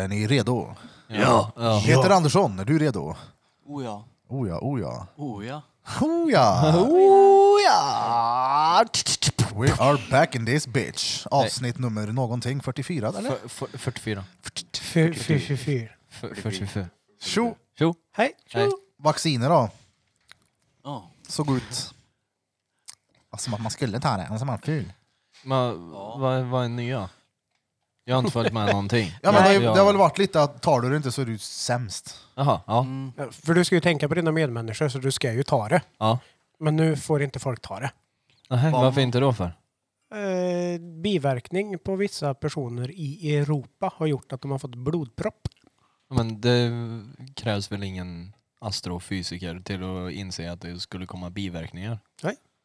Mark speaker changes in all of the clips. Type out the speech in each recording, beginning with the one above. Speaker 1: Är ni redo?
Speaker 2: Ja.
Speaker 3: Ja.
Speaker 1: Peter Andersson, är du redo?
Speaker 2: Oh ja.
Speaker 1: Oh ja, oh ja.
Speaker 2: Oh ja.
Speaker 1: Oh ja!
Speaker 3: Oh ja!
Speaker 1: We are back in this bitch. Avsnitt nummer någonting, 44 eller?
Speaker 3: För- för- 44.
Speaker 4: Fyr, fyr, fyr, fyr.
Speaker 3: För- 44.
Speaker 1: Tjo!
Speaker 3: Jo.
Speaker 4: Hej!
Speaker 3: Nej.
Speaker 1: Vacciner då?
Speaker 2: Ja.
Speaker 1: Såg ut... Alltså man man skulle ta det, annars är man ful.
Speaker 3: Men vad, vad är nya? Jag har inte följt med någonting.
Speaker 1: Ja, men
Speaker 3: Nej,
Speaker 1: det, det har väl varit lite att tar du det inte så är du sämst.
Speaker 3: Jaha, ja.
Speaker 5: Mm.
Speaker 4: För du ska ju tänka på dina medmänniskor så du ska ju ta det.
Speaker 3: ja.
Speaker 4: Men nu får inte folk ta det.
Speaker 3: Nej, varför inte då för?
Speaker 4: Eh, biverkning på vissa personer i Europa har gjort att de har fått blodpropp.
Speaker 3: Men det krävs väl ingen astrofysiker till att inse att det skulle komma biverkningar?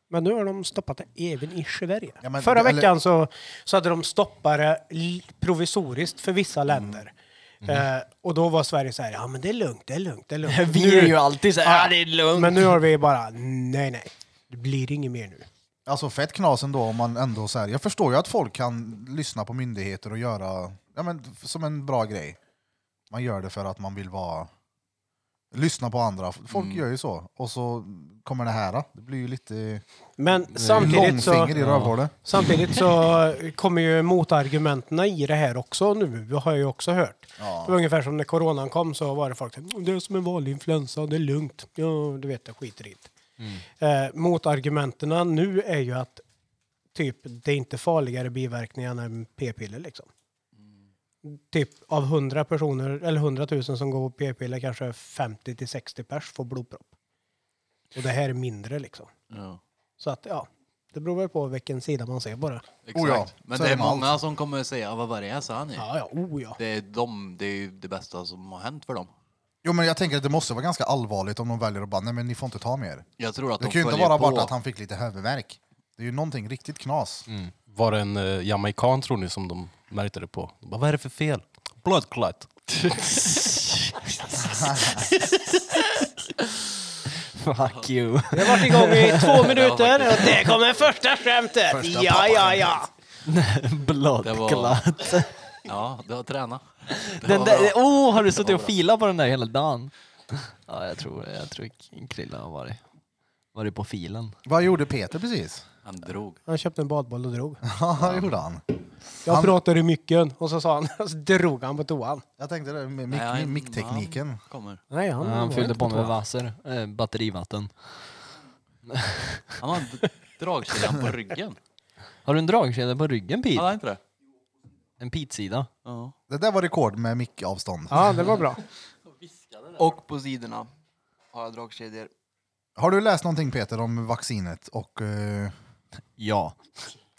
Speaker 4: Men nu har de stoppat det även i Sverige.
Speaker 1: Ja, men-
Speaker 4: Förra
Speaker 1: eller-
Speaker 4: veckan så, så hade de stoppat det l- provisoriskt för
Speaker 1: Mm.
Speaker 4: vissa länder. Eh, och då var Sverige så här, ja men det är lugnt, det är lugnt, det är lugnt. Nu-
Speaker 3: alltid så
Speaker 4: här, "Ja,
Speaker 3: det är lugnt.
Speaker 4: Men nu har vi bara, nej nej, det blir inget mer nu.
Speaker 1: Alltså fett knas ändå om man ändå så här. Jag förstår ju att folk kan lyssna på myndigheter och göra ja, men, f- som en bra grej. Man gör det för att man vill vara lyssna på andra. Folk gör ju så. Och så kommer det här. Det blir ju lite
Speaker 4: Men samtidigt så...
Speaker 1: långfinger i rövhålet.
Speaker 4: Samtidigt så kommer ju motargumenten i det här också nu. Det har jag ju också hört.
Speaker 1: Ja.
Speaker 4: Det var ungefär som när coronan kom så var det folk som "Mm, det är som en vanlig influensa, det är lugnt. Ja, du vet, jag skiter i det. Eh, motargumenten nu är ju att typ, det är inte farligare biverkningar än p-piller liksom. Typ av 100 personer, eller 100 000 som går på p-piller kanske 50 till 60 pers får blodpropp. Och det här är mindre liksom.
Speaker 2: ja.
Speaker 4: Så att ja, det beror väl på vilken sida man ser bara.
Speaker 2: Exakt.
Speaker 1: Oh ja,
Speaker 2: Men
Speaker 1: så
Speaker 2: det
Speaker 1: är
Speaker 2: är
Speaker 1: det med
Speaker 2: många
Speaker 1: allt.
Speaker 2: som kommer säga vad var det sa ni?
Speaker 4: Ja, ja, oh ja.
Speaker 2: Det är de, det är ju det bästa som har hänt för dem.
Speaker 1: Jo men jag tänker att det måste vara ganska allvarligt om de väljer att bara, nej men ni får inte ta mer.
Speaker 2: Jag tror att
Speaker 1: Det
Speaker 2: de
Speaker 1: kan ju inte
Speaker 2: följer
Speaker 1: bara
Speaker 2: på.
Speaker 1: vara att han fick lite huvudvärk. Det är ju någonting riktigt knas.
Speaker 6: Var det en uh, jamaican tror ni som de märkte det på? De bara, vad är det för fel? Blood clot.
Speaker 3: Fuck you.
Speaker 4: Det har varit igång i två minuter och det kommer första skämtet. ja, ja, ja.
Speaker 2: Det var- Ja, det har tränat.
Speaker 3: Den
Speaker 2: var
Speaker 3: där,
Speaker 2: bra.
Speaker 3: oh, har du suttit och filat på den där hela dagen? Ja, jag tror, jag tror Krilla har varit, varit på filen.
Speaker 1: Vad gjorde Peter precis?
Speaker 2: Han drog.
Speaker 4: Han köpte en badboll och drog.
Speaker 1: Ja, det gjorde han.
Speaker 4: Jag
Speaker 1: Han-
Speaker 4: pratade i micken och så sa han, och så drog han på toan.
Speaker 1: Jag tänkte det, med
Speaker 2: Nej,
Speaker 1: mick-
Speaker 2: han-
Speaker 1: micktekniken.
Speaker 2: han Kommer.
Speaker 4: Nej, han,
Speaker 3: han
Speaker 4: var
Speaker 3: fyllde
Speaker 4: inte
Speaker 3: på med
Speaker 4: toan.
Speaker 3: vasser, eh, batterivatten.
Speaker 2: Han har d- dragkedjan på ryggen.
Speaker 3: Har du en dragkedja på ryggen, Pete?
Speaker 2: Han har inte det?
Speaker 3: En Pete-sida?
Speaker 2: Ja.
Speaker 1: Det där var rekord med mickavstånd.
Speaker 4: Ja, det var bra.
Speaker 7: Och på sidorna har jag dragkedjor.
Speaker 1: Har du läst någonting Peter om vaccinet och eh,
Speaker 3: Ja.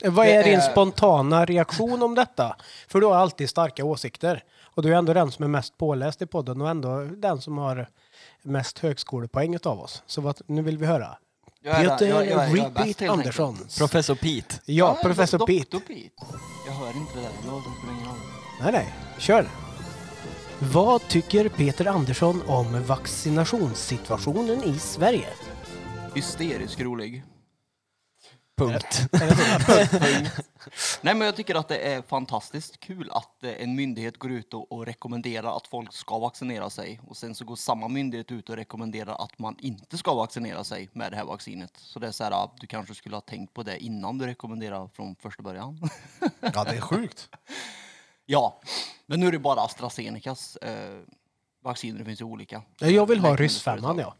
Speaker 4: Eh, Vad
Speaker 7: Det
Speaker 4: är din
Speaker 7: är-
Speaker 4: spontana reaktion om detta? För du har alltid starka åsikter. Och du är ändå den som är mest påläst i podden och ändå den som har mest högskolepoäng utav oss. Så vad, nu vill vi höra.
Speaker 7: Jag är-
Speaker 4: Peter
Speaker 7: jag- jag- jag är bäst,
Speaker 4: Repeat
Speaker 7: helt enkelt.
Speaker 4: Andersson.
Speaker 3: Professor Pete.
Speaker 4: Ja,
Speaker 7: Jag är
Speaker 4: professor
Speaker 7: doktor
Speaker 4: Pete.
Speaker 7: Jag hör inte det där, det låter spelar ingen roll.
Speaker 4: Nej, nej. Kör. Vad tycker Peter Andersson om vaccinationssituationen i Sverige?
Speaker 7: Hysterisk rolig.
Speaker 3: Punkt.
Speaker 7: Nej men jag tycker att det är fantastiskt kul att eh, en myndighet går ut och, och rekommenderar att folk ska vaccinera sig och sen så går samma myndighet ut och rekommenderar att man inte ska vaccinera sig med det här vaccinet. Så det är så här, ah, du kanske skulle ha tänkt på det innan du rekommenderar från första början.
Speaker 1: Ja, det är sjukt.
Speaker 7: ja, men nu är det bara AstraZenecas eh, vacciner, det finns ju olika.
Speaker 4: Jag vill ha
Speaker 7: Läkemedelsföretag.
Speaker 4: ryssfemman, ja.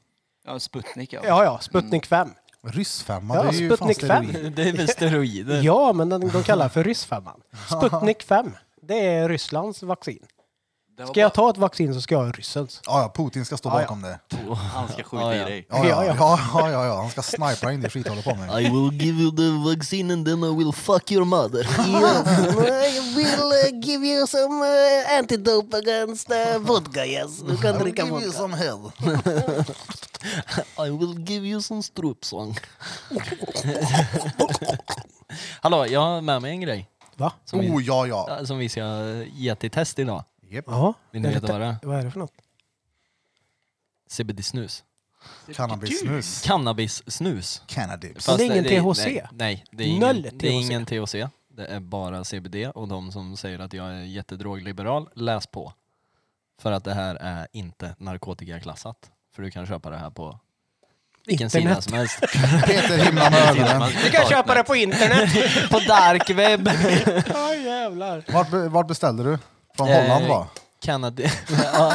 Speaker 7: Ja, Sputnik
Speaker 4: Ja, ja. Sputnik 5.
Speaker 1: Ryssfemma,
Speaker 4: Ja,
Speaker 1: det är ju fan
Speaker 4: Sputnik fem.
Speaker 1: steroid.
Speaker 3: Det är väl steroider?
Speaker 4: Ja, men den, de kallar för ryssfemman. Sputnik 5. Det är Rysslands vaccin.
Speaker 2: Det var
Speaker 4: Ska jag ta ett vaccin så ska jag ha ryssens.
Speaker 1: Ja, ja, Putin ska stå bakom det.
Speaker 2: bara- Han ska skjuta
Speaker 3: Ja,
Speaker 2: i
Speaker 3: ja.
Speaker 2: dig.
Speaker 1: Ja, ja,
Speaker 4: Ja,
Speaker 1: ja,
Speaker 4: ja.
Speaker 1: ja, ja, ja. han ska snipra in det skit håller på med.
Speaker 3: I will give you the vaccine and then I will fuck your mother.
Speaker 8: I will uh, give you some uh, antidote against uh, vodka, yes. Du kan dricka vodka.
Speaker 3: I will give you some strupsång. Hallå, jag har med mig en grej
Speaker 4: Va?
Speaker 3: som, vi, eh,
Speaker 1: Oh ja, ja.
Speaker 3: som vi ska ge till test idag.
Speaker 4: Jaha.
Speaker 3: Vill ni
Speaker 4: Är det
Speaker 3: veta vad det är?
Speaker 4: Vad är det för något?
Speaker 3: CBD-snus.
Speaker 1: Cannabis-snus.
Speaker 3: Cannabis-snus.
Speaker 1: Cannabis.
Speaker 4: Men det är ingen THC.
Speaker 3: Nej, nej det, är
Speaker 4: Noll
Speaker 3: ingen, det är
Speaker 4: THC.
Speaker 3: ingen THC. Det är bara CBD och de som säger att jag är jättedrogliberal, läs på. För att det här är inte narkotikaklassat. För du kan köpa det här på vilken sida
Speaker 4: Internet.
Speaker 3: som helst.
Speaker 1: Peter himlar med ögonen.
Speaker 4: Du kan köpa det på internet!
Speaker 3: på darkweb!
Speaker 4: Ja jävlar.
Speaker 1: Vart, be- vart beställde du? Från
Speaker 3: Eh,
Speaker 1: Holland va?
Speaker 3: Kanada... Ja.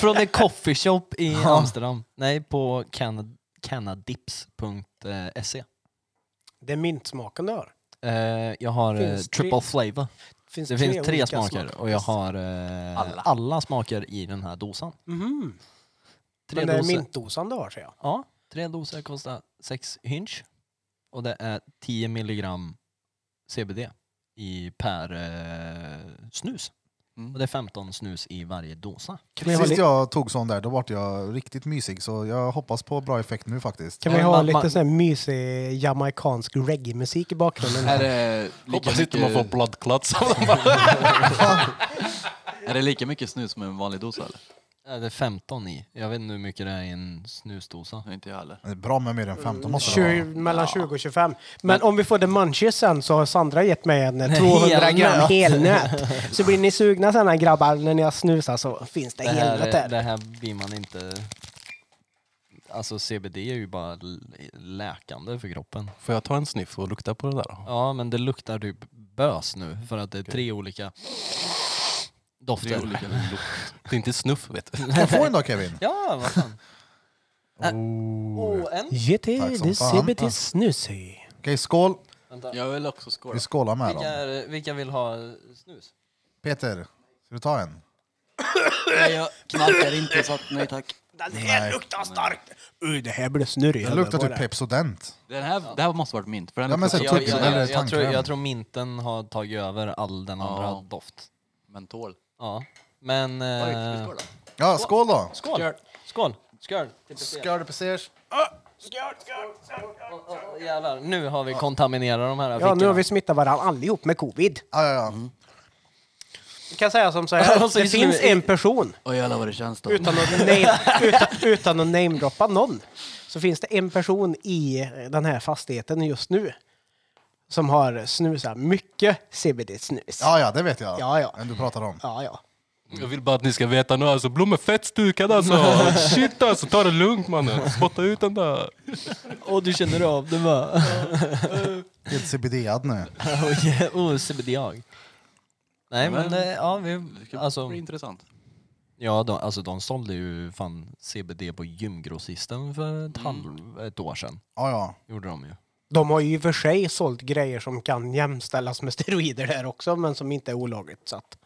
Speaker 3: Från en coffeeshop i Amsterdam. Nej, på can- canadips.se.
Speaker 4: Det är mintsmaken du har.
Speaker 3: E. Eh, jag har eh,
Speaker 4: Finns tre-
Speaker 3: triple flavor.
Speaker 4: Finns
Speaker 3: Det finns tre
Speaker 4: olika
Speaker 3: smaker och jag har eh, alla.
Speaker 7: Alla.
Speaker 3: smaker i den här dosan.
Speaker 4: Mhm.
Speaker 3: Tre
Speaker 4: Men det är
Speaker 3: doser.
Speaker 4: mintdosan du har, säger jag.
Speaker 3: Ja, tre doser kostar 6 hinch. Och det är 10 milligram CBD i per eh, snus.
Speaker 7: Mm.
Speaker 3: Och det är 15 snus i varje dosa.
Speaker 4: Kan vi ha,
Speaker 1: Sist
Speaker 4: li-
Speaker 1: jag tog sån där, då vart jag riktigt mysig så jag hoppas på bra effekt nu faktiskt.
Speaker 4: kan vi
Speaker 3: Ja,
Speaker 4: ha
Speaker 3: man-
Speaker 4: lite
Speaker 3: man-
Speaker 4: sån här mysig jamaicansk reggae-musik i bakgrunden?
Speaker 2: Är det, lika
Speaker 6: Hoppas inte man får
Speaker 2: mycket,
Speaker 6: blood clot som de bara...
Speaker 2: är det lika mycket snus som en vanlig dosa eller?
Speaker 3: Ja, Äh, det är 15 i. Jag vet inte hur mycket det är i en snusdosa.
Speaker 2: Nej, inte jag heller.
Speaker 1: Det är bra med mer än 15 måste det
Speaker 4: 20,
Speaker 1: vara.
Speaker 4: mellan 20 och 25. Men, om vi får the munchies sen så har Sandra gett mig en eh, 200
Speaker 3: Helnöt.
Speaker 4: gram helnöt. Så blir ni sugna sen här grabbar, när ni har snusat så finns det,
Speaker 3: Det
Speaker 4: helnötter.
Speaker 3: här, det här blir man inte... Alltså CBD är ju bara l- läkande för kroppen.
Speaker 6: Får jag ta en sniff och lukta på det där? då?
Speaker 3: Ja, men det luktar typ bös nu för att det är tre olika
Speaker 6: Det är,
Speaker 3: dofter.
Speaker 6: olika lukt. det är inte snuff vet du.
Speaker 1: Kan jag få en då Kevin?
Speaker 3: Ja, vad fan. Äh, Ä- Åh, en.
Speaker 4: GT,
Speaker 1: Tack som
Speaker 4: det
Speaker 1: fan.
Speaker 4: CBT snusig.
Speaker 1: Okej, skål!
Speaker 2: Jag vill också skåla.
Speaker 1: Vi skålar med
Speaker 3: Vilka,
Speaker 1: dem.
Speaker 3: är, vilka vill ha snus?
Speaker 1: Peter, ska du ta en?
Speaker 7: Nej, jag knarkar inte så att, nej tack.
Speaker 4: Den här luktar starkt! Uy, det här blir snurrigt.
Speaker 1: Det luktar typ Pepsodent.
Speaker 2: Den här, det här måste varit mint. För den
Speaker 1: Ja, men
Speaker 2: luktar
Speaker 1: så-
Speaker 2: så...
Speaker 1: Jag
Speaker 3: Jag,
Speaker 1: tycker
Speaker 3: jag,
Speaker 1: det är
Speaker 3: jag, jag, tror,
Speaker 1: tandkräm.
Speaker 3: jag tror minten har tagit över all den andra
Speaker 2: Ja.
Speaker 3: doft.
Speaker 2: mentol.
Speaker 3: Ja. Men...
Speaker 2: Oj,
Speaker 3: eh,
Speaker 2: vi skålar.
Speaker 1: Ja, skål då!
Speaker 3: skål!
Speaker 2: Skål.
Speaker 3: Skål! Skål!
Speaker 1: Skål Pesers!
Speaker 3: Åh, åh, Jävlar, nu har vi kontaminerat de här
Speaker 4: Ja, nu har
Speaker 3: fickorna.
Speaker 4: vi smittat varandra allihop med covid.
Speaker 1: Ja, ja, ja.
Speaker 4: Mm. Jag kan säga som så
Speaker 3: Ja, och så
Speaker 4: här, alltså, det
Speaker 3: visste
Speaker 4: finns
Speaker 3: vi-
Speaker 4: en person,
Speaker 2: Oj jävlar vad det känns då.
Speaker 4: utan att, name, utan, utan att namedroppa någon, så finns det en person i den här fastigheten just nu som har snusat mycket CBD-snus.
Speaker 1: Ja, ja, det vet jag.
Speaker 4: Ja, ja.
Speaker 1: Den du pratar om.
Speaker 4: ja, ja.
Speaker 6: Jag vill bara att ni ska veta nu alltså, Blom är fett stukad alltså. Shit alltså, ta det lugnt mannen. Spotta ut den där.
Speaker 3: Åh, du känner av det va?
Speaker 1: Helt CBD-ad nu.
Speaker 3: Åh, Oh, yeah. Åh, CBD-jag. Nej men, eh, ja vi...
Speaker 2: Det ska
Speaker 3: Alltså,
Speaker 2: bli intressant.
Speaker 3: ja, de, alltså de sålde ju fan CBD på gymgrossisten för ett, halv, ett år sedan.
Speaker 1: Ja, ja.
Speaker 3: Gjorde de ju.
Speaker 4: De har ju i och för sig sålt grejer som kan jämställas med steroider där också, men som inte är olagligt. Så att,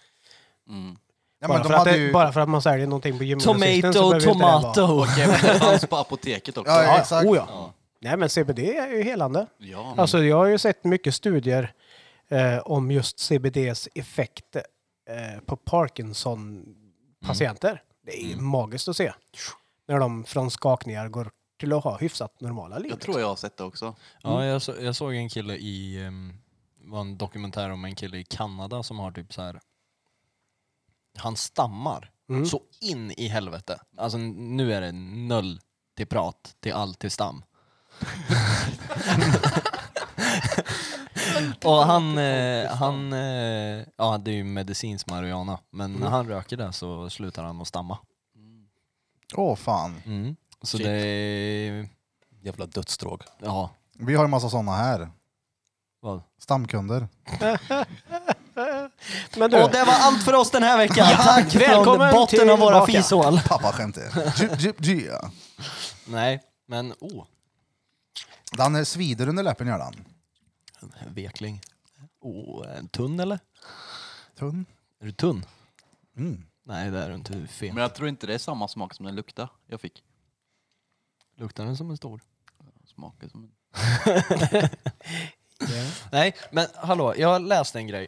Speaker 1: ja men
Speaker 4: bara,
Speaker 1: de
Speaker 4: för att
Speaker 1: hade
Speaker 4: det,
Speaker 1: ju...
Speaker 4: bara för att man säljer någonting på gymnasisten så
Speaker 3: Tomato,
Speaker 4: behöver inte det vara...
Speaker 3: tomato!
Speaker 2: Okej, men det fanns på apoteket också.
Speaker 1: Ja,
Speaker 4: Ja,
Speaker 1: ja,
Speaker 4: ja.
Speaker 1: exakt.
Speaker 4: Oh, ja. Nej, men CBD är ju helande.
Speaker 2: Ja, men-
Speaker 4: Alltså, jag har ju sett mycket studier eh, om just CBDs effekt eh, på Parkinson-patienter. Det är ju magiskt att se. När de från skakningar går till att ha hyfsat normala liv.
Speaker 2: jag tror jag har sett det också.
Speaker 3: Ja, jag, så, jag såg en kille i, ehm, det var en dokumentär om en kille i Kanada som har typ så här. han stammar så in i helvete. Alltså nu är det noll till prat, till allt till stam. Och han, eh, han, eh, ja det är ju medicinsk marijuana, men när han röker det så slutar han att stamma.
Speaker 1: Åh fan.
Speaker 3: Så
Speaker 2: Shit.
Speaker 3: det är,
Speaker 6: Jävla dödsdrog.
Speaker 3: ja,
Speaker 1: Vi har ju massa såna här.
Speaker 3: vad?
Speaker 1: Stamkunder.
Speaker 4: Men du,
Speaker 3: Och det var allt för oss den här veckan. Tack
Speaker 4: Välkommen
Speaker 3: från botten av våra
Speaker 4: tillbaka.
Speaker 3: fishål.
Speaker 1: Pappa skämtar. Dju- dju- dju.
Speaker 3: Nej, men oh,
Speaker 1: Den är svider under läppen gör den.
Speaker 3: vekling. Oh, en tunn eller?
Speaker 1: Tunn.
Speaker 3: Är du tunn?
Speaker 1: Mm.
Speaker 3: Nej, det är du inte. Du är fet.
Speaker 2: Men jag tror inte det är samma smak som den lukta jag fick.
Speaker 3: Luktar den som en stor?
Speaker 2: Smaken som en...
Speaker 3: Nej, men hallå, jag läste en grej.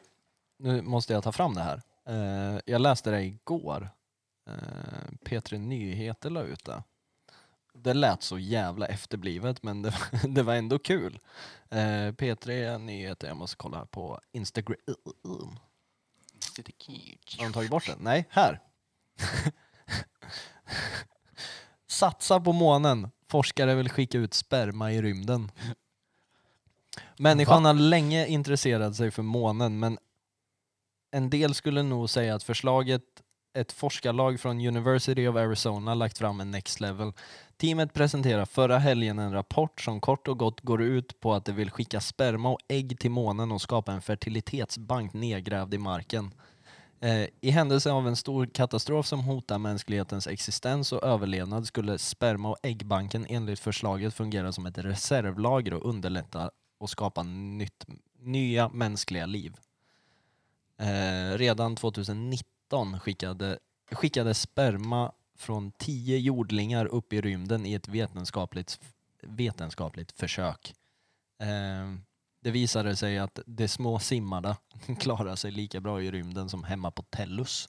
Speaker 3: Nu måste jag ta fram det här. Eh, jag läste det igår. Uh, P3 Nyheter la ut det. Det lät så jävla efterblivet, men det, var- det var ändå kul. Uh, P3 Nyheter, jag måste kolla på Instagram.
Speaker 2: Lite kitsch.
Speaker 3: Har de tagit bort den? Nej, här. Satsa på månen. Forskare vill skicka ut sperma i rymden. Människan har länge intresserat sig för månen, men en del skulle nog säga att förslaget ett forskarlag från University of Arizona lagt fram en Next Level. Teamet presenterade förra helgen en rapport som kort och gott går ut på att de vill skicka sperma och ägg till månen och skapa en fertilitetsbank nedgrävd i marken. Eh, I händelse av en stor katastrof som hotar mänsklighetens existens och överlevnad skulle sperma och äggbanken enligt förslaget fungera som ett reservlager och underlätta och skapa nytt, nya mänskliga liv. Eh, redan 2019 skickade, skickade sperma från tio jordlingar upp i rymden i ett vetenskapligt, vetenskapligt försök. Eh, det visade sig att de små simmarna klarar sig lika bra i rymden som hemma på Tellus.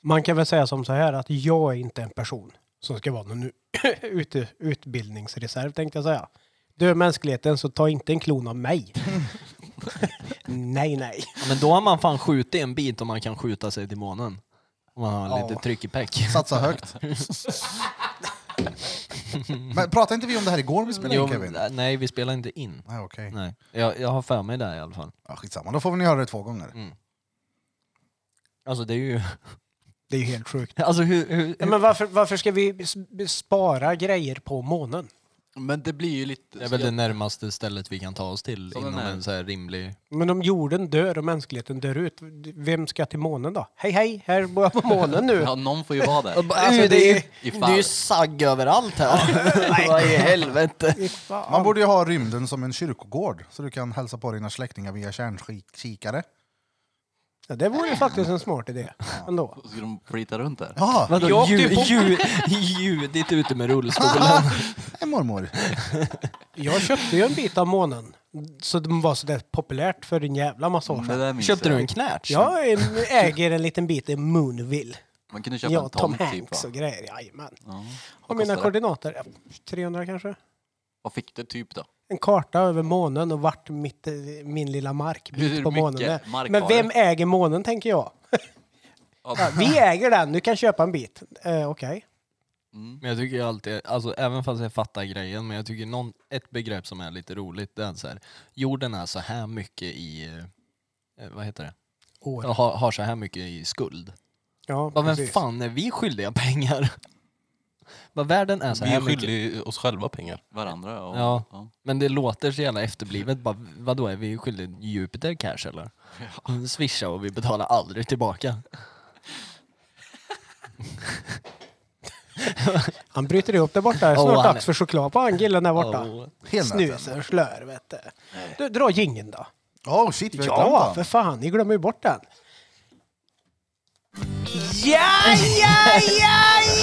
Speaker 4: Man kan väl säga som så här att jag är inte en person som ska vara någon ute, utbildningsreserv tänkte jag säga. Du är mänskligheten så ta inte en klon av mig. nej, nej.
Speaker 3: Ja, men då har man fan skjutit en bit om man kan skjuta sig till månen. Om man har
Speaker 4: Ja.
Speaker 3: lite tryck i peck.
Speaker 1: Satsa högt. Men pratade inte vi om det här igår vi spelade
Speaker 3: Jo,
Speaker 1: in Kevin?
Speaker 3: men, äh, nej, vi spelar inte in.
Speaker 1: Nej, okej.
Speaker 3: Nej. Jag, jag har för mig det här i alla fall.
Speaker 1: Ja, skitsamma, då får vi ni höra det två gånger.
Speaker 3: Alltså det är ju...
Speaker 4: Det är ju helt sjukt.
Speaker 3: Alltså hur... hur,
Speaker 4: Ja, men varför, varför ska vi s- spara grejer på månen?
Speaker 2: Men det blir ju lite...
Speaker 3: det är väl det närmaste stället vi kan ta oss till
Speaker 2: Som
Speaker 3: inom
Speaker 2: den här.
Speaker 3: en så här rimlig...
Speaker 4: Men om jorden dör och mänskligheten dör ut, vem ska till månen då? Hej, hej, här bor jag på månen nu.
Speaker 2: Ja, någon får ju vara där.
Speaker 3: Alltså det är ju,
Speaker 2: Ifall.
Speaker 3: det är ju sagg överallt här. Vad i helvete?
Speaker 4: Fy fan.
Speaker 1: Man borde ju ha rymden som en kyrkogård så du kan hälsa på dina släktingar via kärnkikare.
Speaker 4: Ja, det vore ju faktiskt en smart idé ändå.
Speaker 2: Så ska de flyta runt där.
Speaker 1: Ja,
Speaker 3: Vadå,
Speaker 4: Jag åkte
Speaker 3: ljud,
Speaker 4: på-
Speaker 3: ljud, ljudigt ute med rullstolen?
Speaker 1: hej mormor.
Speaker 4: Jag köpte ju en bit av månen, så det var så där populärt för en jävla massa år
Speaker 2: Det
Speaker 4: sedan.
Speaker 2: där minns
Speaker 3: Köpte
Speaker 2: jag.
Speaker 3: du en knärt?
Speaker 4: Jag är- äger en liten bit i Moonville.
Speaker 2: Man kunde köpa
Speaker 4: Ja,
Speaker 2: en
Speaker 4: Tom
Speaker 2: tomt typ.
Speaker 4: Hanks och
Speaker 2: va?
Speaker 4: grejer, jajamän.
Speaker 2: Ja.
Speaker 4: Och
Speaker 2: Vad kostar
Speaker 4: mina
Speaker 2: det?
Speaker 4: koordinater, ja, 300 kanske?
Speaker 2: Vad fick du typ då?
Speaker 4: En karta över månen och vart mitt, eh, min lilla markbit
Speaker 2: Hur
Speaker 4: på månen
Speaker 2: mycket
Speaker 4: är.
Speaker 2: mark
Speaker 4: Men
Speaker 2: har
Speaker 4: vem
Speaker 2: du?
Speaker 4: äger månen tänker jag? Ja,
Speaker 2: Ja.
Speaker 4: vi äger den, du kan köpa en bit. Eh, Okej.
Speaker 3: Men jag tycker ju alltid, alltså även fast jag fattar grejen, men jag tycker någon, ett begrepp som är lite roligt, det är så här, jorden är så här mycket i, eh, vad heter det,
Speaker 4: År.
Speaker 3: har, har så här mycket i skuld.
Speaker 4: Ja,
Speaker 3: Vad vem
Speaker 4: precis.
Speaker 3: fan är vi skyldiga pengar? Vad världen är så
Speaker 6: Vi
Speaker 3: här
Speaker 6: är
Speaker 3: mycket.
Speaker 6: skyldiga oss själva pengar.
Speaker 2: Varandra och...
Speaker 3: Ja.
Speaker 2: Ja.
Speaker 3: Men det låter så jävla efterblivet, bara, vadå är vi skyldiga Jupiter cash eller? Swisha och vi betalar aldrig tillbaka.
Speaker 4: Han bryter ihop där borta. Det är
Speaker 3: Oh,
Speaker 4: Snart
Speaker 3: han är-
Speaker 4: dags för choklad på han killen där borta.
Speaker 3: Oh.
Speaker 1: Helnöten.
Speaker 4: Snusen slör vet du. du dra jingeln då.
Speaker 1: Oh shit, vi har glömt
Speaker 4: Ja,
Speaker 1: den.
Speaker 4: för fan. Ni glömmer ju bort den.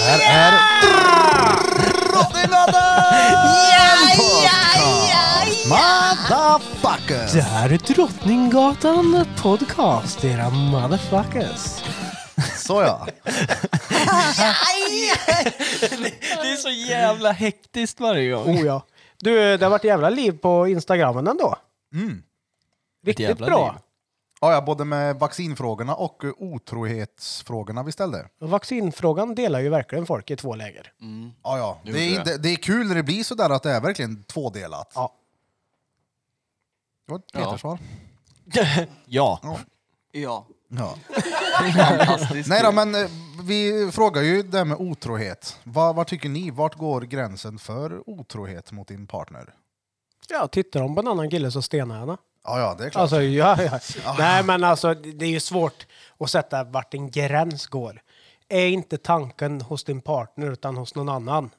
Speaker 1: Här är Motherfuckers!
Speaker 4: Det här är Drottninggatan Podcast, era motherfuckers.
Speaker 1: Så ja.
Speaker 3: Det är så jävla hektiskt varje gång.
Speaker 4: Oh ja. Du, det har varit jävla liv på Instagramen ändå.
Speaker 1: Mm.
Speaker 4: Riktigt
Speaker 3: jävla
Speaker 4: bra.
Speaker 3: liv.
Speaker 1: Ja, ja, både med vaccinfrågorna och eh, otrohetsfrågorna vi ställde.
Speaker 4: Vaccinfrågan delar ju verkligen folk i två läger.
Speaker 2: Mm.
Speaker 1: Ja, ja.
Speaker 2: Gjorde
Speaker 1: Det är, det, det är kul när det blir sådär att det är verkligen tvådelat.
Speaker 4: Ja.
Speaker 1: Det var ett Petersvar.
Speaker 3: ja.
Speaker 7: Ja,
Speaker 1: Ja.
Speaker 7: fantastiskt.
Speaker 1: Nej då, men eh, vi frågar ju det här med otrohet. Vad, vad tycker ni? Vart går gränsen för otrohet mot din partner?
Speaker 4: Ja, tittar de på en annan kille så stenar jag henne.
Speaker 1: Ja, ja, det är klart.
Speaker 4: Alltså, ja, ja. Nej, men alltså, det är ju svårt att sätta vart en gräns går. Är inte tanken hos din partner utan hos någon annan,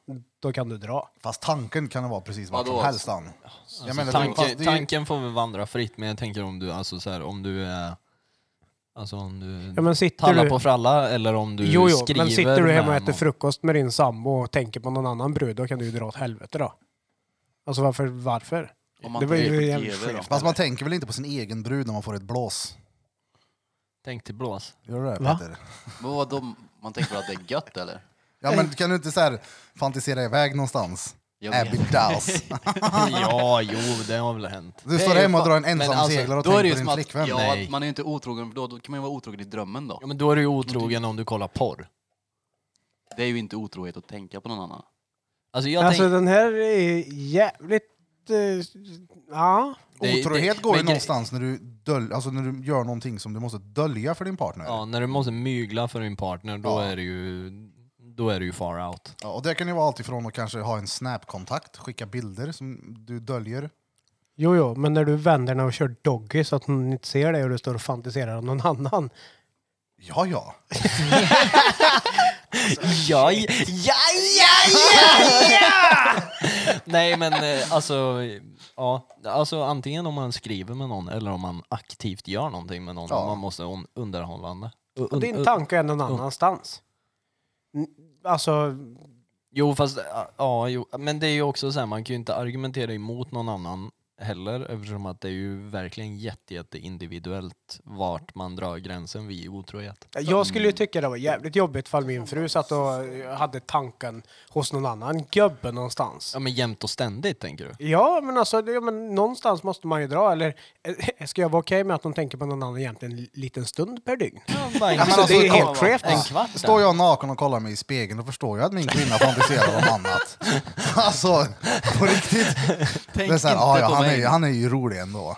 Speaker 4: då kan du dra.
Speaker 1: Fast tanken kan det vara precis vad
Speaker 2: Vadå? alltså,
Speaker 1: som helst. Ann. Jag menar, det-
Speaker 3: Tanke,
Speaker 1: fast det är ju-
Speaker 3: Tanken får väl vandra fritt, men jag tänker om du, alltså så här, om du är... Alltså om du
Speaker 4: Ja, men sitter
Speaker 3: tallar
Speaker 4: du...
Speaker 3: på fralla eller om du
Speaker 4: jo, jo,
Speaker 3: skriver
Speaker 4: men sitter du hemma och
Speaker 3: med
Speaker 4: äter
Speaker 3: någon.
Speaker 4: frukost med din sambo och tänker på någon annan brud, då kan du ju dra åt helvete då. Alltså varför? varför?
Speaker 2: Om man
Speaker 4: det var ju
Speaker 2: tittar på
Speaker 4: jävligt
Speaker 2: TV då.
Speaker 4: skevt.
Speaker 1: Fast man tänker väl inte på sin egen brud när man får ett blås?
Speaker 3: Tänk till blås.
Speaker 1: Gör du det
Speaker 4: Va?
Speaker 1: Peter?
Speaker 2: Men vadå, man tänker väl att det är gött eller?
Speaker 1: Ja, men kan du inte så här fantisera iväg någonstans?
Speaker 2: Jag vet.
Speaker 1: Abby Dows.
Speaker 3: ja, jo, det har väl hänt.
Speaker 1: Du
Speaker 2: Det
Speaker 1: står
Speaker 2: är ju
Speaker 1: hemma och
Speaker 2: fan-
Speaker 1: drar en
Speaker 3: men
Speaker 1: ensam
Speaker 3: alltså,
Speaker 1: seglare och
Speaker 2: Då är det
Speaker 1: tänker
Speaker 2: ju som
Speaker 1: på din
Speaker 2: att
Speaker 1: flickvän.
Speaker 2: ja,
Speaker 3: Nej.
Speaker 2: att man är ju inte otrogen, då, då kan man ju vara otrogen i drömmen då.
Speaker 3: Ja, men då är du ju otrogen om du kollar porr.
Speaker 2: Det är ju inte otrohet att tänka på någon annan.
Speaker 3: Alltså jag
Speaker 4: alltså
Speaker 3: tänk,
Speaker 4: den här är jävligt eh, ja.
Speaker 3: Det-
Speaker 1: Otrohet
Speaker 3: det-
Speaker 1: går ju
Speaker 3: men gre-
Speaker 1: någonstans när du, döl, alltså när du gör någonting som du måste dölja för din partner.
Speaker 3: Ja, när du måste mygla för din partner, då
Speaker 1: Ja.
Speaker 3: är det ju då är det ju far out.
Speaker 1: Ja, och det kan ju vara allt ifrån att kanske ha en snap-kontakt, skicka bilder som du döljer.
Speaker 4: Jo, jo, men när du vänder den och kör doggy så att hon inte ser dig och du står och fantiserar om någon annan.
Speaker 1: Ja, ja.
Speaker 3: Ja, ja, ja, ja, ja! Nej men eh, alltså, ja, alltså antingen om man skriver med någon eller om man aktivt gör någonting med någon.
Speaker 1: Ja.
Speaker 3: Man måste un- underhållande. Un-
Speaker 4: Och
Speaker 3: un-
Speaker 4: din tanke är någon annanstans. N- Alltså,
Speaker 3: Jo fast, eh, ja jo. men det är ju också så här, man kan ju inte argumentera emot någon annan heller eftersom att det är ju verkligen jätte, jätte individuellt vart man drar gränsen vid otrohet.
Speaker 4: jag skulle ju tycka det var jävligt jobbigt ifall min fru satt och eh, hade tanken hos någon annan gubbe någonstans.
Speaker 3: Ja men jämt och ständigt tänker du?
Speaker 4: Ja, men alltså det, ja, men någonstans måste man ju dra. Eller eh, ska jag vara okej med att de tänker på någon annan egentligen en liten stund per dygn?
Speaker 3: bara en,
Speaker 1: men
Speaker 4: Alltså,
Speaker 1: alltså,
Speaker 4: det är
Speaker 1: kolla
Speaker 4: helt
Speaker 1: vad-
Speaker 4: skevt.
Speaker 3: en kvart
Speaker 1: Står jag naken och kollar mig i spegeln då förstår jag att min kvinna fantiserar om annat. Alltså, på riktigt.
Speaker 2: Tänk
Speaker 1: Det är så här,
Speaker 2: inte
Speaker 1: ah, ja,
Speaker 2: på
Speaker 1: han, är,
Speaker 2: mig.
Speaker 1: ju- han är ju rolig ändå.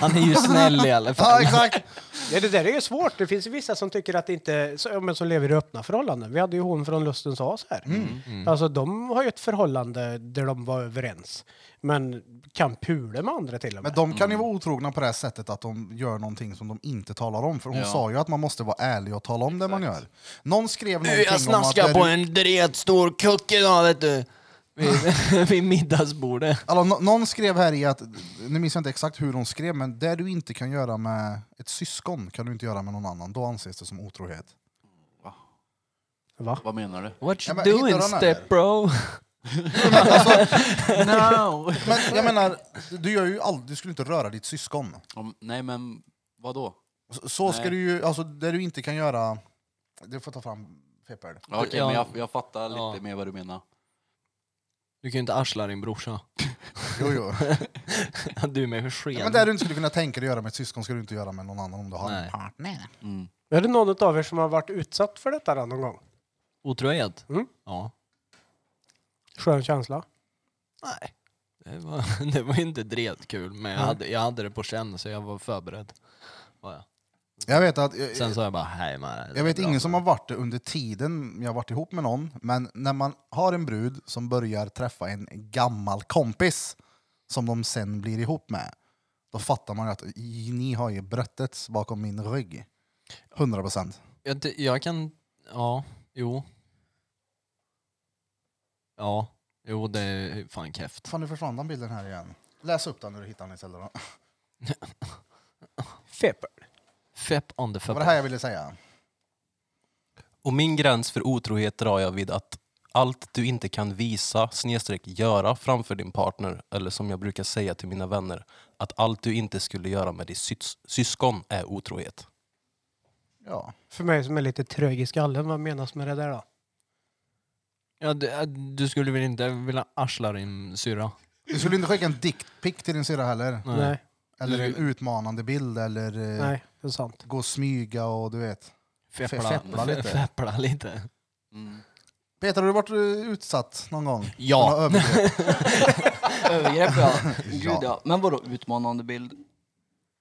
Speaker 3: Han är ju snäll i alla
Speaker 1: Ja,
Speaker 3: fall.
Speaker 1: exakt.
Speaker 4: Ja, det där är ju svårt. Det finns ju vissa som tycker att det inte... så- ja, Men som lever i öppna förhållanden. Vi hade ju hon från Lustens As här.
Speaker 2: Mm.
Speaker 4: Alltså de har ju ett förhållande där de var överens. Men kan pula med andra till och
Speaker 1: Men
Speaker 4: med.
Speaker 1: de kan ju vara otrogna på det här sättet att de gör någonting som de inte talar om. För hon sa ju att man måste vara ärlig och tala om det man gör. Någon skrev någonting
Speaker 3: Jag
Speaker 1: om att...
Speaker 3: snaskade
Speaker 1: det-
Speaker 3: på en dretstor kuck idag vet du. Vid, vid middagsbordet.
Speaker 1: Alltså, nå- någon skrev här i att, nu minns jag inte exakt hur hon skrev, men det du inte kan göra med ett syskon kan du inte göra med någon annan. Då anses det som otrohet.
Speaker 4: Va?
Speaker 2: Vad menar du?
Speaker 3: What
Speaker 1: Ja,
Speaker 3: you
Speaker 1: men hittar
Speaker 3: doing
Speaker 1: de här?
Speaker 3: step bro?
Speaker 2: No.
Speaker 1: Men jag menar, du, gör ju all, du skulle inte röra ditt syskon.
Speaker 2: Om, nej men vadå?
Speaker 1: Så, så ska
Speaker 2: Nej.
Speaker 1: du ju, alltså det du inte kan göra, du får ta fram Pepper.
Speaker 2: Ja, Okej
Speaker 3: Ja.
Speaker 2: men jag, jag fattar lite
Speaker 3: Ja.
Speaker 2: mer vad du menar.
Speaker 3: Du kan ju inte arsla din brorsa.
Speaker 1: Jo, jo.
Speaker 3: Du är med sked.
Speaker 1: Ja, men det du inte skulle kunna tänka dig göra med ett syskon ska du inte göra med någon annan om du har
Speaker 3: Nej.
Speaker 1: en partner.
Speaker 2: Mm.
Speaker 4: Är det någon av er som har varit utsatt för detta någon gång?
Speaker 3: Otrohet?
Speaker 4: Mm.
Speaker 3: Ja.
Speaker 4: Skön känsla.
Speaker 3: Nej. Det var, det var inte dretkul men jag hade, jag hade det på känn så jag var förberedd. Var jag.
Speaker 1: Jag vet att... eh, Jag,
Speaker 3: Sen sa jag bara hej man.
Speaker 1: Jag vet ingen som har varit det under tiden jag har varit ihop med någon, men när man har en brud som börjar träffa en gammal kompis som de sen blir ihop med, då fattar man ju att i- ni har ju bröttets bakom min rygg. 100 procent.
Speaker 3: Jag, ty- jag kan... Ja, jo. Ja, jo det är fan keft.
Speaker 1: Fan, nu försvann den bilden här igen. Läs upp den när du hittar den istället. Då.
Speaker 4: Feber.
Speaker 3: Fepp on the
Speaker 1: Det
Speaker 3: fepp.
Speaker 1: var det här jag ville säga.
Speaker 6: Och min gräns för otrohet drar jag vid att allt du inte kan visa snedstreck göra framför din partner, eller som jag brukar säga till mina vänner, att allt du inte skulle göra med ditt sys- syskon är otrohet.
Speaker 1: Ja.
Speaker 4: För mig som är lite trög i skallen, vad menas med det där då?
Speaker 3: Ja, du, äh, du skulle väl inte vilja arsla din syrra?
Speaker 1: Du skulle inte skicka en dickpic till din syrra heller?
Speaker 3: Nej.
Speaker 4: Nej,
Speaker 1: Eller en utmanande bild? Eller eh,
Speaker 4: nej, det är sant.
Speaker 1: gå och smyga och du vet.
Speaker 3: Feppla,
Speaker 1: feppla lite.
Speaker 3: feppla lite.
Speaker 2: Mm.
Speaker 1: Peter, har du varit eh, utsatt någon gång? För några
Speaker 3: Ja.
Speaker 1: övergrepp?
Speaker 7: Övergrepp ja. Gud,
Speaker 1: Ja.
Speaker 7: ja. Men vadå utmanande bild?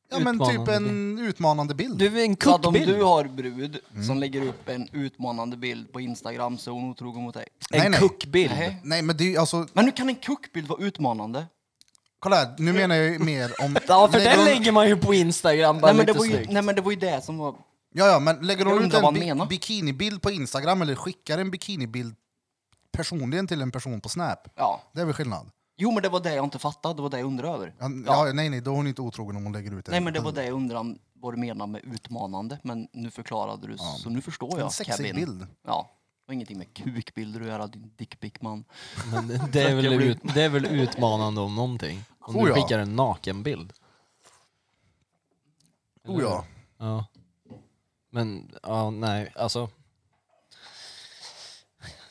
Speaker 1: Ja men typ
Speaker 3: Utmanande
Speaker 1: en utmanande bild.
Speaker 3: Du är en
Speaker 7: Så att om
Speaker 3: kuckbild.
Speaker 7: du har brud som lägger upp en utmanande bild på Instagram så är hon otrogen mot dig.
Speaker 1: Nej,
Speaker 3: En
Speaker 1: nej.
Speaker 3: kuckbild.
Speaker 7: Nej.
Speaker 1: Nej men det är ju alltså,
Speaker 7: Men hur kan en kuckbild vara utmanande?
Speaker 1: kolla här, nu menar jag ju mer om...
Speaker 3: Ja, för
Speaker 1: lägger
Speaker 3: den
Speaker 1: hon-
Speaker 3: lägger man ju på Instagram bara
Speaker 7: nej, men det
Speaker 3: lite
Speaker 7: var ju,
Speaker 3: snyggt.
Speaker 7: nej men det var ju det som var...
Speaker 1: Ja ja, men lägger
Speaker 7: Jag
Speaker 1: hon ut
Speaker 7: undrar vad
Speaker 1: en
Speaker 7: han menar.
Speaker 1: bi- bikinibild på Instagram eller skickar en bikinibild personligen till en person på Snap,
Speaker 7: Ja.
Speaker 1: det är väl skillnad?
Speaker 7: Jo men det var det jag inte fattade, det var det jag undrade över.
Speaker 1: Ja,
Speaker 7: Ja.
Speaker 1: ja. nej nej, då är hon inte otrogen om hon lägger ut en
Speaker 7: Nej men det var
Speaker 1: bild.
Speaker 7: det jag undrade om vad du menar med utmanande. Men nu förklarade du så nu förstår
Speaker 1: En
Speaker 7: jag
Speaker 1: sexig
Speaker 7: oh Kevin.
Speaker 1: bild.
Speaker 7: Ja. Det var ingenting med kukbilder att göra din dickpic man.
Speaker 3: Men det- det, är väl ut, det är väl utmanande om någonting? Om
Speaker 1: Oh
Speaker 3: du
Speaker 1: ja.
Speaker 3: skickar en nakenbild.
Speaker 1: Oh ja.
Speaker 3: Ja. Men, ja, nej, alltså.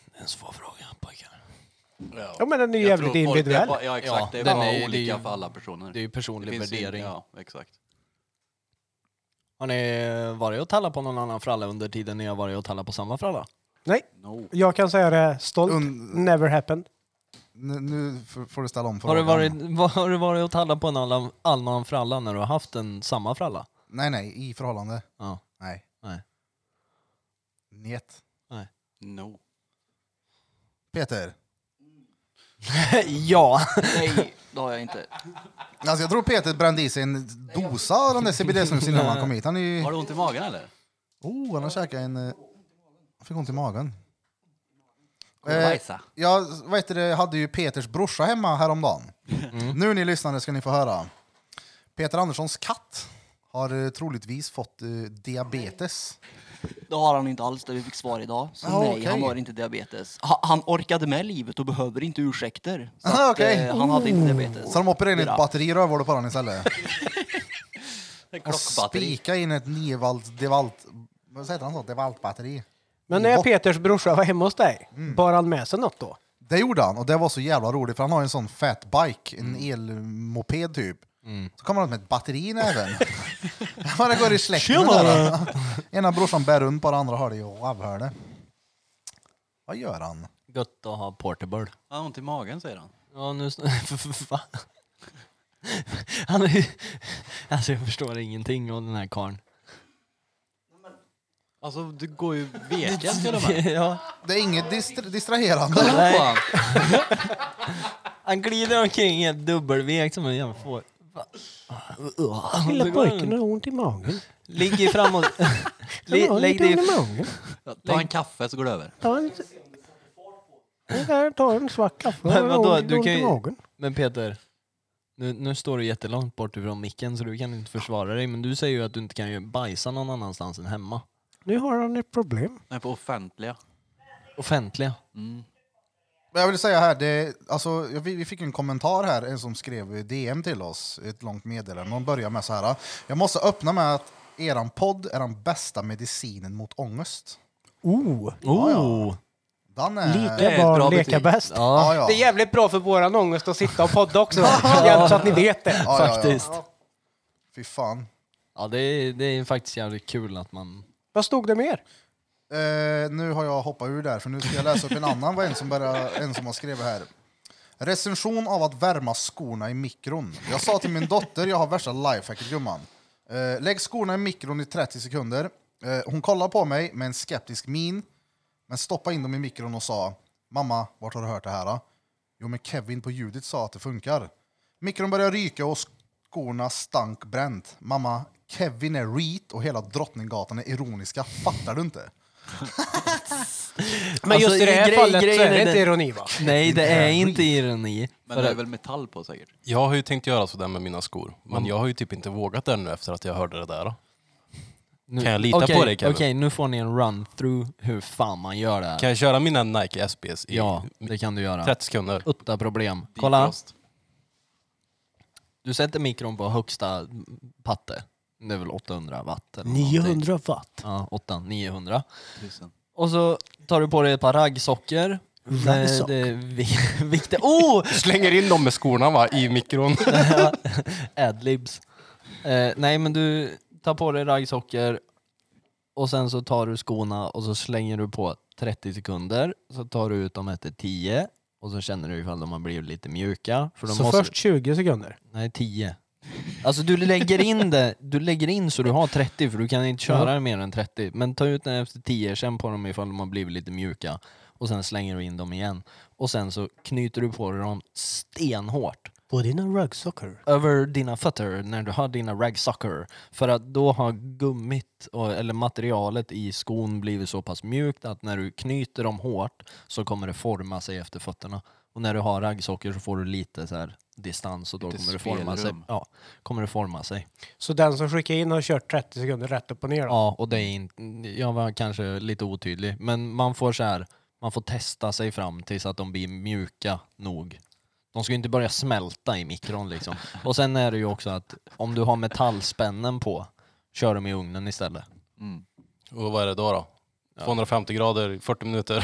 Speaker 3: Det är en svår fråga pojkar.
Speaker 4: Ja, men den är ju
Speaker 2: Jag
Speaker 4: jävligt
Speaker 2: tror folk-
Speaker 4: individuell.
Speaker 2: det är bara- Ja exakt,
Speaker 3: Ja,
Speaker 2: det är
Speaker 3: den
Speaker 2: bara
Speaker 3: är ju- det är
Speaker 2: olika
Speaker 3: ju-
Speaker 2: för alla personer.
Speaker 3: Det är ju personlig
Speaker 2: finns ju-
Speaker 3: värdering.
Speaker 2: Ja, exakt.
Speaker 3: Har ni varit och tallat på någon annan fralla under tiden ni har varit och tallat på samma fralla?
Speaker 4: Nej,
Speaker 2: No.
Speaker 4: jag kan säga det stolt.
Speaker 1: Und-
Speaker 4: Never happened.
Speaker 1: Nu, nu f- får du ställa om
Speaker 3: Har du,
Speaker 1: frågan.
Speaker 3: varit, vad- har du varit och tallat på en Allan, Allan fralla när du har haft en samma fralla?
Speaker 1: Nej, nej, i förhållande.
Speaker 3: Ja.
Speaker 1: Nej.
Speaker 3: Nej.
Speaker 1: Njet.
Speaker 2: No.
Speaker 1: Peter.
Speaker 3: ja.
Speaker 7: Nej, det har jag inte.
Speaker 1: Alltså jag tror Peter brände i sig en dosa av den där CBD-snusen innan han kom hit. Han är ju...
Speaker 2: Har du ont i magen eller?
Speaker 1: Oh, han har käkat en... eh, Han fick ont i magen.
Speaker 2: Kommer du bajsa?
Speaker 1: jag vad heter det, hade ju Peters brorsa hemma häromdagen.
Speaker 2: Mm.
Speaker 1: Nu ni lyssnare ska ni få höra. Peter Anderssons katt har eh, troligtvis fått eh, diabetes.
Speaker 7: Det har han inte alls, det vi fick svar idag. Så
Speaker 1: Ja,
Speaker 7: nej,
Speaker 1: okej.
Speaker 7: han har inte diabetes. Ha, han orkade med livet och behöver inte ursäkter. Så
Speaker 1: Aha,
Speaker 7: att,
Speaker 1: okej.
Speaker 7: eh, han hade inte diabetes.
Speaker 1: Så de opererade in ett
Speaker 7: Hurra.
Speaker 1: batteri i rövhålet på den istället. Och
Speaker 2: Klockbatteri.
Speaker 1: spika in ett 9 volt devalt... Vad heter han så? Devalt-batteri.
Speaker 4: Men när Peters brorsa var hemma hos dig, bar han med sig något då?
Speaker 1: Det gjorde han och det var så jävla roligt för han har en sån fat bike, en
Speaker 4: Mm.
Speaker 1: elmoped typ. Så kommer han med ett batteri i näven. Vad det går i släkten där. Ena brorsan bär runt på det andra har det i avhörde. Vad gör han?
Speaker 3: Gött att ha portable.
Speaker 2: Han har ont i magen säger han.
Speaker 3: Ja, nu... Va? Han är ju... Alltså jag förstår ingenting om den här karln.
Speaker 2: Alltså du går ju vekast till och med.
Speaker 3: ja.
Speaker 1: Det är inget distra- distraherande.
Speaker 3: Nej.
Speaker 2: Fan.
Speaker 3: Han glider omkring helt dubbelvekt som en jävla får. Va? Ah,
Speaker 4: Lilla
Speaker 3: det går
Speaker 4: pojken har ont i magen.
Speaker 3: Ligger framåt.
Speaker 4: Han
Speaker 3: Lä-
Speaker 4: har
Speaker 3: Lägg
Speaker 4: lite
Speaker 3: dig
Speaker 4: ont i
Speaker 3: i-
Speaker 4: magen.
Speaker 2: Ta en kaffe så går det över.
Speaker 4: Ta en... Jag kan ta en svart kaffe.
Speaker 3: Men
Speaker 4: Han har
Speaker 3: vadå,
Speaker 4: ont-
Speaker 3: du
Speaker 4: ont i
Speaker 3: kan ju-
Speaker 4: magen.
Speaker 3: Men Peter, nu, nu står du jättelångt bort ifrån micken så du kan inte försvara dig. Men du säger ju att du inte kan ju bajsa någon annanstans än hemma.
Speaker 4: Nu har han ett problem.
Speaker 2: Nej, på offentliga.
Speaker 3: Offentliga.
Speaker 1: Men Jag vill säga här, det, alltså, jag- vi, vi fick en kommentar här, en som skrev DM till oss, ett långt meddelande. De börjar med så här. Jag måste öppna med att eran podd är den bästa medicinen mot ångest.
Speaker 4: Oh,
Speaker 3: Oh.
Speaker 1: Den är...
Speaker 4: lika
Speaker 2: Det är ett
Speaker 4: bra
Speaker 2: bra
Speaker 4: leka
Speaker 2: betyg.
Speaker 4: bäst.
Speaker 1: Ja,
Speaker 3: Ja,
Speaker 1: ja.
Speaker 4: Det är jävligt bra för våran ångest att sitta och podda också. Jämt så att ni vet det.
Speaker 1: Ja, ja, ja.
Speaker 3: faktiskt.
Speaker 1: Fy fan.
Speaker 3: Ja, det, är, det är faktiskt jävligt kul att man...
Speaker 4: Vad stod det mer?
Speaker 1: Eh, nu har jag hoppat ur där, för nu ska jag läsa upp en annan. Vad en som, börjar, en som har skrivit här. Recension av att värma skorna i mikron. Jag sa till min dotter, jag har värsta lifehacket gumman. Eh, lägg skorna i mikron i 30 sekunder. Eh, hon kollade på mig med en skeptisk min, men stoppade in dem i mikron och sa Mamma, vart har du hört det här? Då? Jo, men Kevin på ljudet sa att det funkar. Mikron började ryka och skorna stank bränt. Mamma, Kevin är reet och hela Drottninggatan är ironiska. Fattar du inte?
Speaker 4: Men
Speaker 3: Alltså,
Speaker 4: just i det här
Speaker 3: grej-
Speaker 4: fallet så
Speaker 3: grejen
Speaker 4: är det
Speaker 3: är
Speaker 4: inte
Speaker 3: den-
Speaker 4: ironi va?
Speaker 3: Nej, det är inte ironi.
Speaker 2: Men det är väl metall på säkert.
Speaker 6: Jag har ju tänkt göra sådär med mina skor, men jag har ju typ inte vågat ännu efter att jag hörde det där.
Speaker 3: Nu-
Speaker 6: Kan jag lita
Speaker 3: Okej,
Speaker 6: på dig, Kevin?
Speaker 3: Okej, nu får ni en run-through hur fan man gör det här.
Speaker 6: Kan jag köra mina Nike SBS i
Speaker 3: Ja, det kan du göra.
Speaker 6: 30 sekunder?
Speaker 3: Utta problem. Kolla.
Speaker 2: Defrost.
Speaker 3: Du sätter mikron på högsta patte. Det är väl 800 watt? Eller någonting.
Speaker 4: 900 watt.
Speaker 3: Ja, 8, 900.
Speaker 2: Tusen.
Speaker 3: Och så tar du på dig ett par raggsockor. Eh,
Speaker 4: Raggsock.
Speaker 3: Det, det är vi- viktigt. Oh!
Speaker 6: Slänger in dem med skorna va, i mikron.
Speaker 3: Adlibs. Eh, nej, men du tar på dig raggsockor och sen så tar du skorna och så slänger du på 30 sekunder. Så tar du ut dem efter 10 och så känner du ifall de har blivit lite mjuka. För de
Speaker 4: Så
Speaker 3: måste,
Speaker 4: först 20 sekunder.
Speaker 3: Nej, 10. Alltså du lägger in det, du lägger in så du har 30 för du kan inte köra
Speaker 4: Ja.
Speaker 3: det mer än 30. Men ta ut den efter 10, känn på dem ifall de har blivit lite mjuka. Och sen slänger du in dem igen. Och sen så knyter du på dig dem stenhårt
Speaker 4: På dina rugsocker.
Speaker 3: över dina fötter när du har dina ragsocker. För att då har gummit, och- eller materialet i skon blivit så pass mjukt att när du knyter dem hårt så kommer det forma sig efter fötterna. Och när du har raggsocker så får du lite så här distans och då
Speaker 2: Lite
Speaker 3: kommer det, forma sig.
Speaker 2: spelrum.
Speaker 3: Ja, kommer det forma sig.
Speaker 4: Så den som skickar in har kört 30 sekunder rätt upp och ner då?
Speaker 3: Ja, och det är inte, jag var kanske lite otydlig, men man får så här, man får testa sig fram tills att de blir mjuka nog. De ska ju inte börja smälta i mikron liksom. Och sen är det ju också att om du har metallspännen på, kör dem i ugnen istället.
Speaker 2: Mm.
Speaker 6: Och vad är det då då? 250 grader, 40 minuter.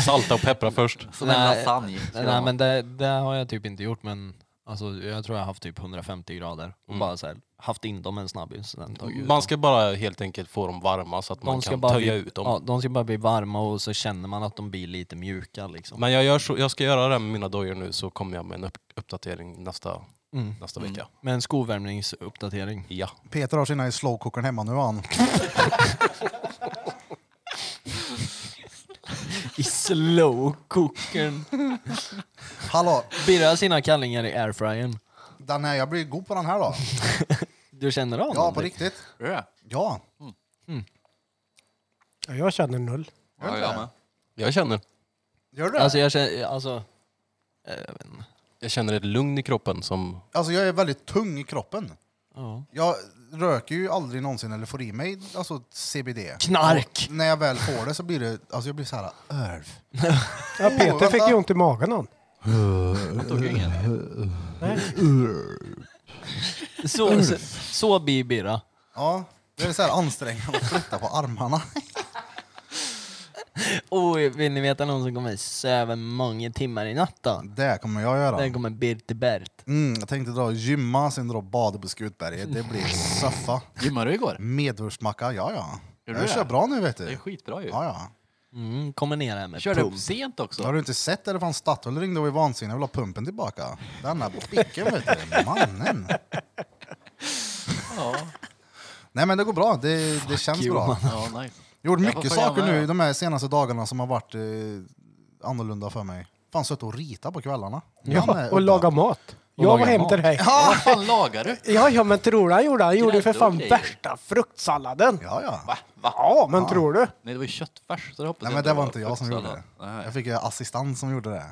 Speaker 6: Salta och peppra först.
Speaker 2: Som en
Speaker 3: Nej.
Speaker 2: lasagne. ska
Speaker 3: Nej,
Speaker 2: det vara.
Speaker 3: men det, det har jag typ inte gjort, men Alltså jag tror jag har haft typ 150 grader och
Speaker 6: Mm.
Speaker 3: bara så här, haft in dem en snabbis. sen tagit ut
Speaker 6: Man
Speaker 3: dem.
Speaker 6: ska bara helt enkelt få dem varma så att man kan töja
Speaker 3: bli,
Speaker 6: ut dem.
Speaker 3: Ja, de ska bara bli varma och så känner man att de blir lite mjuka liksom.
Speaker 6: Men jag, gör så, jag ska göra det här med mina dojor nu så kommer jag med en upp, uppdatering nästa,
Speaker 3: Mm.
Speaker 6: nästa vecka.
Speaker 3: Med en skovvärmningsuppdatering.
Speaker 6: Ja.
Speaker 1: Peter har sina i slowcookern hemma nu han.
Speaker 3: I slowcookern.
Speaker 1: Hallå,
Speaker 3: Birrar sina kallingar i airfryern.
Speaker 1: den här, jag blir god på den här då.
Speaker 3: Du känner av
Speaker 1: Ja, på
Speaker 3: någonting?
Speaker 1: riktigt.
Speaker 2: Ja,
Speaker 1: Ja.
Speaker 4: Ja, jag känner null.
Speaker 1: Gör
Speaker 2: jag med.
Speaker 6: Jag, känner,
Speaker 1: Gör du det?
Speaker 3: Alltså jag känner, alltså. eh, Jag vet inte.
Speaker 6: jag känner ett lugn i kroppen som...
Speaker 1: Alltså jag är väldigt tung i kroppen.
Speaker 3: Ja.
Speaker 1: Jag röker ju aldrig någonsin eller får i mig alltså, CBD.
Speaker 3: Knark!
Speaker 1: När jag väl får det så blir det, alltså jag blir så här, örv.
Speaker 4: Ja, Peter
Speaker 1: vänta.
Speaker 4: fick ju ont i magen han.
Speaker 2: Jag tog ju ingen.
Speaker 3: Så, så, så blir Birra.
Speaker 1: Ja, det är så här ansträngande att flytta på armarna.
Speaker 3: Och vill ni veta någon som kommer söva många timmar i natt då?
Speaker 1: Det kommer jag göra.
Speaker 3: Den kommer Birte Bert.
Speaker 1: Mm, jag tänkte dra gymma, sen dra badet på Skutberget. Det blir saffa.
Speaker 2: Gymmade du igår?
Speaker 1: Medvurstmacka, ja ja.
Speaker 2: Gör du
Speaker 1: jag
Speaker 2: det?
Speaker 1: kör bra nu vet du.
Speaker 2: Det är skitbra ju.
Speaker 1: Ja, ja.
Speaker 3: Mm, kommer ner här med
Speaker 2: Körde
Speaker 3: pump.
Speaker 2: upp sent också.
Speaker 1: Har du inte sett det? Det fanns Statoil ringde och var vansinnig. Jag vill ha pumpen tillbaka. Den här picken vet du. Mannen.
Speaker 2: Ja,
Speaker 1: Nej men det går bra. Det, det känns
Speaker 3: you,
Speaker 1: bra.
Speaker 3: man.
Speaker 2: ja nice.
Speaker 1: Jag gjorde
Speaker 2: Jag får
Speaker 1: mycket
Speaker 2: följa
Speaker 1: saker
Speaker 2: med,
Speaker 1: nu
Speaker 2: ja.
Speaker 1: de här senaste dagarna som har varit eh, annorlunda för mig. Fan suttit och rita på kvällarna. Den är
Speaker 4: Ja, och
Speaker 1: udda.
Speaker 4: laga mat. Jag
Speaker 3: laga
Speaker 4: var hem
Speaker 3: mat.
Speaker 4: till dig.
Speaker 2: Vad fan lagar du?
Speaker 4: Ja, ja, men tror du han gjorde? Han gjorde ju för
Speaker 2: Grädde och
Speaker 4: fan
Speaker 2: grejer.
Speaker 4: värsta fruktsalladen.
Speaker 1: Ja, ja.
Speaker 2: Va? Va?
Speaker 4: Ja, men tror du?
Speaker 2: Nej, det var ju köttfärs. Så det hoppas
Speaker 1: Nej
Speaker 2: jag
Speaker 1: men det var inte jag som gjorde
Speaker 2: fruktsallad.
Speaker 1: det.
Speaker 2: Nej,
Speaker 1: Jag fick ju assistent som gjorde det.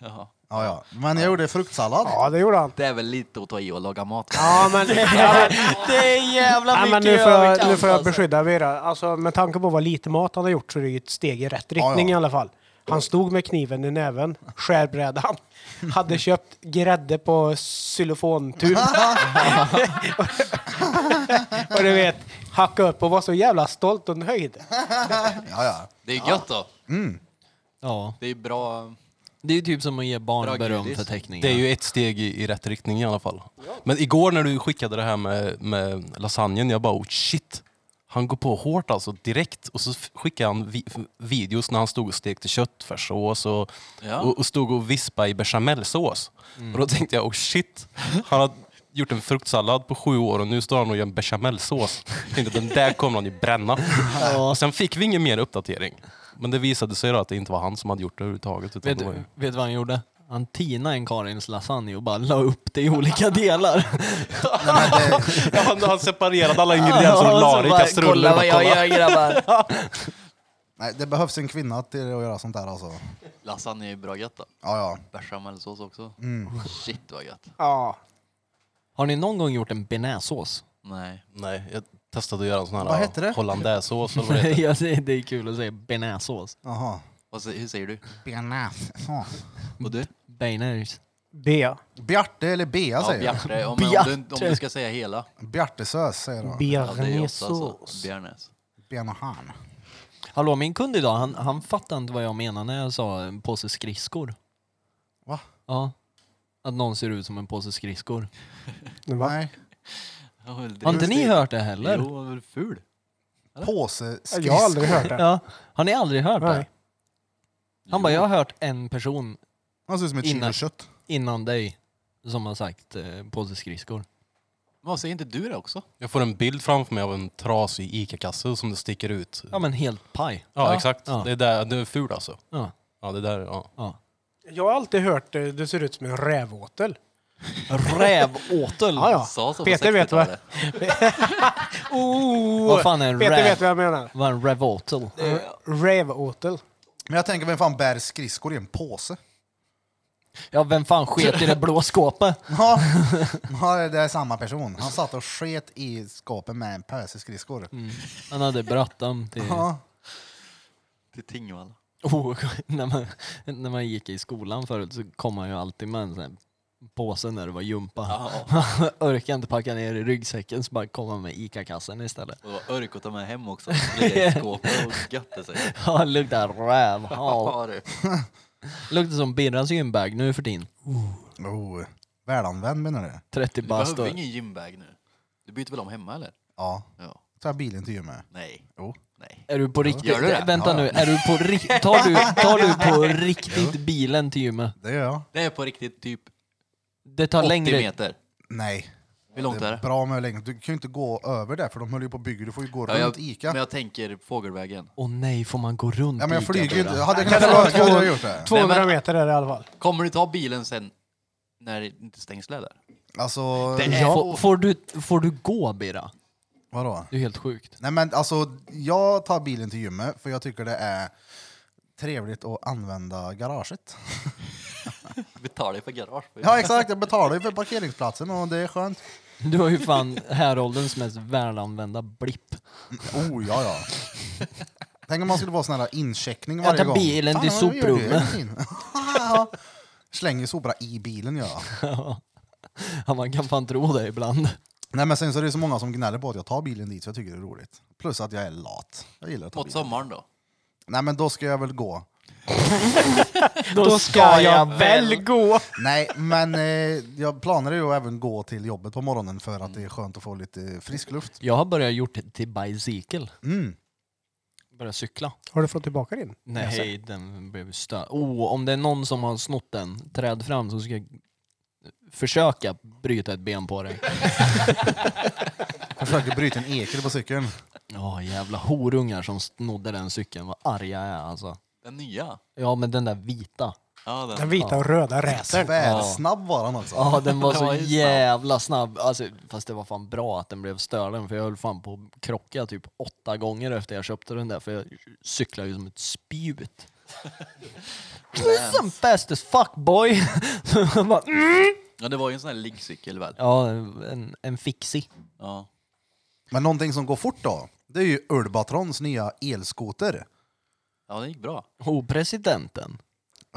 Speaker 2: jaha.
Speaker 1: Ja, ja. Men jag gjorde fruktsallad.
Speaker 4: Ja, det gjorde han.
Speaker 2: Det är väl lite att ta i och laga mat.
Speaker 4: Ja, men,
Speaker 3: Det är jävla
Speaker 4: ja,
Speaker 3: mycket
Speaker 4: men nu, får jag,
Speaker 3: överkant,
Speaker 4: nu får jag
Speaker 3: alltså.
Speaker 4: beskydda Vera. Alltså, med tanke på vad lite mat han har gjort så är det ju ett steg i rätt riktning
Speaker 1: ja.
Speaker 4: i alla fall. Han stod med kniven i näven, skärbrädan, hade köpt grädde på xylofontub. och du vet, hacka upp och var så jävla stolt och nöjd.
Speaker 1: Ja, ja.
Speaker 2: Det är gött då.
Speaker 3: Ja,
Speaker 2: Det är bra.
Speaker 3: det är ju typ som att ge barn
Speaker 2: Bra
Speaker 3: beröm
Speaker 2: godis.
Speaker 3: för teckningar.
Speaker 6: Det är ju ett steg i, i rätt riktning i alla fall. Men igår när du skickade det här med, med lasagnen, jag bara oh shit. Han går på hårt alltså direkt och så f- skickade han vi, f- videos när han stod och stekte köttfärssås och,
Speaker 2: Ja.
Speaker 6: och, och stod och vispade i bechamelsås.
Speaker 3: Mm.
Speaker 6: Och då tänkte jag oh shit, han har gjort en fruktsallad på sju år och nu står han och gör en bechamelsås. Jag tänkte den där kommer han ju bränna. Och sen fick vi ingen mer uppdatering. Men det visade sig då att det inte var han som hade gjort det överhuvudtaget. Utan
Speaker 3: Vet,
Speaker 6: det var ju...
Speaker 3: vet du vad han gjorde? Han tinade en Karins lasagne och bara la upp det i olika delar.
Speaker 6: Ja, han, han separerade alla
Speaker 3: Ja,
Speaker 6: ingredienser och la det i
Speaker 3: bara,
Speaker 6: kastrullen.
Speaker 3: Kolla
Speaker 6: och
Speaker 3: vad jag gör grabbar.
Speaker 1: Nej, det behövs en kvinna till att göra sånt där alltså.
Speaker 2: Lasagne är ju bra gött då.
Speaker 1: Ja, ja.
Speaker 2: Bechamelsås också.
Speaker 5: Oh,
Speaker 2: Shit vad gött.
Speaker 4: Ja.
Speaker 3: Har ni någon gång gjort en bearnaisesås?
Speaker 2: Nej.
Speaker 6: Nej, jag testade att göra en sån här
Speaker 1: Vad heter det?
Speaker 6: hollandaisesås eller vad det heter.
Speaker 3: Jag säger- det är kul att säga bearnaisesås.
Speaker 1: Jaha.
Speaker 2: Vad, sä- hur säger du?
Speaker 3: Mm.
Speaker 1: Bearnaise. Ja.
Speaker 2: Och du?
Speaker 3: Bearnaise.
Speaker 4: B.
Speaker 1: Bjarte eller Bea
Speaker 2: Ja,
Speaker 1: säger jag.
Speaker 2: Bjarte. Om, om, du, om du ska säga hela.
Speaker 1: Bjartesös säger de.
Speaker 2: Ja, det är ju ofta
Speaker 5: alltså,
Speaker 2: så.
Speaker 4: Bearnaisesås.
Speaker 2: Bearnaise.
Speaker 1: Benahan.
Speaker 3: Hallå, min kund idag, han, han fattade inte vad jag menade när jag sa en påse skridskor.
Speaker 1: Va?
Speaker 3: Ja. Att någon ser ut som en påse skridskor.
Speaker 4: Va?
Speaker 1: Nej.
Speaker 2: Ja, men det-
Speaker 3: Har inte ni hört det heller?
Speaker 2: Jo, han är väl ful.
Speaker 1: Påse
Speaker 4: Jag har
Speaker 1: skridskor.
Speaker 4: aldrig hört det.
Speaker 3: Ja. Har ni aldrig hört det?
Speaker 4: Nej.
Speaker 3: Han bara, jag har hört en person
Speaker 1: Han ser ut som ett kilo
Speaker 3: Innan.
Speaker 1: kött.
Speaker 3: innan dig som har sagt eh, påse skridskor.
Speaker 2: Men säger inte du det också?
Speaker 6: Jag får en bild framför mig av en trasig ICA-kasse som det sticker ut.
Speaker 3: Ja men helt paj.
Speaker 6: Ja, exakt.
Speaker 3: Ja.
Speaker 6: Det, är där, det är ful alltså.
Speaker 3: Ja.
Speaker 6: Ja, det där, ja.
Speaker 3: Ja.
Speaker 4: Jag har alltid hört eh, det ser ut som en rävåtel.
Speaker 3: Rävåtel!
Speaker 4: Ja, ja.
Speaker 2: Sa så på
Speaker 4: Peter vet vad-
Speaker 2: 60-talet.
Speaker 4: Oh,
Speaker 3: Vad fan är en
Speaker 4: Peter vet Eh.
Speaker 3: räv?
Speaker 4: vad jag menar.
Speaker 3: Vad är en rävåtel?
Speaker 4: Mm. Rävåtel.
Speaker 1: Men jag tänker, vem fan bär skridskor i en påse?
Speaker 3: Ja vem fan sket i det blå skåpet?
Speaker 1: Ja, Ja, det är samma person. Han satt och sket i skåpet med en påse skridskor.
Speaker 5: Mm.
Speaker 3: Han hade bråttom till...
Speaker 1: Ja.
Speaker 2: Till Tingvall.
Speaker 3: Oh, när, man, när man gick i skolan förut så kom man ju alltid med en sån här påse när det var jumpa. Orkade inte packa ner i ryggsäcken så bara kom man med ICA-kassen istället.
Speaker 2: Och det var örk att ta med hem också. Lägga i skåpet och götta sig.
Speaker 3: Ja, luktar räv. Ja.
Speaker 2: du.
Speaker 3: Luktar som Birras gymbag nu för tiden.
Speaker 1: Oh. Välanvänd menar du?
Speaker 3: 30
Speaker 5: Du
Speaker 3: bast.
Speaker 5: behöver
Speaker 3: och-
Speaker 5: ingen gymbag nu. Du byter väl om hemma eller?
Speaker 1: Ja.
Speaker 5: Ja.
Speaker 1: Tar jag bilen till gymmet?
Speaker 5: Nej.
Speaker 1: Jo.
Speaker 5: Nej.
Speaker 3: Är du på riktigt?
Speaker 5: Gör du det?
Speaker 3: Vänta
Speaker 1: Ja, ja.
Speaker 3: nu, är du på ri- tar, du, tar du på riktigt bilen till gymmet?
Speaker 1: Det gör jag.
Speaker 5: Det är på riktigt typ
Speaker 3: Det tar
Speaker 5: 80
Speaker 3: längre...
Speaker 5: meter.
Speaker 1: Nej.
Speaker 5: Hur långt
Speaker 1: det
Speaker 5: är
Speaker 1: är
Speaker 5: det?
Speaker 1: bra med längd. Du kan ju inte gå över där för de höll ju på och bygger. Du får ju gå
Speaker 5: Ja,
Speaker 1: runt
Speaker 5: jag,
Speaker 1: Ica.
Speaker 5: men jag tänker fågelvägen.
Speaker 3: Åh nej, får man gå runt
Speaker 1: ja, men jag
Speaker 3: lika
Speaker 1: flyger ju
Speaker 3: då?
Speaker 1: inte. Hade jag kunnat flyga hade jag gjort det.
Speaker 4: 200
Speaker 5: men-
Speaker 4: meter är det i alla fall.
Speaker 5: Kommer du ta bilen sen när det inte stängs där?
Speaker 1: Alltså,
Speaker 5: Det är-
Speaker 3: Får, får, du, får du gå Bira?
Speaker 1: vadå?
Speaker 3: Det är helt sjukt.
Speaker 1: Nej men alltså, jag tar bilen till gymmet för jag tycker det är trevligt att använda garaget.
Speaker 5: Betala för garage.
Speaker 1: Ja exakt, jag betalar ju för parkeringsplatsen och det är skönt.
Speaker 3: Du har ju fan härålderns mest välanvända blipp.
Speaker 1: Oh ja ja. Tänk om man skulle vara sån här incheckning
Speaker 3: Jag
Speaker 1: varje
Speaker 3: tar
Speaker 1: gång.
Speaker 3: bilen
Speaker 1: Fan,
Speaker 3: till
Speaker 1: vad gör du?
Speaker 3: soprummet.
Speaker 1: Ingenting. Ja. Slänger soporna i bilen ja.
Speaker 3: Ja, man kan fan tro det ibland.
Speaker 1: Nej men sen så är det så många som gnäller på att jag tar bilen dit så jag tycker det är roligt. Plus att jag är lat. Jag gillar att ta
Speaker 5: Mot
Speaker 1: bilen.
Speaker 5: sommaren då?
Speaker 1: Nej men då ska jag väl gå.
Speaker 4: Då ska jag väl gå.
Speaker 1: Nej men eh, jag planerar ju att även gå till jobbet på morgonen för att det är skönt att få lite frisk luft.
Speaker 3: Jag har börjat gjort det till bicykel.
Speaker 1: Mm.
Speaker 3: Börjat cykla.
Speaker 4: Har du fått tillbaka din?
Speaker 3: Nej, den blev stö... Oh, om det är någon som har snott den, träd fram så ska jag försöka bryta ett ben på dig.
Speaker 1: Jag försöker bryta en ekel på cykeln.
Speaker 3: Ja, jävla horungar som snodde den cykeln. Vad arga jag är alltså.
Speaker 5: Den nya?
Speaker 3: Ja, men den där vita.
Speaker 5: Ja, den.
Speaker 4: Den vita och röda räsen.
Speaker 1: Tvärsnabb var han alltså.
Speaker 3: Ja, den var
Speaker 5: Den
Speaker 3: så
Speaker 5: var ju snabb.
Speaker 3: jävla snabb. Alltså, fast det var fan bra att den blev störden för jag höll fan på att krocka typ åtta gånger efter jag köpte den där för jag cyklade ju som ett spjut. Som fast as fuck boy! Jag bara, mm.
Speaker 5: Ja, det var ju en sån här liggcykel väl?
Speaker 3: ja, en, en fixie.
Speaker 5: Ja.
Speaker 1: Men någonting som går fort då, det är ju Ulbatrons nya elskoter.
Speaker 5: Ja, det gick bra.
Speaker 3: Oh, presidenten.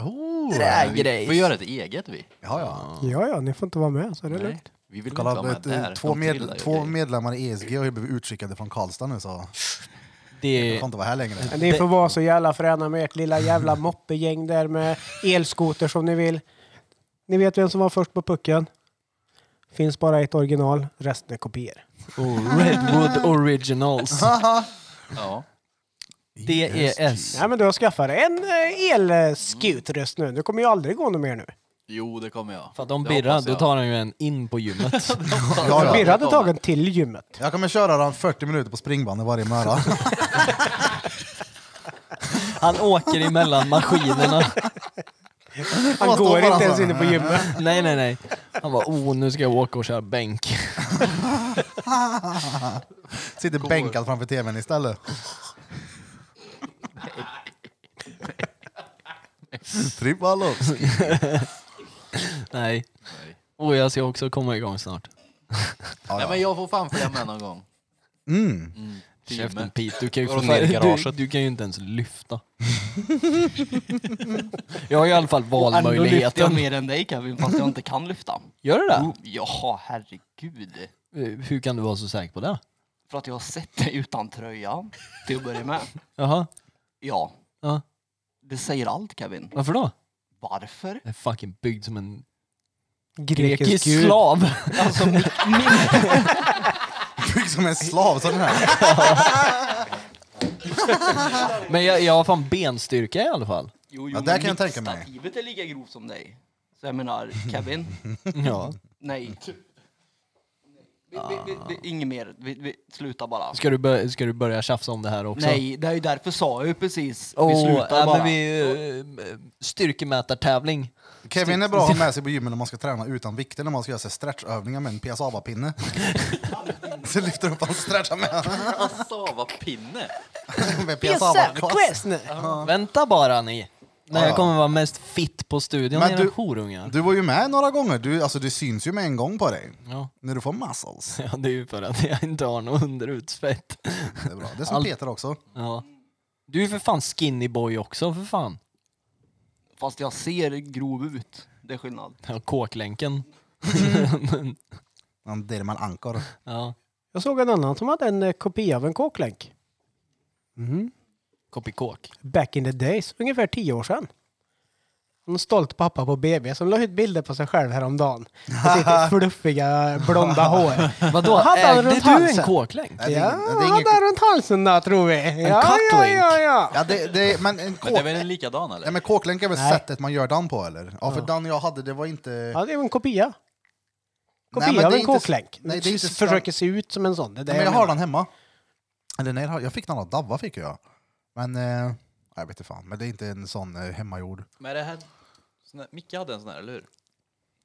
Speaker 1: Oh.
Speaker 3: Det är
Speaker 5: Vi får
Speaker 3: grejs.
Speaker 5: göra ett eget vi.
Speaker 1: Ja, ja.
Speaker 4: Ja, ja, ni får inte vara med så är det lugnt.
Speaker 5: Vi vill inte
Speaker 1: Kolla,
Speaker 5: vara med
Speaker 1: vet,
Speaker 5: där.
Speaker 1: du, två,
Speaker 5: De
Speaker 1: med,
Speaker 5: trillar ju
Speaker 1: två
Speaker 5: grejer.
Speaker 1: medlemmar i ESG har ju blivit utskickade från Karlstad nu så jag
Speaker 3: Det,
Speaker 1: får inte vara här längre.
Speaker 4: Men Ni får vara så jävla fräna med ert lilla jävla moppegäng där med elskoter som ni vill. Ni vet vem som var först på pucken? Finns bara ett original, resten är kopior.
Speaker 3: oh, Redwood originals. E
Speaker 5: Ja.
Speaker 3: DES.
Speaker 4: Ja, men du har skaffat dig en eh, elskutröst nu. Du kommer ju aldrig gå något mer nu.
Speaker 5: Jo, det kommer jag.
Speaker 3: För att om
Speaker 5: Det
Speaker 3: Birra,
Speaker 5: hoppas
Speaker 3: då
Speaker 5: jag.
Speaker 3: tar han ju en in på gymmet.
Speaker 1: Ja, ja.
Speaker 4: Birra hade
Speaker 5: kommer.
Speaker 4: tagit till gymmet.
Speaker 1: Jag kommer köra den 40 minuter på springbandet varje morgon.
Speaker 3: Han åker emellan maskinerna.
Speaker 4: Han
Speaker 1: måste
Speaker 4: går
Speaker 1: vara
Speaker 4: inte
Speaker 1: så.
Speaker 4: ens inne på gymmet.
Speaker 3: Nej, nej, nej. Han bara, oh, nu ska jag åka och köra bänk.
Speaker 1: Sitter bänkad framför tvn istället. Trippalovski.
Speaker 3: Nej.
Speaker 5: Nej.
Speaker 3: Och jag ska också komma igång snart.
Speaker 1: Ja,
Speaker 5: Nej,
Speaker 1: ja.
Speaker 5: men jag får fan följa med någon gång.
Speaker 1: Mm.
Speaker 5: Timme.
Speaker 3: Käften Pete, du kan ju
Speaker 5: Går
Speaker 3: för
Speaker 5: de ner i
Speaker 3: fan, du,
Speaker 5: garaget?
Speaker 3: du kan ju inte ens lyfta. jag har ju i alla fall
Speaker 7: Ändå lyfter jag
Speaker 3: valmöjligheten.
Speaker 7: mer än dig Kevin, fast jag inte kan lyfta.
Speaker 3: Gör du det?
Speaker 7: Ja, Oh, herregud.
Speaker 3: Eh, Hur kan du vara så säker på det?
Speaker 7: För att jag har sett dig utan tröja, till att börja med.
Speaker 3: Jaha,
Speaker 7: Ja,
Speaker 3: ja.
Speaker 7: det säger allt Kevin.
Speaker 3: varför då?
Speaker 7: Varför?
Speaker 3: Jag är fucking byggd som en
Speaker 4: Grekisk,
Speaker 3: grekisk
Speaker 4: gud.
Speaker 3: slav.
Speaker 7: Alltså, min, min,
Speaker 1: Bygg som en slav sån här.
Speaker 3: Men jag, jag har fan benstyrka i alla fall.
Speaker 7: jo, jo,
Speaker 1: Ja, där
Speaker 7: men
Speaker 1: kan jag tänka mig.
Speaker 7: Stativet är lika grovt som dig. Så jag menar, Kevin,
Speaker 3: Ja.
Speaker 7: nej. Vi, vi, vi, vi, inget mer, vi, vi, sluta bara.
Speaker 3: Ska, du börja, ska du börja tjafsa om det här också?
Speaker 7: Nej, det är ju därför sa jag ju precis. Vi
Speaker 3: Åh,
Speaker 7: slutar
Speaker 3: ja,
Speaker 7: bara.
Speaker 3: Men vi, eh, styrkemätartävling.
Speaker 1: Kevin är bra att ha med sig på gymmet när man ska träna utan vikter, när man ska göra så här stretchövningar med en PSABA-pinne. Så lyfter upp och stretchar med,
Speaker 5: Alltså, vad pinne!
Speaker 1: med PSABA-kvast.
Speaker 3: Vänta bara ni. När
Speaker 1: Ja.
Speaker 3: jag kommer vara mest fit på studion,
Speaker 1: Men
Speaker 3: era
Speaker 1: du-
Speaker 3: horungar.
Speaker 1: Du var ju med några gånger, du, alltså, du syns ju med en gång på dig.
Speaker 3: Ja.
Speaker 1: När du får muscles.
Speaker 3: ja, det är ju för att jag inte har något underhudsfett.
Speaker 1: Det är bra. Det är som
Speaker 3: Allt-
Speaker 1: Peter också.
Speaker 3: Ja. Du är ju för fan skinny boy också, för fan.
Speaker 7: Fast jag ser grov ut. Det är skillnad.
Speaker 3: Ja, kåklänken. Men,
Speaker 1: Han Derman Ankor.
Speaker 3: ja.
Speaker 4: Jag såg en annan som hade en eh, kopia av en kåklänk.
Speaker 3: Kopikåk.
Speaker 4: Back in the days, ungefär tio år sedan. En stolt pappa på BB som la ut bilder på sig själv häromdagen. Med sitt fluffiga blonda hår.
Speaker 3: Vadå,
Speaker 4: Hade han
Speaker 3: ägde
Speaker 4: runt
Speaker 3: du en
Speaker 4: halsen?
Speaker 3: kåklänk?
Speaker 1: Nej, det är
Speaker 4: Ja,
Speaker 1: ingen- det är
Speaker 4: han
Speaker 1: ingen-
Speaker 4: hade runt halsen då tror vi. En ja, ja,
Speaker 3: cutlink.
Speaker 4: ja, ja.
Speaker 1: Ja, det, det, men en
Speaker 5: Men det är
Speaker 1: kåk,
Speaker 5: väl en likadan eller?
Speaker 1: ja, men kåklänk är väl
Speaker 4: Nej.
Speaker 1: sättet man gör den på eller? Ja, för den jag hade det var inte...
Speaker 4: Ja, det är ju en kopia.
Speaker 1: Nej,
Speaker 4: Kopia
Speaker 1: men det
Speaker 4: av
Speaker 1: är
Speaker 4: en
Speaker 1: inte s-
Speaker 4: kåklänk.
Speaker 1: nej, det är inte sant.
Speaker 4: Försöker se ut som en sån. Det är det
Speaker 1: Nej, men jag har
Speaker 4: menar.
Speaker 1: den hemma. Eller nej, jag har- jag fick den av Davva fick jag. Men, eh, jag vet inte fan. Men det är inte en sån eh, hemmagjord.
Speaker 5: Men det här... Sån här... Micke hade en sån här, eller hur?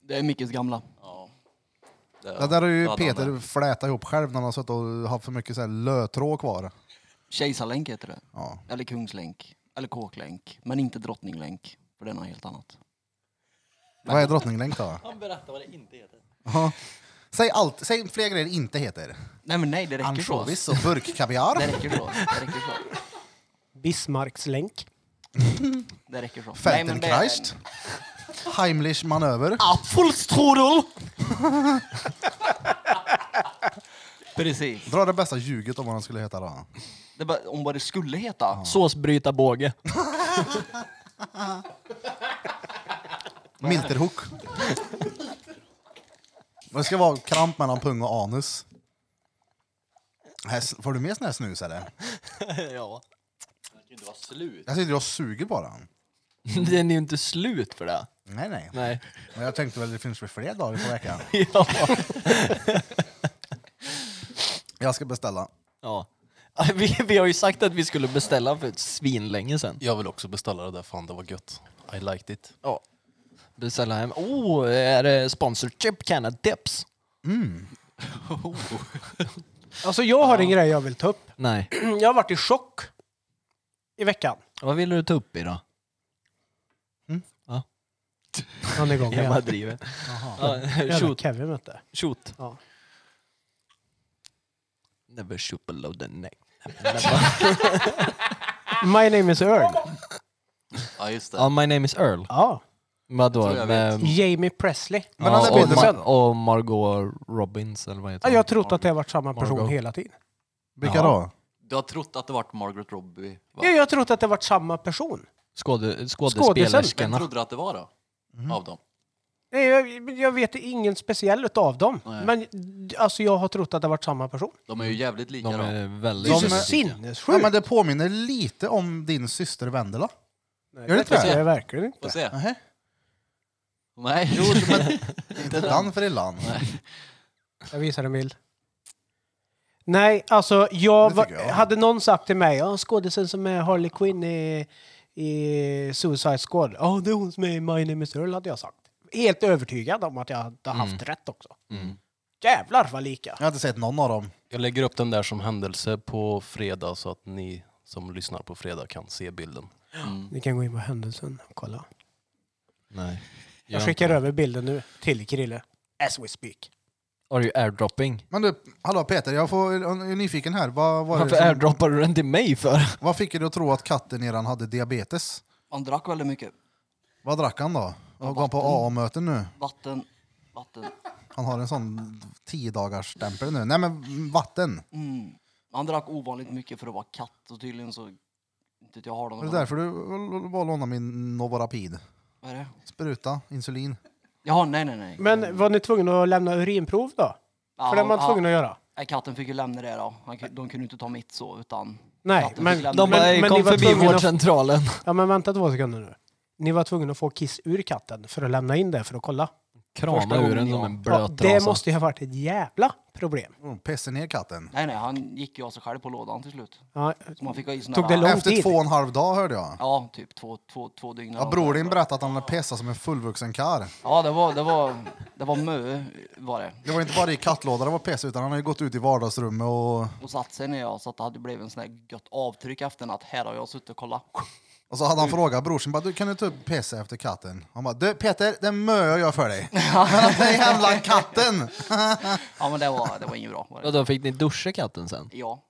Speaker 7: Det är Mickes gamla.
Speaker 5: Ja.
Speaker 1: det där har ju
Speaker 5: då hade han
Speaker 1: Peter
Speaker 5: det.
Speaker 1: flätat ihop själv när han har suttit och haft för mycket så här lötråd kvar.
Speaker 7: Kejsarlänk heter det.
Speaker 1: Ja.
Speaker 7: Eller kungslänk. Eller kåklänk. Men inte drottninglänk. För den har helt annat.
Speaker 1: Vad är drottninglänk då?
Speaker 5: Han berättar vad det inte heter.
Speaker 1: Ja. Säg, allt, säg fler grejer det inte heter.
Speaker 7: Nej men nej, det räcker så.
Speaker 1: Ansjovis och
Speaker 7: Det
Speaker 1: burkkaviar.
Speaker 7: räcker så. Det räcker så.
Speaker 4: Bismarcks länk.
Speaker 7: Det räcker så. Nej, men det-
Speaker 1: Feltenkreist. Heimlich manöver.
Speaker 7: Apfelstrudel! Precis.
Speaker 1: Dra det bästa ljuget om vad den skulle heta då.
Speaker 7: Det är bara, om vad det skulle heta.
Speaker 3: Såsbryta båge.
Speaker 1: Milterhook. Det ska vara kramp mellan pung och anus. Här, s- får du med sån här snus eller?
Speaker 3: ja.
Speaker 1: Jag sitter och suger på den.
Speaker 3: Den är ju inte slut för det.
Speaker 1: Nej, nej.
Speaker 3: Nej.
Speaker 1: Men jag tänkte väl det finns väl fler dagar på veckan.
Speaker 3: ja.
Speaker 1: Jag ska beställa.
Speaker 3: ja. Vi, vi har ju sagt att vi skulle beställa för ett svinlänge sen.
Speaker 6: Jag vill också beställa det där, fan det var gött. I liked it.
Speaker 3: Ja. Beställa hem. Oh, är det sponsorship canna dips?
Speaker 4: Alltså jag har en grej jag vill ta upp.
Speaker 3: Nej.
Speaker 4: Jag har varit i chock i veckan.
Speaker 3: Vad ville du ta upp i då?
Speaker 4: Han är igång
Speaker 3: Jag bara
Speaker 4: igen.
Speaker 3: driver. Ja,
Speaker 4: Jävla
Speaker 3: shoot.
Speaker 4: Kevin vet du.
Speaker 3: Shoot.
Speaker 4: Ja.
Speaker 3: Never shoot below the neck.
Speaker 4: My name is Earl.
Speaker 5: Ja, just det.
Speaker 3: Ja, my name is Earl.
Speaker 4: Ja.
Speaker 5: Tror
Speaker 3: Vadå?
Speaker 5: jag
Speaker 3: Med,
Speaker 4: Jamie Presley.
Speaker 1: Men han
Speaker 3: ja,
Speaker 1: är
Speaker 3: och,
Speaker 1: bilden sen.
Speaker 3: Mar- och Margot Robbins eller vad heter
Speaker 4: Ja,
Speaker 3: hon?
Speaker 4: jag har trott att det har varit samma person
Speaker 1: Margot.
Speaker 4: hela tiden.
Speaker 1: Vilka
Speaker 3: Ja.
Speaker 1: då?
Speaker 5: Du har trott att det varit Margaret Robbie? Va?
Speaker 4: Ja, jag har trott att det har varit samma person.
Speaker 3: Skåde,
Speaker 5: Vem
Speaker 3: skådespelerskorna.
Speaker 5: trodde du att det var då? Av dem?
Speaker 4: Nej, Jag, jag vet ingen speciell utav dem.
Speaker 5: Nej.
Speaker 4: Men alltså, jag har trott att det har varit samma person.
Speaker 5: De är ju jävligt lika
Speaker 3: De
Speaker 5: då.
Speaker 3: är
Speaker 4: Det
Speaker 3: väldigt...
Speaker 1: De
Speaker 4: är så
Speaker 1: är- Ja,
Speaker 4: sinnessjukt.
Speaker 1: men det påminner lite om din syster Vendela.
Speaker 4: Nej,
Speaker 1: Gör det inte
Speaker 4: tycker
Speaker 1: det?
Speaker 4: jag verkligen inte.
Speaker 5: Får se.
Speaker 1: Nähä.
Speaker 5: Nej.
Speaker 1: Inte land för illan.
Speaker 4: Jag visar en bild. Nej, alltså jag,
Speaker 1: Det
Speaker 4: var,
Speaker 1: tycker jag.
Speaker 4: hade någon sagt till mig, ja skådisen som är Harley Quinn i, i Suicide Squad, ja det är hon som är i My Name Is Earl hade jag sagt. Helt övertygad om att jag hade haft rätt också. Jävlar vad lika.
Speaker 1: Jag har inte sett någon av dem.
Speaker 6: Jag lägger upp den där som händelse på fredag så att ni som lyssnar på fredag kan se bilden.
Speaker 4: Ni kan gå in på händelsen och kolla.
Speaker 3: Nej.
Speaker 4: Jag
Speaker 3: Gör
Speaker 4: skickar
Speaker 3: inte.
Speaker 4: över bilden nu till Krille. As we speak.
Speaker 3: Har du airdropping?
Speaker 1: Men du, hallå Peter, jag får, jag är nyfiken här. Vad, vad, är det
Speaker 3: Varför
Speaker 1: som-
Speaker 3: airdroppar du den till mig för?
Speaker 1: vad fick du att tro att katten eran hade diabetes?
Speaker 7: Han drack väldigt mycket.
Speaker 1: Vad drack han då? Har gått på AA-möten nu?
Speaker 7: Vatten. Vatten.
Speaker 1: Han har en sån tio dagars stämpel nu. Nej men vatten.
Speaker 7: Mm. Han drack ovanligt mycket för att vara katt och tydligen så... Inte att jag har
Speaker 1: Var
Speaker 7: någon.
Speaker 1: det därför du bara lånade min Novorapid?
Speaker 7: Vad är det?
Speaker 1: Spruta, insulin.
Speaker 7: Jaha, nej, nej, nej.
Speaker 4: Men var ni tvungna att lämna urinprov då?
Speaker 7: Ja,
Speaker 4: För det är man
Speaker 7: ja,
Speaker 4: tvungen att göra.
Speaker 7: nej, katten fick ju lämna det då. Han, de kunde inte ta mitt så, utan...
Speaker 4: Nej,
Speaker 7: katten fick
Speaker 4: men,
Speaker 7: lämna
Speaker 3: De
Speaker 7: det.
Speaker 3: bara,
Speaker 4: men ni
Speaker 3: kom
Speaker 4: var
Speaker 3: förbi
Speaker 4: tvungna att-
Speaker 3: vårdcentralen.
Speaker 4: ja, men vänta två sekunder nu. Ni var tvungna att få kiss ur katten för att lämna in det för att kolla.
Speaker 3: Krama ur den som en
Speaker 4: Ja,
Speaker 3: blöt
Speaker 4: det
Speaker 3: trasa.
Speaker 4: måste ju ha varit ett jävla problem.
Speaker 1: Oh, Pessa ner katten.
Speaker 7: Nej, nej, han gick ju av sig själv på lådan till slut.
Speaker 4: Ja,
Speaker 7: Så man fick ha i såna
Speaker 4: Tog det
Speaker 7: där-
Speaker 4: lång
Speaker 1: Efter
Speaker 4: tid.
Speaker 1: två och en halv dag hörde jag.
Speaker 7: Ja, typ två, två, två dygn.
Speaker 1: Ja, bror din berättade att han hade pessat som en fullvuxen karl.
Speaker 7: Ja, det var, det var, det var mö var det.
Speaker 1: Det var inte bara i kattlådan det var pess utan han har ju gått ut i vardagsrummet och,
Speaker 7: Och satt sig ner jag så att det hade blivit en sån här gött avtryck efter att här har jag suttit och kollat.
Speaker 1: och så hade han frågat brorsan bara, du kan du ta upp pessa efter katten? Han bara du Peter, det möar jag för dig. Men att den jävla katten!
Speaker 7: Ja, men det var, det var inget bra. Var
Speaker 3: Ja,
Speaker 7: det.
Speaker 3: då fick ni duscha katten sen?
Speaker 7: Ja,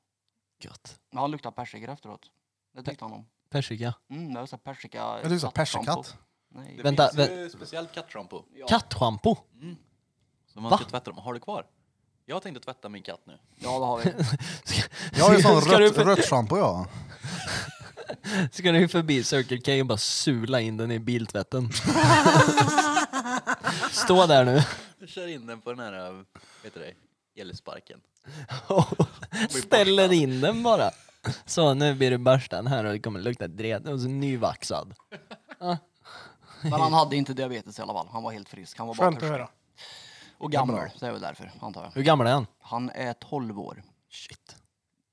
Speaker 3: Gött.
Speaker 7: men han luktade persika efteråt. Det tyckte han om.
Speaker 3: Persika.
Speaker 7: Mm, det var så här persika...
Speaker 1: Jag tyckte så persikatt.
Speaker 7: Nej.
Speaker 5: Det
Speaker 3: Vänta,
Speaker 5: finns ju speciellt kattschampo
Speaker 3: Kattschampo?
Speaker 5: som man
Speaker 3: Va?
Speaker 5: ska tvätta dem. Har du kvar? Jag tänkte tvätta min katt nu.
Speaker 7: Ja, det har vi.
Speaker 1: Jag har ju sån
Speaker 3: Ska du
Speaker 1: rött,
Speaker 3: för-
Speaker 1: rött schampo jag.
Speaker 3: Så kan du ju förbi Circle K och bara sula in den i biltvätten. Stå där nu.
Speaker 5: Jag kör in den på den här, äh, vad heter det, elsparken.
Speaker 3: och Ställer in den bara. Så nu blir du barstad här och det kommer lukta dret och så nyvaxad.
Speaker 7: Men han hade inte diabetes i alla fall. Han var helt frisk. Han var bara
Speaker 4: Skönt att
Speaker 7: törstig.
Speaker 4: höra.
Speaker 7: Och gammal. Så det är väl därför, antar jag.
Speaker 3: Hur gammal är han?
Speaker 7: Han är 12 år. Shit.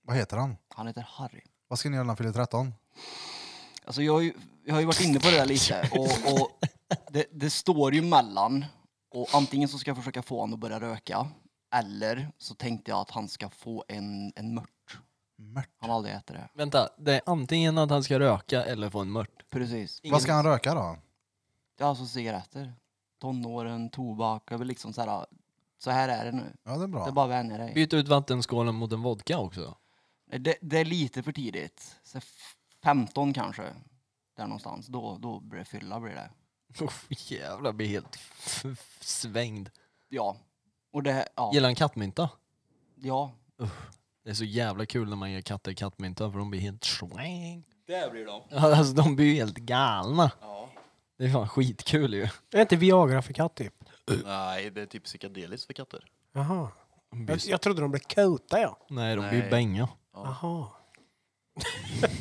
Speaker 1: Vad heter han?
Speaker 7: Han heter Harry.
Speaker 1: Vad ska ni göra när han fyller 13?
Speaker 7: Alltså jag, har ju, jag har ju varit inne på det där lite och, och det, det står ju mellan och antingen så ska jag försöka få honom att börja röka eller så tänkte jag att han ska få en, en mört.
Speaker 1: Mört.
Speaker 7: Han har aldrig ätit det.
Speaker 3: Vänta, det är antingen att han ska röka eller få en mört.
Speaker 7: Precis.
Speaker 1: Vad ska han röka då?
Speaker 7: Det är alltså cigaretter. Tonåren, tobak. Jag vill liksom så här, så här är det nu.
Speaker 1: Ja, det är bra.
Speaker 7: Det är bara att vänja dig.
Speaker 3: Byt ut vattenskålen mot en vodka också.
Speaker 7: Det, det är lite för tidigt. Så f- 15 kanske. Där någonstans. Då, då blir det fylla blir det.
Speaker 3: Oh, jävlar, blir helt f- f- svängd.
Speaker 7: Ja. Och det, ja.
Speaker 3: Gillar han kattmynta?
Speaker 7: ja.
Speaker 3: Det är så jävla kul när man ger katter kattmynta för de blir helt swang.
Speaker 5: Där blir de.
Speaker 3: Ja, Alltså de blir ju helt galna.
Speaker 5: Ja.
Speaker 3: Det är fan skitkul ju.
Speaker 4: Är inte Viagra för katt typ?
Speaker 5: Nej, det är typ psykedeliskt för katter.
Speaker 4: Jaha. Jag, jag trodde de blev kåta ja.
Speaker 3: Nej, de blir
Speaker 5: Nej.
Speaker 3: bänga.
Speaker 4: Jaha.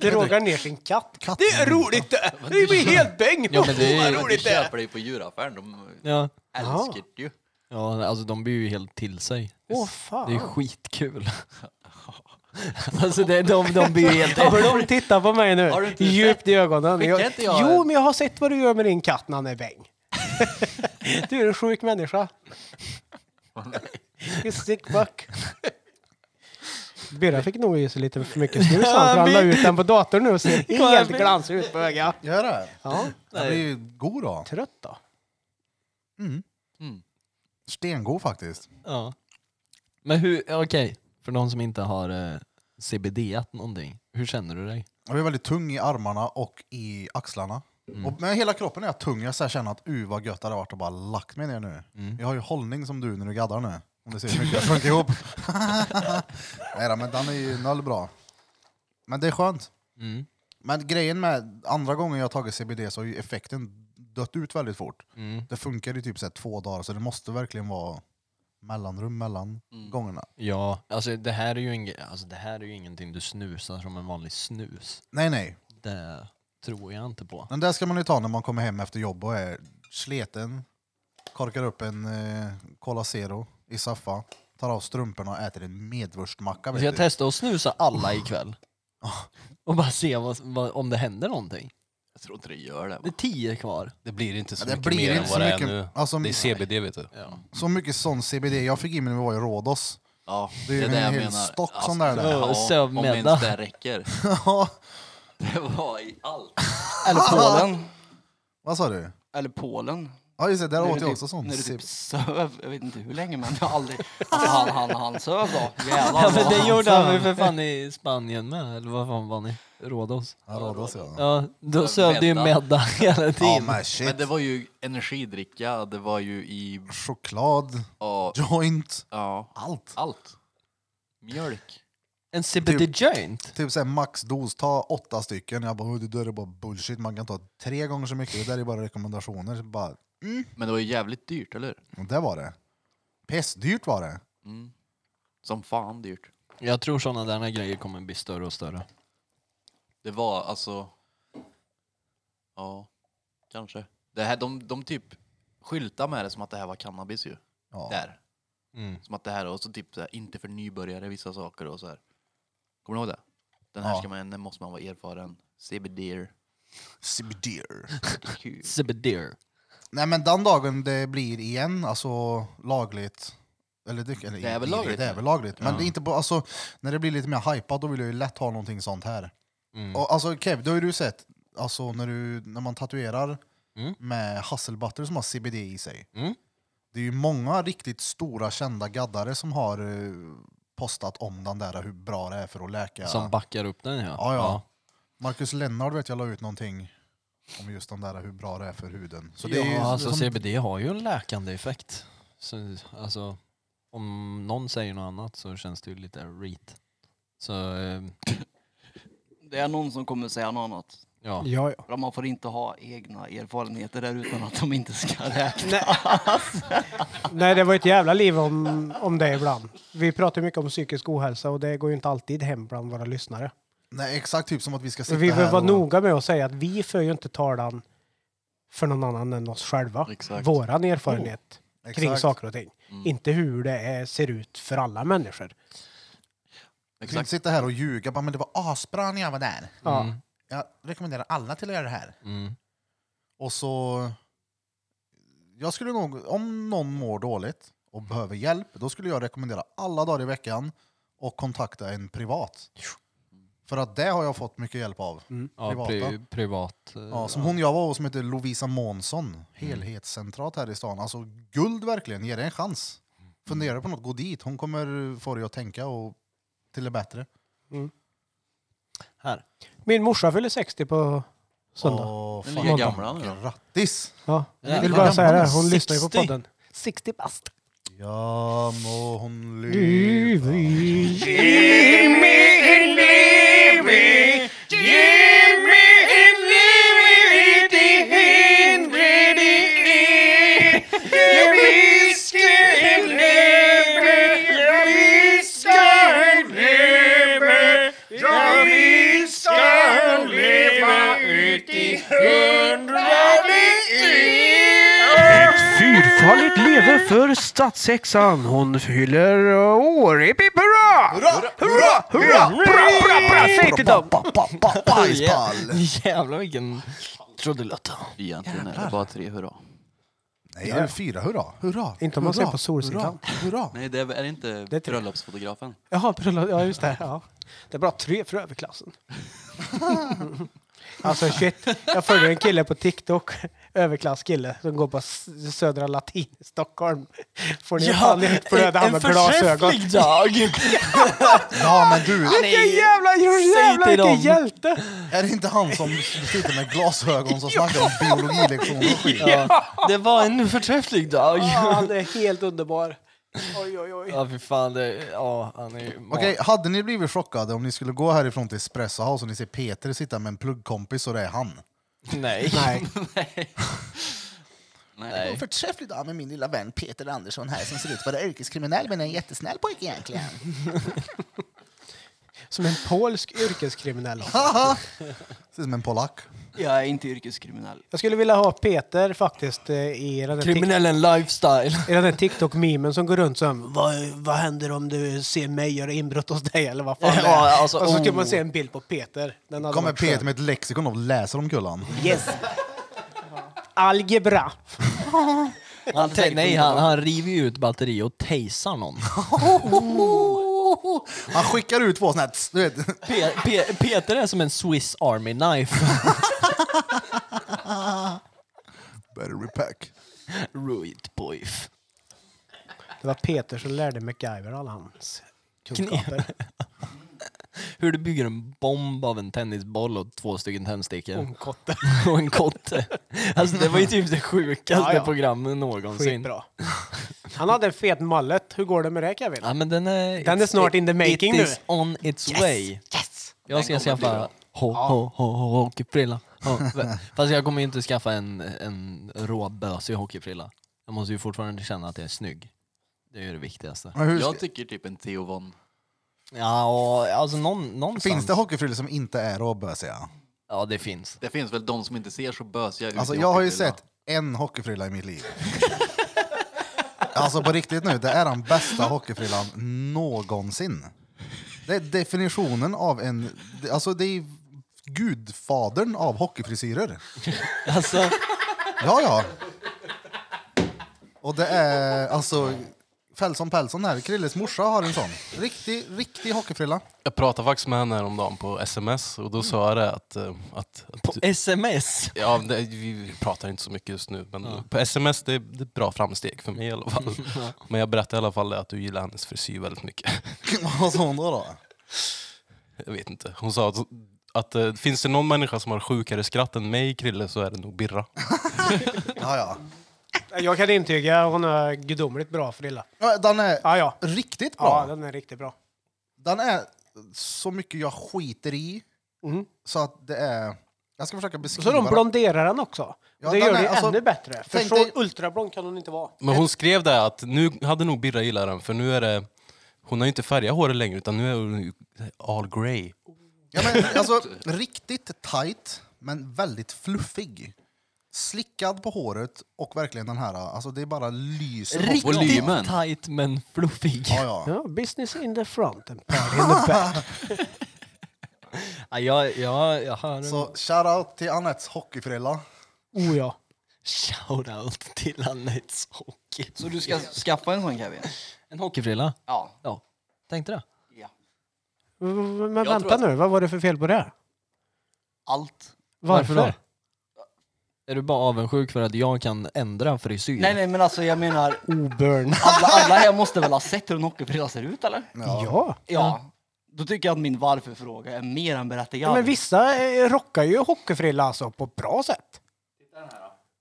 Speaker 4: Drogar ner sin katt.
Speaker 1: Katt-
Speaker 4: Det är roligt det! Det blir helt bäng!
Speaker 3: Ja, men det
Speaker 5: Det
Speaker 3: är
Speaker 5: är
Speaker 3: ju...
Speaker 5: roligt det! De köper dig på djuraffären, de
Speaker 3: Ja.
Speaker 5: älskar det ju.
Speaker 3: ja, alltså de blir ju helt till sig.
Speaker 4: Åh
Speaker 3: Det är
Speaker 4: fan.
Speaker 3: skitkul. Alltså det, de, de blir ju helt...
Speaker 4: Har de tittar på mig nu,
Speaker 5: Har du inte
Speaker 4: djupt i ögonen.
Speaker 5: Skickar
Speaker 4: Jag,
Speaker 5: inte jag-
Speaker 4: jo, men jag har sett vad du gör med din katt när han är bäng. du är en sjuk människa. You sick buck. Birra fick nog i sig lite för mycket snus han, för han la ut den på datorn nu och ser helt glansig ut på ögat.
Speaker 1: Gör det?
Speaker 4: Ja,
Speaker 1: Jag blir ju god då.
Speaker 4: trött då.
Speaker 1: Stengod faktiskt.
Speaker 3: Ja. Men hur, ja, okej, för de som inte har eh, CBD-at någonting, hur känner du dig?
Speaker 1: Jag blir väldigt tung i armarna och i axlarna.
Speaker 7: Mm.
Speaker 1: Och med hela kroppen är jag tung. Jag så här känner att uh vad gött det hade varit att bara lagt mig ner nu.
Speaker 7: Mm.
Speaker 1: Jag har ju hållning som du när du gaddar nu. Om du ser hur mycket jag sjönk ihop. Nej då, men den är ju noll bra. Men det är skönt.
Speaker 5: Mm.
Speaker 1: Men grejen med andra gången jag har tagit CBD så har ju effekten dött ut väldigt fort.
Speaker 5: Mm.
Speaker 1: Det funkar i typ så här två dagar så det måste verkligen vara mellanrum mellan
Speaker 6: Mm.
Speaker 1: gångerna.
Speaker 3: Ja, alltså det här är ju, ing- alltså, det här är ju ingenting du snusar som en vanlig snus.
Speaker 1: Nej nej,
Speaker 3: Det tror jag inte på.
Speaker 1: Den där ska man ju ta när man kommer hem efter jobb och är sleten, korkar upp en eh, Cola Zero i saffa, tar av strumporna och äter en medvurstmacka. vet
Speaker 3: Alltså, jag
Speaker 1: du.
Speaker 3: testar att snusa alla ikväll. Och bara se vad, vad, om det händer någonting.
Speaker 5: Jag tror inte det gör det.
Speaker 3: Det är
Speaker 5: va?
Speaker 3: tio kvar.
Speaker 6: Det blir inte så
Speaker 1: Ja, det
Speaker 6: mycket
Speaker 1: blir
Speaker 6: mer
Speaker 1: inte
Speaker 6: än
Speaker 1: så
Speaker 6: vad det är
Speaker 1: mycket.
Speaker 6: nu.
Speaker 1: Alltså,
Speaker 6: det är CBD vet du.
Speaker 1: Så mycket sån CBD jag fick i mig när vi var i Rhodos.
Speaker 5: Ja,
Speaker 1: Det är ju en hel stock sån där.
Speaker 3: Ja,
Speaker 5: Alltså, Ja, om
Speaker 3: sövmedda.
Speaker 5: ens det räcker.
Speaker 1: Ja,
Speaker 5: Det var i allt.
Speaker 7: Eller
Speaker 3: Ah!
Speaker 7: Polen.
Speaker 1: Vad sa du?
Speaker 7: Eller Polen.
Speaker 1: Ja just det, där
Speaker 7: När
Speaker 1: åt
Speaker 7: du
Speaker 1: jag
Speaker 7: typ-
Speaker 1: också sån.
Speaker 7: När du
Speaker 1: CBD.
Speaker 7: typ söv, jag vet inte hur länge men jag har aldrig... Alltså han, han, han söv då. Jävlar.
Speaker 3: Ah! Ja, men
Speaker 7: vad
Speaker 3: det
Speaker 7: han
Speaker 3: gjorde han ju
Speaker 7: söv.
Speaker 3: för fan i Spanien med, eller vad fan var ni? Rhodos?
Speaker 1: Ja, Rhodos ja.
Speaker 3: Ja, då sövde ju
Speaker 5: Medda.
Speaker 3: Medda hela
Speaker 1: Ja
Speaker 3: tiden.
Speaker 1: men shit.
Speaker 5: Men det var ju energidricka, det var ju i...
Speaker 1: Choklad,
Speaker 5: Ja,
Speaker 1: joint,
Speaker 5: ja
Speaker 1: allt.
Speaker 5: allt. Mjölk.
Speaker 3: En CBD-joint?
Speaker 1: Typ såhär maxdos, ta åtta stycken. Jag bara, "Åh, det där är bara bullshit. Man kan ta tre gånger så mycket. Det där är bara rekommendationer. Så Bara,
Speaker 5: Men det var ju jävligt dyrt, eller hur? Mm.
Speaker 1: Och det var det. Pissdyrt var det.
Speaker 5: Som fan dyrt.
Speaker 3: Jag tror sådana där här grejer kommer bli större och större.
Speaker 5: Det var alltså... Ja, kanske. Det här, de, de typ skyltar med det som att det här var cannabis ju.
Speaker 1: Ja. Mm.
Speaker 5: Där. Som att det här, och så typ så här, inte för nybörjare vissa saker och så här. Kommer du ihåg det? Den här
Speaker 1: Ja.
Speaker 5: ska man, den måste man vara erfaren. CBD.
Speaker 1: CBD.
Speaker 3: CBD.
Speaker 1: Nej men den dagen det blir igen, alltså lagligt. Eller det, eller,
Speaker 5: Det är väl lagligt
Speaker 1: Det är
Speaker 5: nu?
Speaker 1: väl lagligt. Men det är inte bara, alltså, när det blir lite mer hypat då vill jag ju lätt ha någonting sånt här.
Speaker 3: Mm.
Speaker 1: Och, alltså Kev, då har ju du sett alltså, när, du, när man tatuerar
Speaker 3: Mm.
Speaker 1: med hasselbatter som har CBD i sig. Det är ju många riktigt stora kända gaddare som har eh, postat om den där hur bra det är för att läka.
Speaker 3: Som backar upp den ja.
Speaker 1: Ja, ja. Marcus Lennart vet jag la ut någonting om just den där hur bra det är för huden. Så det
Speaker 3: ja,
Speaker 1: är ju
Speaker 3: alltså
Speaker 1: som-
Speaker 3: CBD har ju en läkande effekt. Så, alltså, om någon säger något annat så känns det ju lite reet. Så eh,
Speaker 7: Det är någon som kommer säga något annat.
Speaker 3: Ja.
Speaker 4: Ja, ja.
Speaker 7: För Man får inte ha egna erfarenheter där utan att de inte ska räkna.
Speaker 4: Nej, det var ett jävla liv om, om det ibland. Vi pratar ju mycket om psykisk ohälsa och det går ju inte alltid hem bland våra lyssnare.
Speaker 1: Nej, exakt typ som att vi ska
Speaker 4: Så
Speaker 1: sitta
Speaker 4: vi vill
Speaker 1: här
Speaker 4: vara
Speaker 1: och...
Speaker 4: noga med att säga att vi för ju inte talan för någon annan än oss själva.
Speaker 5: Exakt.
Speaker 4: Våran erfarenhet kring
Speaker 1: Oh, Exakt. Mm.
Speaker 4: saker och ting. Inte hur det är, ser ut för alla människor.
Speaker 1: Vi kan
Speaker 5: Exakt.
Speaker 1: inte sitta här och ljuga. Bara, men det var asbra när jag var där.
Speaker 4: Ja.
Speaker 1: Jag rekommenderar alla till att göra det här.
Speaker 3: Mm.
Speaker 1: Och så... Jag skulle nog, om någon mår dåligt och
Speaker 5: Mm.
Speaker 1: behöver hjälp, då skulle jag rekommendera alla dagar i veckan och kontakta en privat. För att det har jag fått mycket hjälp av.
Speaker 3: Ja,
Speaker 1: Privata.
Speaker 3: pri, privat. eh,
Speaker 1: Ja, som hon jag var hos som heter Lovisa
Speaker 5: Mm.
Speaker 1: Månsson, helhetscentrat här i stan. Alltså guld verkligen, ge det en chans.
Speaker 5: Mm.
Speaker 1: Fundera på något, gå dit. Hon kommer få dig att tänka och till det bättre.
Speaker 3: Här.
Speaker 4: Min morsa fyller 60 på söndag.
Speaker 1: Åh,
Speaker 5: Den
Speaker 1: fan.
Speaker 5: ligger gamla nu då.
Speaker 1: Grattis!
Speaker 4: Ja. Jag vill
Speaker 1: Hur
Speaker 4: bara
Speaker 1: gammal
Speaker 4: säga
Speaker 1: är
Speaker 4: det,
Speaker 1: hon?
Speaker 4: hon lyssnar ju på
Speaker 5: 60?
Speaker 4: podden.
Speaker 8: 60 bast.
Speaker 1: Ja må hon leva.
Speaker 9: Fyrfaldigt lever för statssexan. Hon fyller år. Hipp hipp hurra! Hurra! Hurra! Hurra! Bra, bra, bra! Säg till dem!
Speaker 1: Bajspall!
Speaker 3: Jävlar vilken trudelutt.
Speaker 5: Egentligen är det bara tre hurra.
Speaker 1: Nej, det är fyra hurra. Hurra!
Speaker 4: Inte om man ser
Speaker 1: hurra,
Speaker 4: på Solsidan.
Speaker 1: Hurra! hurra.
Speaker 5: Nej, det är, är det inte
Speaker 4: Det är tre.
Speaker 5: bröllopsfotografen?
Speaker 4: Jaha, bröllop. Ja, just det. Ja. Det är bara tre för överklassen. Mm. alltså shit, jag följer en kille på TikTok, överklasskille, som går på S- Södra Latin i Stockholm. Får ni fan ut på det där med glasögon.
Speaker 3: dag!
Speaker 1: Ja men du,
Speaker 4: Vilken jävla, jävla
Speaker 3: till
Speaker 4: vilken
Speaker 3: dem.
Speaker 4: hjälte!
Speaker 1: är det inte han som sitter med glasögon som snackar om biologilektioner och skit?
Speaker 3: Det var en förträfflig dag.
Speaker 4: Ja, han är helt underbar. Oj, oj, oj.
Speaker 3: Ja, för fan. Det, ja, han är ju-
Speaker 1: Okej, hade ni blivit chockade om ni skulle gå härifrån till Espresso House och ni ser Peter sitta med en pluggkompis och det är han?
Speaker 3: Nej.
Speaker 4: Nej,
Speaker 1: Det var förträffligt dag med min lilla vän Peter Andersson här som ser ut att vara yrkeskriminell men är en jättesnäll pojke egentligen.
Speaker 4: som en polsk yrkeskriminell.
Speaker 1: Ser ut som en polack.
Speaker 7: Jag är inte yrkeskriminell.
Speaker 4: Jag skulle vilja ha Peter faktiskt eh, i den här TikTok.
Speaker 3: Kriminellen lifestyle.
Speaker 4: Är det den TikTok-memen som går runt som vad, vad händer om du ser mig göra inbrott hos dig eller vad fan det är?
Speaker 3: Ja, alltså,
Speaker 4: Och så skulle
Speaker 3: oh.
Speaker 4: man se en bild på Peter. Den hade
Speaker 1: Kommer
Speaker 4: varit skön.
Speaker 1: Peter med ett lexikon och läser om kullan.
Speaker 4: Yes. Algebra.
Speaker 3: Han, te- nej, han, han river ju ut batteri och tasar någon.
Speaker 1: Han skickar ut två sådana här... tss, Du vet,
Speaker 3: Pe- Pe- Peter är som en Swiss Army knife.
Speaker 1: battery pack.
Speaker 3: Ruit boyf.
Speaker 4: Det var Peter som lärde MacGyver alla hans kunskaper.
Speaker 3: Hur du bygger en bomb av en tennisboll och två stycken tändstickor.
Speaker 4: Kotte.
Speaker 3: och en kotte. Alltså det var ju typ det sjukaste
Speaker 4: Ja, ja.
Speaker 3: programmet någonsin.
Speaker 4: Skitbra. Han hade en fet mallet. Hur går det med det Kevin?
Speaker 3: Ja, men den är,
Speaker 4: Den är
Speaker 3: it's-
Speaker 4: snart in the making
Speaker 3: it
Speaker 4: nu.
Speaker 3: It is on its way.
Speaker 4: Yes!
Speaker 3: Jag ska skaffa ho, ho, ho, ho, hockeyfrilla. Ho- Fast jag kommer ju inte skaffa en, en råbösig hockeyfrilla. Jag måste ju fortfarande känna att jag är snygg. Det är ju det viktigaste.
Speaker 1: Men hur,
Speaker 5: Jag tycker typ en Theo von.
Speaker 3: Ja, och, alltså någon, någonstans.
Speaker 1: finns det hockeyfrillor som inte är råbösiga?
Speaker 3: Ja, det finns.
Speaker 5: Det finns väl de som inte ser så bösiga ut.
Speaker 1: Alltså
Speaker 5: i
Speaker 1: jag har ju
Speaker 5: hockeyfrilla.
Speaker 1: sett en hockeyfrilla i mitt liv. Alltså på riktigt nu, det är den bästa hockeyfrillan någonsin. Det är definitionen av en... det- Alltså det är gudfadern av hockeyfrisyrer.
Speaker 3: Alltså,
Speaker 1: Ja, ja. Och det är alltså... Fältson Pälsson här, Krilles morsa har en sån. Riktig, riktig hockeyfrilla.
Speaker 6: Jag pratade faktiskt med henne häromdagen på sms
Speaker 7: Mm.
Speaker 6: och då sa jag det att... eh, att,
Speaker 3: på
Speaker 6: att
Speaker 3: sms.
Speaker 6: ja, det, vi pratar inte så mycket just nu, men på sms det, det är ett bra framsteg för mig i alla
Speaker 7: Mm.
Speaker 6: fall. Men jag berättade i alla fall det att du gillar hennes frisyr väldigt mycket.
Speaker 1: Vad sa hon då? då?
Speaker 6: Jag vet inte. Hon sa att, att eh, finns det någon människa som har sjukare skratt än mig, Krille, så är det nog Birra.
Speaker 1: Ja, ja.
Speaker 4: Jag kan intyga, hon är gudomligt bra frilla.
Speaker 1: Ja, Den är
Speaker 4: Ja, ja.
Speaker 1: riktigt
Speaker 4: Ja,
Speaker 1: bra.
Speaker 4: den är riktigt bra.
Speaker 1: Den är så mycket jag skiter i.
Speaker 4: Mm.
Speaker 1: Så att det är... Jag ska försöka beskriva
Speaker 4: Så de
Speaker 1: det.
Speaker 4: blonderar den också.
Speaker 1: Ja,
Speaker 4: det
Speaker 1: den
Speaker 4: gör
Speaker 1: är-
Speaker 4: det
Speaker 1: alltså,
Speaker 4: ännu bättre. För
Speaker 1: tänk
Speaker 4: så
Speaker 1: dig-
Speaker 4: ultrablond kan hon inte vara.
Speaker 6: Men hon skrev det att nu hade nog Birra gillat den för nu är det... Hon har ju inte färgat håret längre utan nu är hon ju all grey.
Speaker 1: Ja, men, alltså, riktigt tight, men väldigt fluffig. Slickad på håret och verkligen den här, alltså det är bara lyser. på-
Speaker 3: Riktigt
Speaker 5: volymen.
Speaker 3: tight men fluffig.
Speaker 1: Ja, ja.
Speaker 4: Ja, business in the front and party in the back.
Speaker 3: Ja, jag, jag, jag har en
Speaker 1: Så shoutout till Anettes hockeyfrilla.
Speaker 4: Oh ja.
Speaker 3: shoutout till Annettes hockey.
Speaker 7: Så du ska skaffa en sån Kevin?
Speaker 3: En hockeyfrilla?
Speaker 7: Ja.
Speaker 3: Ja, tänkte det.
Speaker 7: ja.
Speaker 4: V- v- Men
Speaker 5: Jag
Speaker 4: vänta
Speaker 5: tror att-
Speaker 4: nu, vad var det för fel på det?
Speaker 7: Allt.
Speaker 4: Varför,
Speaker 3: Varför Är du bara avundsjuk för att jag kan ändra frisyr?
Speaker 7: Nej, nej, men alltså jag menar,
Speaker 4: då? Oburn.
Speaker 7: alla, alla här måste väl ha sett hur en hockeyfrilla ser ut eller?
Speaker 4: Ja.
Speaker 7: Ja. Då tycker jag att min varför-fråga är mer än berättigad.
Speaker 4: Ja, men vissa eh, rockar ju hockeyfrilla alltså på ett bra sätt.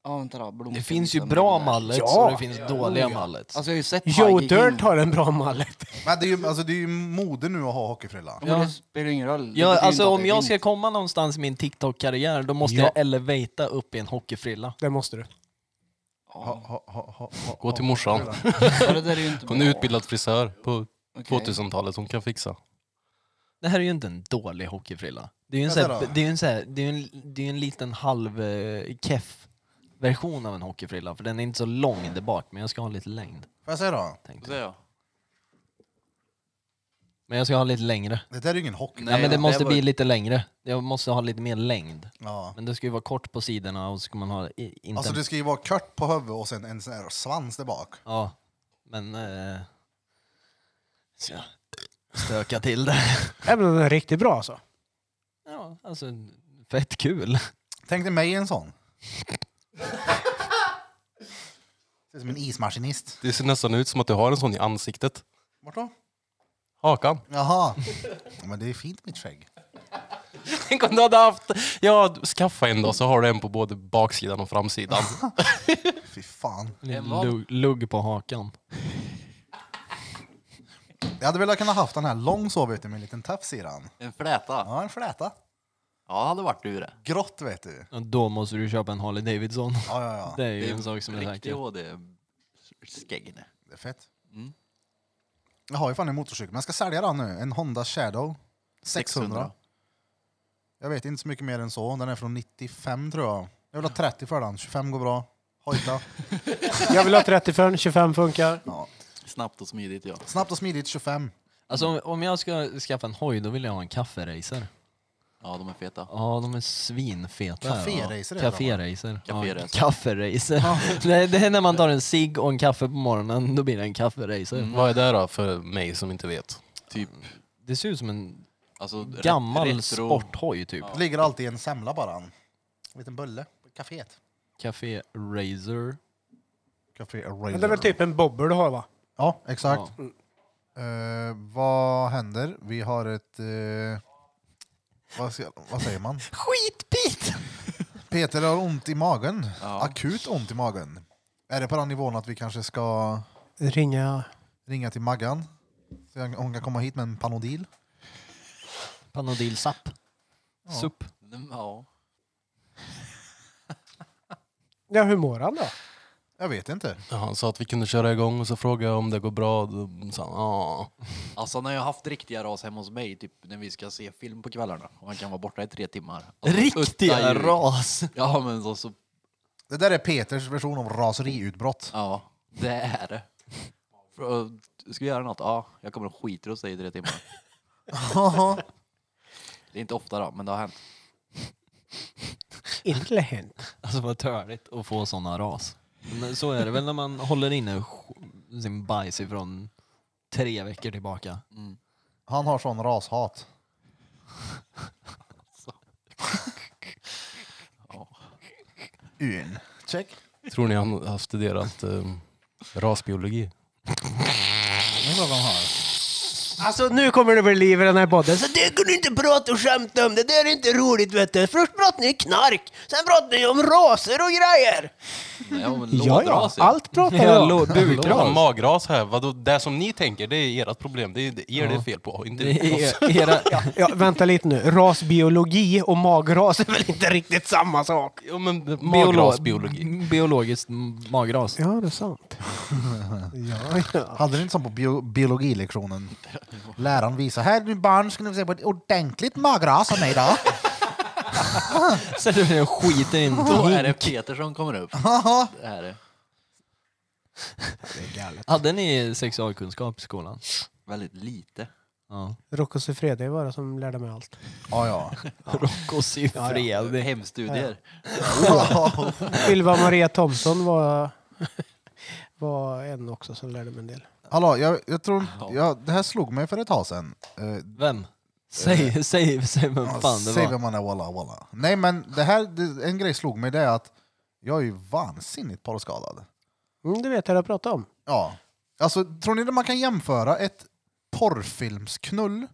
Speaker 7: Ja, vänta då, blommor-
Speaker 3: Det finns ju
Speaker 7: blommor-
Speaker 3: bra
Speaker 7: där.
Speaker 3: mallets
Speaker 4: Ja.
Speaker 3: och det finns dåliga mallets.
Speaker 7: Alltså jag har ju sett
Speaker 4: Joe
Speaker 7: Tiger King.
Speaker 4: Dirt har en bra mallet.
Speaker 1: Men det är ju, alltså, det är ju mode nu att ha hockeyfrilla.
Speaker 7: Ja. men Det spelar ju ingen roll. Det
Speaker 3: Ja,
Speaker 7: betyder
Speaker 3: alltså
Speaker 7: inte att
Speaker 3: om
Speaker 7: det
Speaker 3: jag
Speaker 7: finns.
Speaker 3: ska komma någonstans i min TikTok-karriär då måste
Speaker 4: Ja.
Speaker 3: jag elevata upp i en hockeyfrilla.
Speaker 4: Det måste du.
Speaker 1: Ha, ha, ha, ha, ha,
Speaker 6: Gå till morsan.
Speaker 7: Ja, det där är ju inte
Speaker 6: Hon är
Speaker 7: bra.
Speaker 6: utbildad frisör på
Speaker 7: Okej.
Speaker 6: 2000-talet. Hon kan fixa.
Speaker 3: Det här är ju inte en dålig hockeyfrilla. Det är ju en,
Speaker 1: Ja,
Speaker 3: så
Speaker 1: det
Speaker 3: här,
Speaker 1: då.
Speaker 3: det är ju en, så här, det är ju en, det är ju en liten halv eh, keff version av en hockeyfrilla för den är inte så lång där bak men jag ska ha lite längd.
Speaker 1: Får jag säga då?
Speaker 3: Tänkte.
Speaker 5: Så
Speaker 7: Alltså-
Speaker 3: jag.
Speaker 5: jag.
Speaker 3: Men jag ska ha lite längre.
Speaker 1: Det där är ju ingen hockey.
Speaker 3: Nej, men det måste
Speaker 5: var-
Speaker 3: bli lite längre. Jag måste ha lite mer längd.
Speaker 1: Ja.
Speaker 3: Men det ska ju vara kort på sidorna och så ska man ha... i- Inte
Speaker 1: Alltså det ska ju vara kört på huvudet och sen en sån här svans där bak.
Speaker 3: Ja, men... Eh, så jag stöka till det.
Speaker 4: Även om den är riktigt bra alltså.
Speaker 3: Ja, alltså fett kul.
Speaker 1: Tänk dig mig i en sån. Ser ut som en ismaskinist.
Speaker 6: Det ser nästan ut som att du har en sån i ansiktet.
Speaker 1: Vart då?
Speaker 6: Hakan.
Speaker 1: Jaha. Ja, Men det är fint mitt skägg.
Speaker 6: Tänk om du hade haft... Ja, skaffa en då så har du en på både baksidan och framsidan.
Speaker 1: Fy fan.
Speaker 3: Lugg, lugg på hakan.
Speaker 1: Jag hade velat kunna haft den här lång så vet du med en liten tafs i den.
Speaker 5: En fläta?
Speaker 1: Ja, en fläta.
Speaker 5: Ja, det hade varit du det.
Speaker 1: Grått vet du.
Speaker 3: Ja, Då måste du köpa en Harley Davidson.
Speaker 1: Ja, ja, ja.
Speaker 3: Det är ju
Speaker 5: Det är
Speaker 3: en sak som är
Speaker 5: Riktig
Speaker 3: säker.
Speaker 5: HD-skäggne.
Speaker 1: Det är fett. Jag har ju fan en motorcykel, men jag ska sälja den nu. En Honda Shadow 600.
Speaker 5: 600.
Speaker 1: Jag vet inte så mycket mer än så. Den är från 95 tror jag. Jag vill ha 30 för den. 25 går bra. Hojta.
Speaker 4: Jag vill ha 30 för 25 funkar.
Speaker 1: Ja.
Speaker 5: Snabbt och smidigt ja.
Speaker 1: Snabbt och smidigt 25.
Speaker 3: Alltså om, om jag ska skaffa en hoj då vill jag ha en kafferacer.
Speaker 5: Ja, de är feta.
Speaker 3: Ja, de är svinfeta.
Speaker 1: Café-racer är det,
Speaker 3: Kafferacer. Ja,
Speaker 5: Café-racer.
Speaker 3: kafferacer. Nej, det är när man tar en cigg och en kaffe på morgonen, då blir det en kafferacer.
Speaker 6: Vad är det då för mig som inte vet?
Speaker 5: Typ,
Speaker 3: Det ser ut som en
Speaker 5: alltså re-
Speaker 3: gammal
Speaker 5: retro-
Speaker 3: sporthoj typ.
Speaker 1: Det ligger alltid i en semla bara. En liten bulle på kaféet.
Speaker 3: Café Razer.
Speaker 1: Café
Speaker 4: Men det är väl typ en bobber du har va?
Speaker 1: Ja, exakt.
Speaker 3: Ja.
Speaker 1: Eh, vad händer? Vi har ett... eh, vad, ska, vad säger man?
Speaker 3: Skitbit!
Speaker 1: Peter har ont i magen.
Speaker 5: Ja.
Speaker 1: Akut ont i magen. Är det på den nivån att vi kanske ska
Speaker 4: Ringa...
Speaker 1: ringa till Maggan? Så han- hon kan komma hit med en Panodil.
Speaker 3: Panodil Zapp. Supp.
Speaker 5: Ja.
Speaker 4: Ja, hur mår han då?
Speaker 1: Jag vet inte.
Speaker 6: Ja, Han sa att vi kunde köra igång och så frågade jag om det går bra. Då sa han ja.
Speaker 5: Alltså när jag har haft riktiga ras hemma hos mig, typ när vi ska se film på kvällarna och man kan vara borta i tre timmar. Alltså, utta
Speaker 3: Riktiga
Speaker 5: ljud.
Speaker 3: ras!
Speaker 5: Ja men så, så
Speaker 1: Det där är Peters version av raseriutbrott.
Speaker 5: ja, det är det. För, äh, Ska vi göra något? Ja, jag kommer och skiter hos dig i tre timmar. Det är inte ofta då, men det har hänt.
Speaker 4: Inte hänt.
Speaker 3: Alltså vad törligt att få såna ras. Men så är det väl när man håller inne sj- sin bajs ifrån tre veckor tillbaka.
Speaker 1: Han har sån rashat. Un. Check.
Speaker 6: Tror ni han har studerat eh, rasbiologi?
Speaker 1: Det är klart han har.
Speaker 4: Alltså nu kommer det bli liv i den här podden. Så det kan du inte prata och skämta om. Det där är inte roligt vet du. Först pratar ni knark. Sen pratar ni om raser och grejer.
Speaker 5: Nej, om
Speaker 4: Ja, ja.
Speaker 5: lådras,
Speaker 4: Allt pratar
Speaker 3: Ja,
Speaker 4: jag om.
Speaker 3: lo-
Speaker 6: Jag har
Speaker 3: bukras.
Speaker 6: magras här. Vadå? Det som ni tänker, det är ert problem. Det är det är er det är fel på. Inte oss.
Speaker 3: E- era,
Speaker 4: Ja, vänta lite nu. Rasbiologi och magras är väl inte riktigt samma sak?
Speaker 6: Jo, men
Speaker 3: biolo-
Speaker 6: magrasbiologi.
Speaker 3: Biologiskt m- magras.
Speaker 4: Ja, det är sant. ja, ja.
Speaker 1: Hade ni inte sånt på bio, biologilektionen? Läraren visade, här nu barn ska ni få se på ett ordentligt magras av mig idag.
Speaker 3: Sätter du den skiten i en
Speaker 5: Då
Speaker 3: hink.
Speaker 5: är det Peter som kommer upp. Det här är
Speaker 3: Hade ni sexualkunskap i skolan?
Speaker 5: väldigt lite.
Speaker 3: Ja.
Speaker 4: Rocco Siffredi var det som lärde mig allt.
Speaker 1: Ja, ja.
Speaker 3: Rock och Siffredi.
Speaker 5: Hemstudier.
Speaker 4: Ylva Maria Thomsson var, var en också som lärde mig en del.
Speaker 1: Hallå, jag, jag tror jag, det här slog mig för ett tag sedan. Eh,
Speaker 3: Vem?
Speaker 4: Eh.
Speaker 3: Säg, säg, säg vem fan
Speaker 1: Säg
Speaker 3: det var.
Speaker 1: vem man är, walla walla. Nej men det här, det, en grej slog mig det är att jag är ju vansinnigt porrskadad.
Speaker 4: Mm, det vet jag, jag pratade om.
Speaker 1: Ja. Alltså tror ni att man kan jämföra ett porrfilmsknull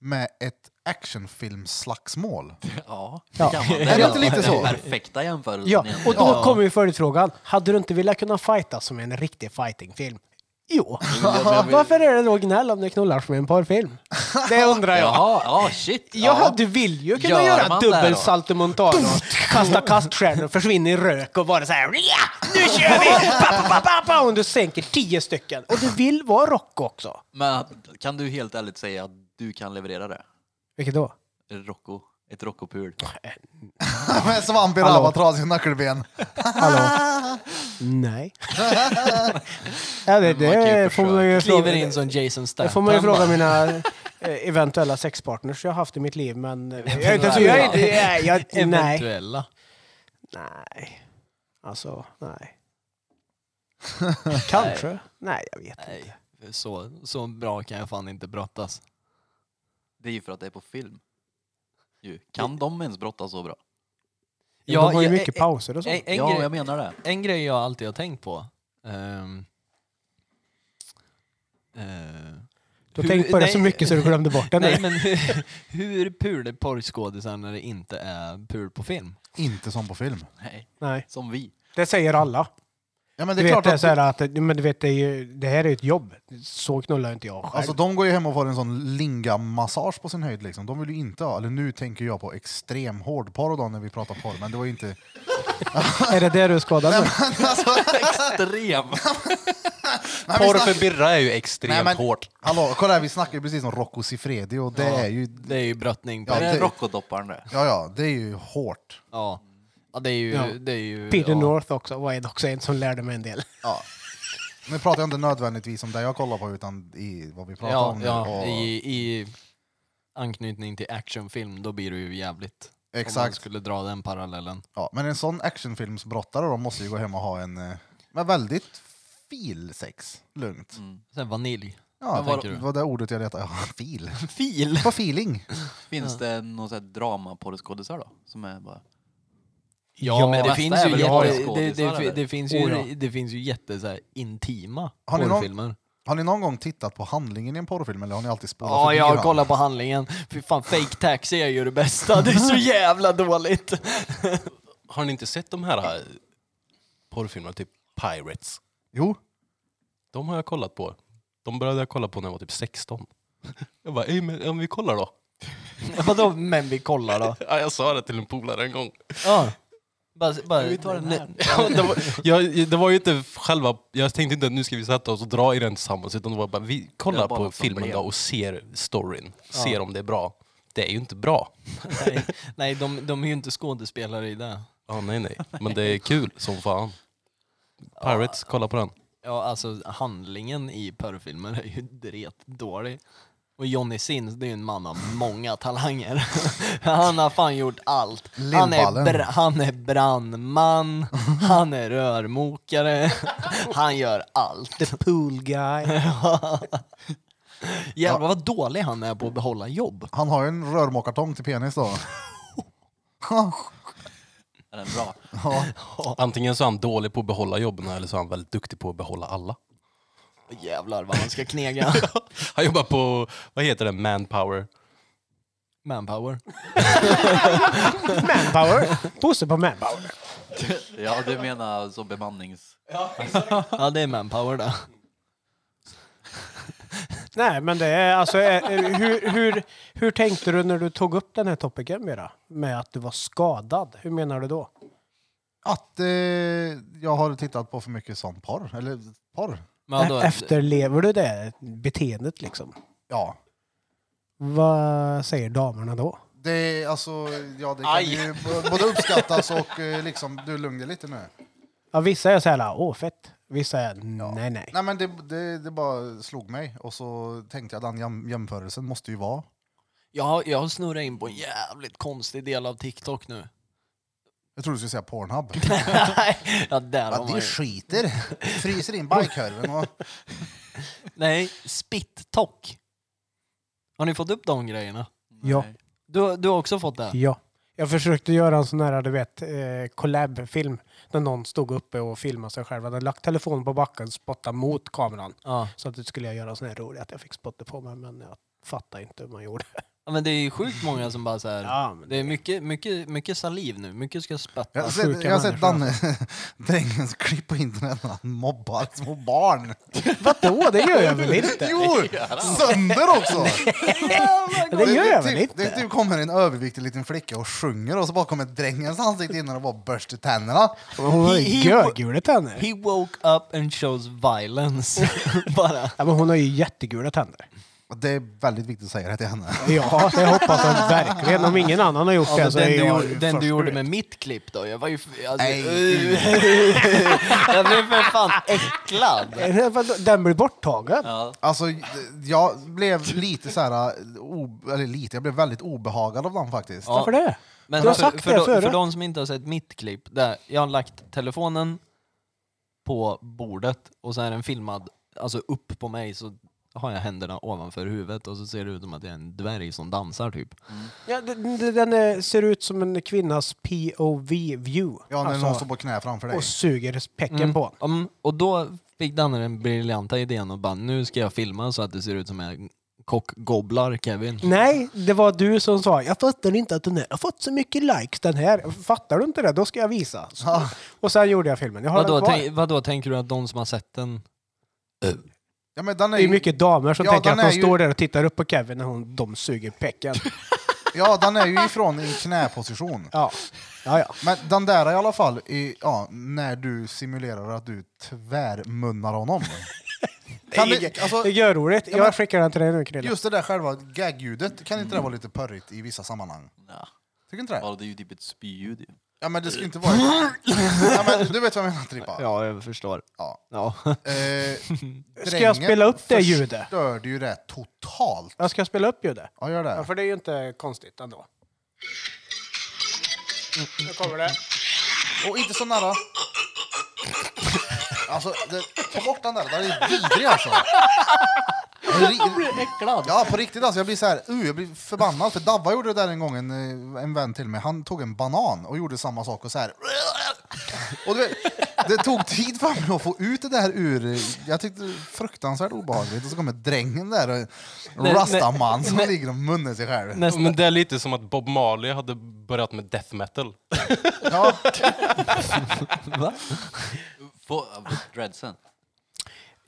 Speaker 1: med ett actionfilmsslagsmål?
Speaker 5: Ja,
Speaker 4: Ja.
Speaker 5: det kan man.
Speaker 1: Är det inte lite så?
Speaker 5: Perfekta jämförelsen
Speaker 4: Ja, och
Speaker 5: egentligen.
Speaker 4: då kommer ju följdfrågan. Hade du inte velat kunna fighta som en riktig fightingfilm? Jo. Varför är det då gnäll om det knullar som i en porrfilm? Det undrar jag.
Speaker 5: Jaha, ja shit.
Speaker 4: Ja,
Speaker 5: Ja.
Speaker 4: du vill ju kunna
Speaker 5: Gör
Speaker 4: göra
Speaker 5: man det då?
Speaker 4: dubbel saltomortano, kasta kaststjärnor, försvinna i rök och vara så här ja, nu kör vi! Pa, pa, pa, pa, pa, och du sänker tio stycken. Och du vill vara rock också.
Speaker 5: Men kan du helt ärligt säga att du kan leverera det?
Speaker 4: Vilket då?
Speaker 5: Rocco. Ett Rocco-pul.
Speaker 1: med svamp i röva, trasiga nackelben.
Speaker 4: Nej. ja, det,
Speaker 5: man kan ju
Speaker 4: det får man ju
Speaker 3: Kliver
Speaker 4: fråga.
Speaker 3: in som Jason
Speaker 4: Det
Speaker 3: Statham.
Speaker 4: får man ju fråga mina eh, eventuella sexpartners jag har haft i mitt liv, men... eh, Jag är inte så...
Speaker 3: Eventuella.
Speaker 4: Jag är inte... Nej, jag, nej.
Speaker 3: Eventuella.
Speaker 4: Nej. Alltså, nej. Kanske. Nej, jag vet inte.
Speaker 3: Nej, så, så bra kan jag fan inte brottas.
Speaker 5: Det är ju för att det är på film. Ju. Kan de ens brottas så bra?
Speaker 4: Ja, de har ju
Speaker 3: jag-
Speaker 4: mycket
Speaker 3: eh,
Speaker 4: pauser och sånt.
Speaker 3: En, en,
Speaker 5: ja,
Speaker 3: grej,
Speaker 5: jag menar det.
Speaker 3: en grej jag alltid har tänkt på. ehm, eh,
Speaker 4: Du har
Speaker 3: hur-
Speaker 4: tänkt på det
Speaker 3: nej,
Speaker 4: så mycket så du glömde bort den.
Speaker 3: Nej
Speaker 4: nu.
Speaker 3: men hur, hur pular porrskådisar när det inte är pul på film?
Speaker 1: Inte som på film.
Speaker 5: Nej,
Speaker 4: Nej,
Speaker 5: som vi.
Speaker 4: det säger alla.
Speaker 1: Ja, men det
Speaker 4: Du
Speaker 1: är klart
Speaker 4: vet, det, är
Speaker 1: att
Speaker 4: så här att, men du vet, det, är ju, det här är ju ett jobb. Så knullar inte jag själv.
Speaker 1: Alltså de går ju hem och får en sån lingamassage på sin höjd liksom. De vill ju inte ha, eller nu tänker jag på extrem hårdporr då när vi pratar porr, men det var ju inte...
Speaker 4: är det det du är skadad med?
Speaker 6: Extrem.
Speaker 1: Nej, vi
Speaker 6: Porr
Speaker 1: snack-
Speaker 6: för birra är ju extremt
Speaker 1: Nej, men-
Speaker 6: hårt.
Speaker 1: Hallå, kolla här, vi snackar ju precis om Rocco Siffredi och det är ju...
Speaker 3: Det är ju brottning på
Speaker 1: Ja,
Speaker 5: Är det
Speaker 1: det-
Speaker 5: Rocco-dopparen det?
Speaker 1: Ja, ja, det är ju hårt.
Speaker 3: Ja. ja, det är ju...
Speaker 4: Ja.
Speaker 3: Det är ju
Speaker 4: Peter
Speaker 3: ja.
Speaker 4: North också var en- också en som lärde mig en del.
Speaker 1: Ja. Nu pratar jag inte nödvändigtvis om det jag kollar på utan i vad vi pratar
Speaker 3: Ja,
Speaker 1: om nu.
Speaker 3: ja,
Speaker 1: och,
Speaker 3: i, I anknytning till actionfilm, då blir det ju jävligt. Om man
Speaker 1: exakt.
Speaker 3: skulle dra den parallellen.
Speaker 1: Ja, men en sån actionfilmsbrottare de måste ju gå hem och ha en eh, men väldigt filsex. Lugnt.
Speaker 3: Sen vanilj.
Speaker 1: Ja,
Speaker 3: Vad tänker
Speaker 1: Mm. vad
Speaker 3: du?
Speaker 1: var det ordet jag letade? Ja, fil.
Speaker 3: Fil!
Speaker 1: På feeling.
Speaker 5: Finns det någon sån här dramaporrskådisar då? Som är bara...
Speaker 3: Ja,
Speaker 4: Ja,
Speaker 3: men det
Speaker 5: det
Speaker 3: finns,
Speaker 5: mesta
Speaker 3: ju
Speaker 5: är väl
Speaker 3: jätte, det,
Speaker 5: porrskådisar,
Speaker 3: det,
Speaker 5: eller?
Speaker 3: det finns ju,
Speaker 4: Oh, ja.
Speaker 3: det finns ju jätte så här, intima
Speaker 1: Har ni någon-
Speaker 3: porrfilmer.
Speaker 1: Har ni någon gång tittat på handlingen i en porrfilm eller har ni alltid spårat
Speaker 3: Ja,
Speaker 1: förbi
Speaker 3: jag
Speaker 1: den?
Speaker 3: kollar på handlingen. Fy fan, fake taxi är ju det bästa. Det är så jävla dåligt.
Speaker 6: Har ni inte sett de här eh, porrfilmerna, typ Pirates?
Speaker 1: Jo,
Speaker 6: De har jag kollat på. De började jag kolla på när jag var typ 16. Jag bara, "Ey, men om vi kollar då?
Speaker 3: Vadå, men vi kollar då?
Speaker 6: Ja, jag sa det till en polare en gång.
Speaker 3: Ja. Bara, bara, ne-
Speaker 6: Ja, det, var, jag, det var ju inte själva... Jag tänkte inte att nu ska vi sätta oss och dra i den tillsammans. Utan det var bara, vi
Speaker 5: Det
Speaker 6: kollar
Speaker 5: var bara
Speaker 6: på
Speaker 5: något
Speaker 6: filmen
Speaker 5: problem.
Speaker 6: då och ser storyn. Ser om det är bra. Det är ju inte bra.
Speaker 3: nej, nej de, de är ju inte skådespelare i det.
Speaker 6: Ja, nej, nej. Men det är kul som fan. Pirates, kolla på den.
Speaker 3: Ja, alltså handlingen i porrfilmer är ju dret dålig. Och Johnny Sins, det är ju en man av många talanger. Han har fan gjort allt. Han är,
Speaker 1: Lindballen.
Speaker 3: br- han är brandman, han är rörmokare, han gör allt.
Speaker 4: The pool guy.
Speaker 3: Jävlar vad dålig han är på att behålla jobb.
Speaker 1: han har ju en rörmokartong till penis då.
Speaker 5: Är den bra?
Speaker 6: Antingen så är han dålig på att behålla jobben eller så är han väldigt duktig på att behålla alla.
Speaker 3: Jävlar vad man ska knega.
Speaker 6: Han jobbar på, vad heter det, manpower.
Speaker 3: Manpower.
Speaker 4: Manpower. Bosse på manpower.
Speaker 5: Ja, du menar som bemannings...
Speaker 3: Ja, det är manpower det.
Speaker 4: Nej, men det är alltså... eh, eh, Hur, hur, hur tänkte du när du tog upp den här topicen Mira? Med att du var skadad. Hur menar du då?
Speaker 1: Att eh, jag har tittat på för mycket sån porr. Eller porr?
Speaker 3: Men vadå?
Speaker 4: Efterlever du det beteendet liksom?
Speaker 1: Ja.
Speaker 4: Vad säger damerna då?
Speaker 1: Det är alltså, ja det kan
Speaker 5: Aj.
Speaker 1: ju b- både uppskattas och eh, liksom, du lugn dig lite nu.
Speaker 4: Ja, vissa är så här, åh fett. Vissa är, nej nej.
Speaker 1: Nej men det, det, det bara slog mig och så tänkte jag den jäm, jämförelsen måste ju vara.
Speaker 3: Jag, har- jag har snurrat in på en jävligt konstig del av TikTok nu.
Speaker 1: Jag trodde du skulle säga Pornhub.
Speaker 3: ja, där har
Speaker 1: Ja,
Speaker 3: man
Speaker 1: det
Speaker 3: ju.
Speaker 1: skiter. Fryser in bajkorven och...
Speaker 3: Nej, spittok. Har ni fått upp de grejerna?
Speaker 4: Ja,
Speaker 3: Du, du har också fått det?
Speaker 4: ja. Jag försökte göra en sån här, du vet, eh, collab-film. När någon stod uppe och filmade sig själv. Han hade lagt telefonen på backen, spottade mot kameran.
Speaker 3: Ja.
Speaker 4: Så att det skulle jag göra en sån här rolig att jag fick spotta på mig. Men jag fattade inte hur man gjorde.
Speaker 3: ja. Men det är ju sjukt många som bara så här.
Speaker 4: Ja, men
Speaker 3: Det är mycket, mycket, mycket saliv nu. Mycket ska
Speaker 1: Jag
Speaker 3: spöttas.
Speaker 1: har sett,
Speaker 4: sjuka
Speaker 1: jag har sett
Speaker 4: människor,
Speaker 1: Danne, drängens klipp på internet när han mobbar små barn.
Speaker 4: Vadå, det gör jag väl inte?
Speaker 1: Jo! Sönder också!
Speaker 4: Det gör jag
Speaker 1: typ-
Speaker 4: väl inte?
Speaker 1: Det typ kommer en överviktig liten flicka och sjunger och så bara kommer drängens ansikte in och bara borstar tänderna.
Speaker 4: Hon har
Speaker 3: He-
Speaker 4: ju
Speaker 3: he-
Speaker 4: görgula tänder.
Speaker 3: He woke up and shows violence. bara.
Speaker 4: Ja, men hon har ju jättegula tänder.
Speaker 1: Och Det är väldigt viktigt att säga det till henne.
Speaker 4: Ja, det hoppas jag verkligen. Om ingen annan har gjort
Speaker 3: Ja,
Speaker 4: Alltså, det
Speaker 3: men den du,
Speaker 4: så är
Speaker 3: gjorde-
Speaker 4: jag ju
Speaker 3: den
Speaker 4: först
Speaker 3: du gjorde
Speaker 4: ut.
Speaker 3: med mitt klipp då, jag var ju... f- Alltså,
Speaker 1: Nej,
Speaker 3: jag blev för fan äcklad.
Speaker 4: Eh, vadå? Den blir borttagen?
Speaker 1: Alltså, jag blev lite så här, o- eller lite, jag blev väldigt obehagad av den faktiskt.
Speaker 3: Ja.
Speaker 4: Varför det?
Speaker 3: Men
Speaker 4: Du har
Speaker 3: för,
Speaker 4: sagt
Speaker 3: för,
Speaker 4: det
Speaker 3: de-
Speaker 4: förut.
Speaker 3: för de som inte har sett mitt klipp, där jag har lagt telefonen på bordet och så är den filmad alltså upp på mig så har jag händerna ovanför huvudet och så ser det ut som att jag är en dvärg som dansar typ.
Speaker 4: Ja, d- d- den eh, ser ut som en kvinnas POV-view.
Speaker 1: Ja, när någon står på knä framför dig.
Speaker 4: Alltså, och suger pecken på honom.
Speaker 3: Mm, och då fick Danne den briljanta idén och bara nu ska jag filma så att det ser ut som jag kockgobblar Kevin.
Speaker 4: Nej, det var du som sa jag fattar inte att den här har fått så mycket likes den här. Fattar du inte det? Då ska jag visa. Så- Och sen gjorde jag filmen. Jag har
Speaker 3: Vadå,
Speaker 4: den kvar.
Speaker 3: tänk, vadå, tänker du att de som har sett den...
Speaker 1: Ja, men den är
Speaker 4: Det är
Speaker 1: ju,
Speaker 4: mycket damer som
Speaker 1: Ja,
Speaker 4: tänker att
Speaker 1: den
Speaker 4: de
Speaker 1: är ju-
Speaker 4: står där och tittar upp på Kevin när hon, de suger pecken.
Speaker 1: ja, den är ju ifrån i knäposition.
Speaker 4: Ja, ja. ja.
Speaker 1: Men den där i alla fall, i, ja, när du simulerar att du tvärmunnar honom. Kan det, alltså,
Speaker 4: Det gör roligt.
Speaker 1: men-
Speaker 4: Jag skickar den till dig nu Krille.
Speaker 1: just det där själva gag-ljudet, kan inte det vara lite pörrigt i vissa sammanhang?
Speaker 5: Nja.
Speaker 1: Tycker inte det?
Speaker 5: Ja, det är ju typ ett spyljud ju.
Speaker 1: Ja men det ska inte vara... ja, men, du vet vad jag menar Trippa?
Speaker 3: Ja, jag förstår.
Speaker 1: Ja.
Speaker 3: Ja.
Speaker 1: Eh,
Speaker 4: Ska jag spela upp det ljudet?
Speaker 1: förstörde ju det totalt.
Speaker 4: Jag ska spela upp ljudet.
Speaker 1: Ja, gör
Speaker 4: Ja,
Speaker 1: det.
Speaker 4: för det är ju inte konstigt ändå. Nu kommer det.
Speaker 1: Och inte så nära. Alltså, det, ta bort den där. Den är vidrig alltså. Jag blir äcklad. Ja, på riktigt alltså. Jag blir så här, uh, jag blir förbannad. För Davva gjorde det där en gång, en, eh, en vän till mig. Han tog en banan och gjorde samma sak och så här. Och du vet, det tog tid för mig att få ut det där ur... eh, Jag tyckte det var fruktansvärt obehagligt. Och så kommer drängen där, en
Speaker 3: Nej,
Speaker 1: rastaman som ligger och munnar sig själv.
Speaker 3: Nästa,
Speaker 6: Men det är lite som att Bob Marley hade börjat med death metal.
Speaker 1: Ja,
Speaker 3: va?
Speaker 5: Få, dreadsen.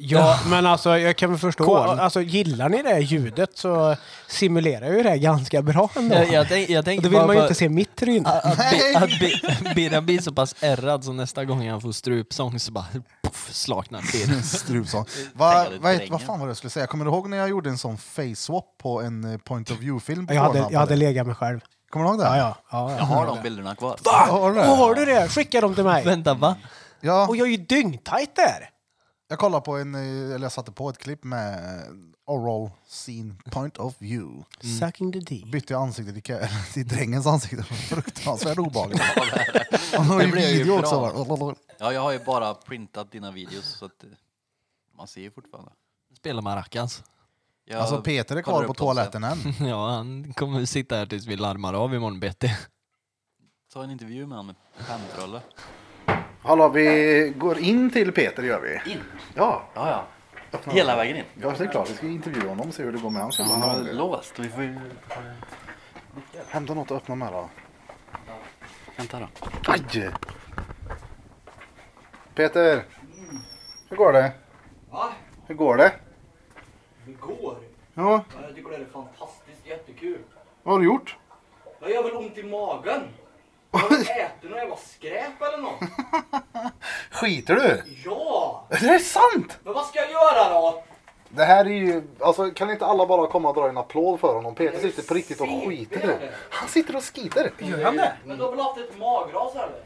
Speaker 4: Ja, men alltså jag kan väl förstå.
Speaker 3: Kol.
Speaker 4: Alltså, gillar ni det här ljudet så simulerar ju det här ganska bra ändå.
Speaker 3: Jag, jag, tänk, jag
Speaker 4: Och
Speaker 3: tänker
Speaker 4: då vill
Speaker 3: bara
Speaker 4: man ju
Speaker 3: på
Speaker 4: inte se mitt tryne.
Speaker 3: att- att, Bi- att Bi- Birra blir så pass ärrad så nästa gång han får strupsång så bara puff, slaknar Birra.
Speaker 1: Strupsång. Va,
Speaker 5: Tänkte
Speaker 1: vad,
Speaker 5: drängen.
Speaker 1: vad fan var det jag skulle säga? Kommer du ihåg när jag gjorde en sån face-swap på en eh, point of view-film? på
Speaker 4: Jag hade,
Speaker 1: Pornhub?
Speaker 4: jag hade legat mig själv.
Speaker 1: Kommer du ihåg det?
Speaker 4: Ja, ja. ja,
Speaker 5: Jag har de bilderna kvar.
Speaker 1: Ja, har du det?
Speaker 4: Åh, har du det? Skicka dem till mig.
Speaker 3: Vänta va?
Speaker 1: Ja,
Speaker 4: Och jag är ju dyngtajt där.
Speaker 1: jag kollade på en, eh, eller jag satte på ett klipp med eh, oral scene point of view.
Speaker 4: Sucking the D.
Speaker 1: Bytte jag ansikte till, Ke- till drängens ansikte. Fruktansvärt obehagligt. Och det var ju
Speaker 5: Det blev ju
Speaker 1: video också.
Speaker 5: bra.
Speaker 1: va?
Speaker 5: Ja, jag har ju bara printat dina videos så att eh, man ser ju fortfarande.
Speaker 3: Spelar maracas.
Speaker 5: Jag
Speaker 1: Alltså Peter är kvar
Speaker 5: kollar
Speaker 1: på
Speaker 5: upp dem sen.
Speaker 1: toaletten än.
Speaker 3: Ja, han kommer sitta här tills vi larmar av imorgon Betty.
Speaker 5: Ta en intervju med honom. Femtrolle.
Speaker 1: Hallå, vi går in till Peter gör vi.
Speaker 5: In?
Speaker 1: Ja,
Speaker 5: Ja, ja.
Speaker 10: Hela vägen in.
Speaker 1: Ja, det är klart. Vi ska intervjua honom och se hur det går med hans
Speaker 10: Han har låst. Vi får ju...
Speaker 1: Hämta något att öppna med då.
Speaker 10: Vänta då.
Speaker 1: Aj! Peter! Hur går det?
Speaker 7: Va?
Speaker 1: Hur går det?
Speaker 7: Det går.
Speaker 1: Ja,
Speaker 7: Jag tycker det är fantastiskt jättekul.
Speaker 1: vad har du gjort?
Speaker 7: Jag gör väl ont i magen. Jag har ätit något jävla skräp eller något.
Speaker 1: Skiter du?
Speaker 7: Ja!
Speaker 1: Det är sant!
Speaker 7: Men vad ska jag göra då?
Speaker 1: Det här är ju... Alltså kan inte alla bara komma och dra en applåd för honom? Peter sitter på riktigt och skiter nu. Han sitter och skiter.
Speaker 7: Gör han det? Men du har väl haft ett magras eller?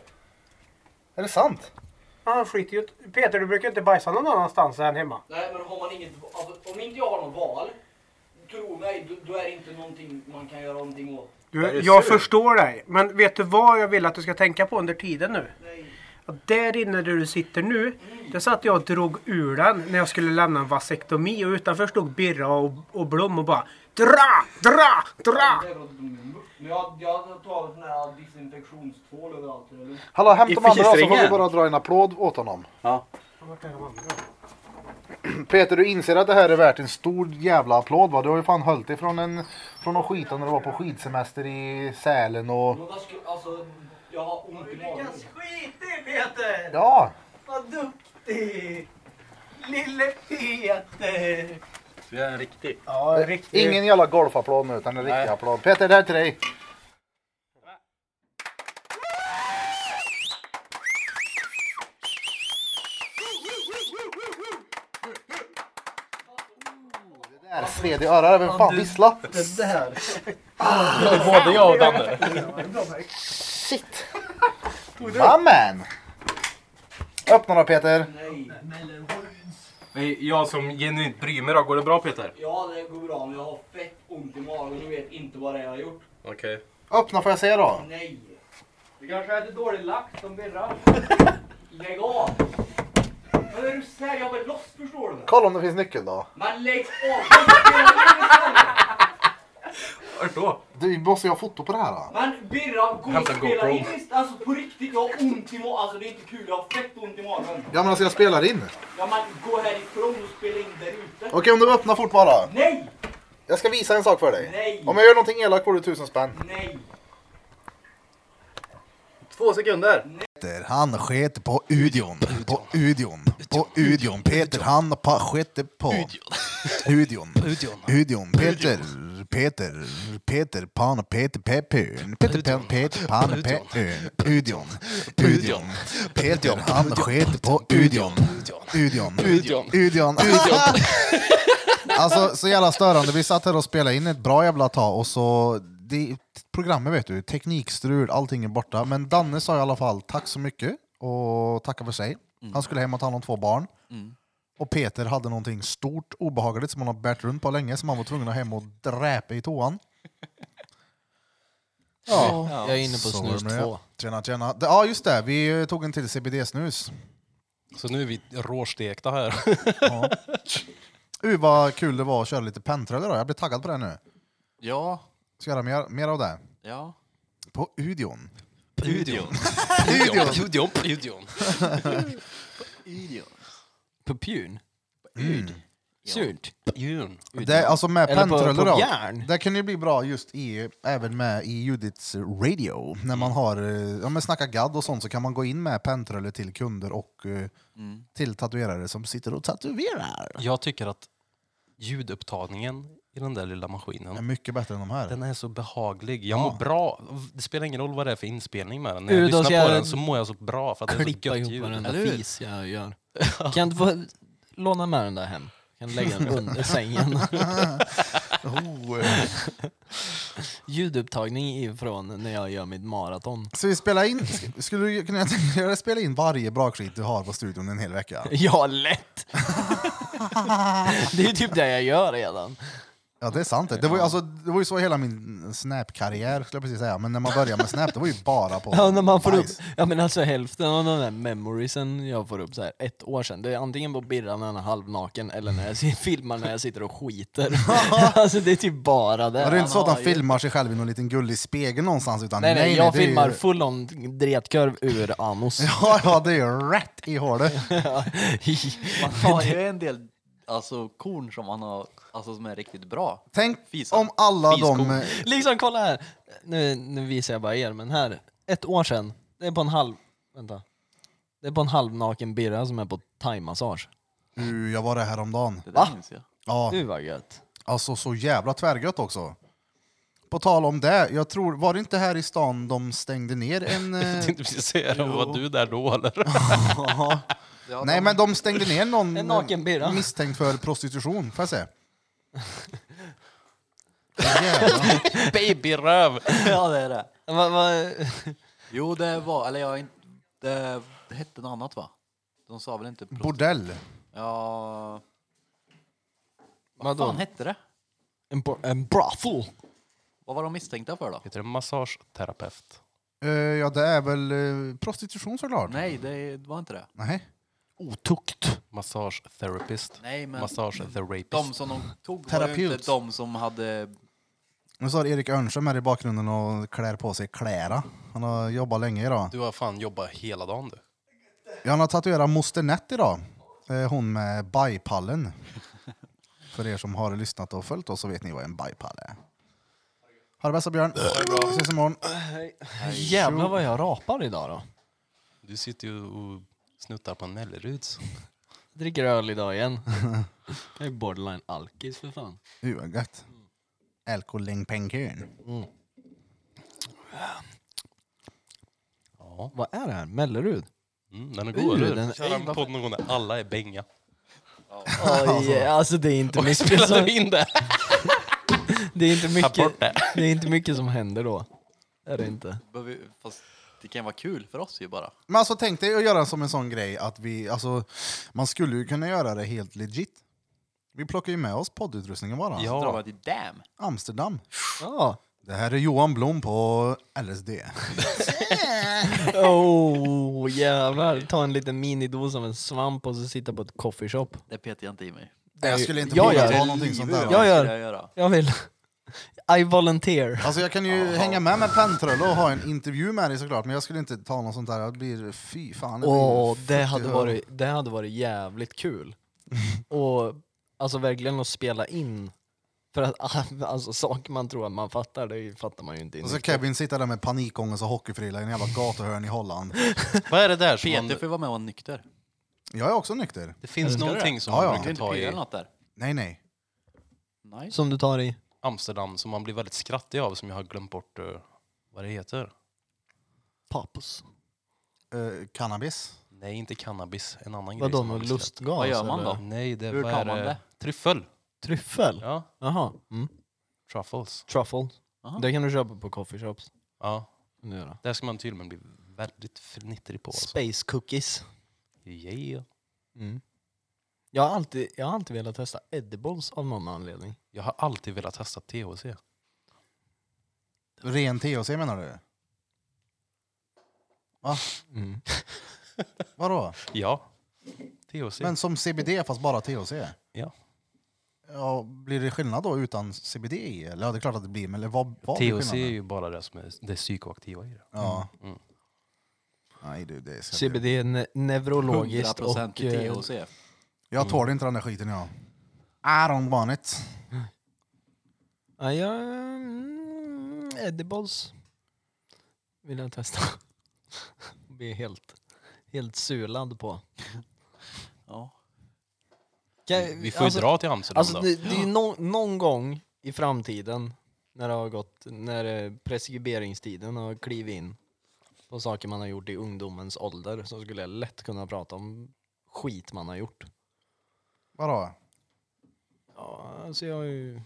Speaker 1: Är det sant?
Speaker 4: Han skiter ju ut- Peter, du brukar inte bajsa någon annanstans än hemma.
Speaker 7: Nej men har man inget... alltså, Om inte jag har något val. Tro mig, då- då är det inte någonting man kan göra någonting åt.
Speaker 4: Du, jag förstår dig. Men vet du vad jag vill att du ska tänka på under tiden nu? Att där inne där du sitter nu, där satt jag och drog ur den när jag skulle lämna en vasektomi och utanför stod Birra och, och Blom och bara DRA! DRA! DRA!
Speaker 7: Det är väl dumt. Men jag, jag tar en sån här disinfektionstvål överallt. eller hur?
Speaker 1: Hallå, hämta
Speaker 10: I
Speaker 1: de andra så får vi
Speaker 10: förkistringen.
Speaker 1: bara dra en applåd åt honom.
Speaker 10: Ja.
Speaker 1: Peter, du inser att det här är värt en stor jävla applåd va? Du har ju fan höllt dig från, en, från att skita när du var på skidsemester i Sälen och...
Speaker 7: Men vad ska... Alltså, jag har ont i magen.
Speaker 4: Skitig Peter!
Speaker 1: Ja!
Speaker 4: Vad duktig! Lille Peter!
Speaker 10: Så jag är en riktig.
Speaker 4: Ja, riktigt.
Speaker 1: Ingen jävla golfapplåd nu utan en riktig
Speaker 10: Nej.
Speaker 1: applåd. Peter, det här är till dig. Det där sved i öronen. Vem fan vissla?
Speaker 4: Det där.
Speaker 6: Både jag och Danne.
Speaker 1: Shit! Mannen! Öppna då Peter.
Speaker 6: Nej, Jag som genuint bryr mig då. Går det bra Peter?
Speaker 7: Ja, det går bra men jag har fett ont i magen och vet inte vad det är jag har gjort.
Speaker 6: Okej.
Speaker 1: Öppna får jag se då.
Speaker 7: Nej! Du kanske äter dålig lax som Birra. Lägg av! Men är du sär? Jag var loss förstår du.
Speaker 1: Kolla om det finns nyckel då.
Speaker 7: Men lägg av! Det spelar ingen roll.
Speaker 6: Vart då?
Speaker 1: Du, vi måste ju ha foto på det här då.
Speaker 7: Men Birra, gå och
Speaker 6: Hämta
Speaker 7: spela
Speaker 6: GoPro.
Speaker 7: in visst. Alltså på riktigt, jag har ont i magen. Alltså det är inte kul, jag har fett ont i magen.
Speaker 1: Ja men alltså jag spelar in.
Speaker 7: Ja men gå härifrån och spela in där ute.
Speaker 1: Okej om du öppnar fort bara.
Speaker 7: Nej!
Speaker 1: Jag ska visa en sak för dig.
Speaker 7: Nej!
Speaker 1: Om jag gör någonting elakt får du tusen spänn.
Speaker 7: Nej!
Speaker 10: Två sekunder.
Speaker 1: Peter, han sket på Udion. På Udion. På Udion. Peter, han pa- sket på Udion. Udion. Udion. Peter, Peter, Peter, Pan, Peter, Pepön. Peter, Pan, Peter, Pan, Pepön. Udion. Udion. Peter, han sket på Udion. Udion. Udion. Udion. Alltså så jävla störande. Vi satt här och spelade in ett bra jävla tag och så det, programmet vet du, teknikstrul, allting är borta. Men Danne sa i alla fall tack så mycket och tacka för sig. Han skulle hem och ta hand om två barn. Och Peter hade någonting stort obehagligt som han har bärt runt på länge som han var tvungen att hem och dräpa i toan. Ja,
Speaker 3: Jag är inne på
Speaker 1: så var det
Speaker 3: snus
Speaker 1: med det.
Speaker 3: två.
Speaker 1: Tjena, tjena. Det- Ja, just det. Vi eh, tog en till CBD-snus.
Speaker 6: Så nu är vi råstekta här.
Speaker 1: Ja. Uh, vad kul det var att köra lite pentröller då. Jag blir taggad på det nu.
Speaker 5: Ja,
Speaker 1: Ska göra mer, mer av det.
Speaker 5: ja.
Speaker 1: På Udion.
Speaker 6: Udion.
Speaker 1: Udion.
Speaker 6: Udion. Udion.
Speaker 5: Idiot.
Speaker 3: Pupjun.
Speaker 6: Mm.
Speaker 3: Surt.
Speaker 6: Udion.
Speaker 1: Det, är alltså med
Speaker 3: Eller på-
Speaker 1: pentröller
Speaker 3: på
Speaker 1: då.
Speaker 3: järn.
Speaker 1: Det kan ju bli bra just i, även med i Judiths radio. När
Speaker 3: Mm.
Speaker 1: man har, eh, ja men snacka gadd och sånt så kan man gå in med pentröller till kunder och eh,
Speaker 3: Mm.
Speaker 1: till tatuerare som sitter och tatuerar.
Speaker 6: Jag tycker att ljudupptagningen i den där lilla
Speaker 1: Det är
Speaker 6: maskinen
Speaker 1: mycket bättre än de här.
Speaker 6: den är så behaglig. Jag mår bra. Det spelar ingen roll vad det är för inspelning med den. När
Speaker 3: Udo,
Speaker 6: jag lyssnar
Speaker 3: ska jag
Speaker 6: på den så mår jag så bra för att det är så
Speaker 3: Klippa
Speaker 6: gött
Speaker 3: ihop
Speaker 6: ljud.
Speaker 3: varenda
Speaker 6: Eller hur?
Speaker 3: fis jag gör. Kan du få låna med den där hem? Kan du lägga den under sängen?
Speaker 1: Oh, eh.
Speaker 3: Ljudupptagning ifrån när jag gör mitt maraton.
Speaker 1: Så vi spelar in, sk- skulle du kunna göra- spela in varje brakskit du har på studion en hel vecka?
Speaker 3: Ja, lätt! det är typ det jag gör redan.
Speaker 1: Ja det är sant det. Det var ju, alltså, det var ju så hela min Snap-karriär skulle jag precis säga. Men när man började med Snap det var ju bara på
Speaker 3: Ja, när man får upp,
Speaker 1: bajs.
Speaker 3: ja men alltså hälften av de där memoriesen jag får upp så här ett år sedan, det är antingen på Birra när han är halvnaken eller när jag sit- filmar när jag sitter och skiter. alltså det är typ bara det.
Speaker 1: Ja, det är inte så att han
Speaker 3: Ja,
Speaker 1: filmar sig själv i någon liten gullig spegel någonstans utan
Speaker 3: Nej, nej, jag
Speaker 1: det är ju-
Speaker 3: filmar full on dretkurv ur anus.
Speaker 1: Ja, ja, det är ju rätt i hålet.
Speaker 3: Ja.
Speaker 5: Man har ju en del alltså, korn som han har, alltså som är riktigt bra.
Speaker 1: Tänk
Speaker 5: Fisa.
Speaker 1: om alla
Speaker 5: Fiskorn.
Speaker 1: de... eh,
Speaker 3: Liksom kolla här, nu, nu visar jag bara er, men här, ett år sedan, det är på en halv, vänta. Det är på en halvnaken birra som är på thaimassage.
Speaker 1: Uh, jag var där häromdagen.
Speaker 5: Det där minns jag.
Speaker 1: Ja,
Speaker 3: Du var gött.
Speaker 1: alltså så jävla tvärgött också. På tal om det, jag tror, var det inte här i stan de stängde ner en...
Speaker 6: Jag
Speaker 1: eh,
Speaker 6: tänkte precis säga det, var du där då eller?
Speaker 1: ja. Nej men de stängde ner någon
Speaker 3: En naken birra.
Speaker 1: misstänkt för prostitution, får jag säga. Jävlar.
Speaker 6: Babyröv!
Speaker 5: ja, det är det.
Speaker 3: Va, va,
Speaker 5: Jo, det var, eller jag har inte, det, det hette något annat va? De sa väl inte... prost-
Speaker 1: Bordell.
Speaker 5: Ja... Vad
Speaker 3: vadå?
Speaker 5: fan hette det?
Speaker 3: En, bro- en brothel?
Speaker 5: Vad var de misstänkta för då?
Speaker 6: Heter det massageterapeut?
Speaker 1: Eh, ja det är väl eh, prostitution såklart.
Speaker 5: Nej, det var inte det.
Speaker 1: Nej.
Speaker 6: Otukt. Massagetherapist.
Speaker 5: Nej, men
Speaker 6: Massagetherapist.
Speaker 5: de som de tog var ju inte
Speaker 1: Terapeut.
Speaker 5: de som hade...
Speaker 1: Nu står Erik Örnström här i bakgrunden och klär på sig klära. Han har jobbat länge idag.
Speaker 6: Du har fan jobbat hela dagen du.
Speaker 1: Ja, Han har tatuerat moster Nett idag. Eh, Hon med bajpallen. För er som har lyssnat och följt oss så vet ni vad en bajpall är. Ha det bästa Björn. Vi ses imorgon.
Speaker 3: Jävlar vad jag rapar idag då.
Speaker 6: Du sitter ju och snuttar på en Melleruds.
Speaker 3: Dricker öl idag igen. Jag är borderline alkis för fan.
Speaker 1: Uh, vad gött. Alkolängpengkön.
Speaker 6: Ja.
Speaker 3: Vad är det här? Mellerud?
Speaker 6: Mm, den är
Speaker 3: Uh,
Speaker 6: god.
Speaker 3: den är-
Speaker 6: eller? Kör en podd någon gång där alla är bänga.
Speaker 3: Oj, alltså det är inte
Speaker 6: Och vi
Speaker 3: mycket som,
Speaker 6: spelade in det.
Speaker 3: det är inte
Speaker 6: Ta bort
Speaker 3: mycket,
Speaker 6: det.
Speaker 3: det är inte mycket som händer då. Är det inte?
Speaker 5: behöver- Fast det kan vara kul för oss ju bara.
Speaker 1: Men alltså tänk dig att göra som en sån grej att vi, alltså man skulle ju kunna göra det helt legit. Vi plockar ju med oss poddutrustningen bara.
Speaker 5: Ja. Så drar man till damn.
Speaker 1: Amsterdam.
Speaker 3: Ja.
Speaker 1: Det här är Johan Blom på LSD.
Speaker 3: Oh, jävlar. Ta en liten minidos av en svamp och så sitta på ett coffeeshop.
Speaker 5: Det petar jag inte i mig.
Speaker 1: Jag skulle inte
Speaker 3: jag
Speaker 1: våga
Speaker 3: gör.
Speaker 1: ta någonting sånt där.
Speaker 3: Jag
Speaker 5: Vad
Speaker 3: gör.
Speaker 5: skulle jag göra?
Speaker 3: Jag vill. I volunteer.
Speaker 1: Alltså jag kan ju hänga med med Pentrulle och ha en intervju med dig såklart, men jag skulle inte ta något sånt där. Det blir fy fan. blir
Speaker 3: Åh, det,
Speaker 1: 40
Speaker 3: hade
Speaker 1: öre.
Speaker 3: varit, det hade varit jävligt kul. och alltså verkligen att spela in. För att alltså, saker man tror att man fattar, det fattar man ju inte.
Speaker 1: Och
Speaker 5: Alltså,
Speaker 1: så Kevin sitta där med panikångest och hockeyfrilla i en jävla gatuhörn i Holland.
Speaker 6: Vad är det där som
Speaker 5: Peter
Speaker 6: man,
Speaker 5: får vara med och vara nykter.
Speaker 1: Jag är också nykter.
Speaker 6: Det finns någonting som
Speaker 1: Ja, ja.
Speaker 6: man
Speaker 5: Kan
Speaker 6: brukar
Speaker 5: inte
Speaker 6: ta
Speaker 5: pilla eller
Speaker 6: i
Speaker 5: något där?
Speaker 1: Nej nej.
Speaker 5: Nej.
Speaker 3: Som du tar i.
Speaker 6: Amsterdam som man blir väldigt skrattig av som jag har glömt bort eh, vad det heter.
Speaker 3: Papus.
Speaker 1: Eh, cannabis.
Speaker 6: Nej, inte cannabis. En annan grej.
Speaker 3: Vadå,
Speaker 6: som man
Speaker 3: någon
Speaker 6: blir
Speaker 3: lustgas?
Speaker 5: Vad gör man
Speaker 3: eller?
Speaker 5: då?
Speaker 6: skrattig- Nej, det
Speaker 5: Hur
Speaker 6: vad
Speaker 5: tar
Speaker 6: är
Speaker 5: man det?
Speaker 6: Tryffel.
Speaker 3: Tryffel?
Speaker 6: Ja,
Speaker 3: Jaha. Mm.
Speaker 6: truffles.
Speaker 3: Truffle.
Speaker 5: Aha.
Speaker 3: Det kan du köpa på coffeeshops.
Speaker 6: Ja,
Speaker 3: Nu då.
Speaker 6: där ska man tydligen bli väldigt fnittrig på. Alltså.
Speaker 3: Space cookies.
Speaker 6: Yeah.
Speaker 3: Mm. Jag, har alltid, jag har alltid velat testa edibles av någon anledning.
Speaker 6: Jag har alltid velat testa THC.
Speaker 1: Ren THC menar du? Va?
Speaker 3: Mm.
Speaker 1: Vadå?
Speaker 6: Ja. THC.
Speaker 1: Men som CBD fast bara THC?
Speaker 6: Typ. Ja.
Speaker 1: ja. Blir det skillnad då utan CBD i? Eller ja, det är klart att det blir, men eller vad, vad blir
Speaker 6: THC är
Speaker 1: skillnaden?
Speaker 6: ju bara det som är det psykoaktiva i det.
Speaker 1: Ja.
Speaker 6: Mm.
Speaker 1: Nej du, det ska
Speaker 3: CBD är ne- neurologiskt och...
Speaker 5: 100% i
Speaker 3: eh,
Speaker 5: THC.
Speaker 1: Jag tål inte den där skiten jag. I don't want it.
Speaker 3: Ja, jag... Mm, edibles vill jag testa. Bli helt, helt sulad på.
Speaker 5: Ja.
Speaker 3: Kan-
Speaker 6: Vi får ju
Speaker 3: alltså-
Speaker 6: dra till Amsterdam
Speaker 3: Alltså,
Speaker 6: då.
Speaker 3: det, det är ju nå- någon gång i framtiden när det har gått, när eh, preskriberingstiden har klivit in på saker man har gjort i ungdomens ålder så skulle jag lätt kunna prata om skit man har gjort.
Speaker 1: Vadå?
Speaker 3: Ja, alltså jag har ju,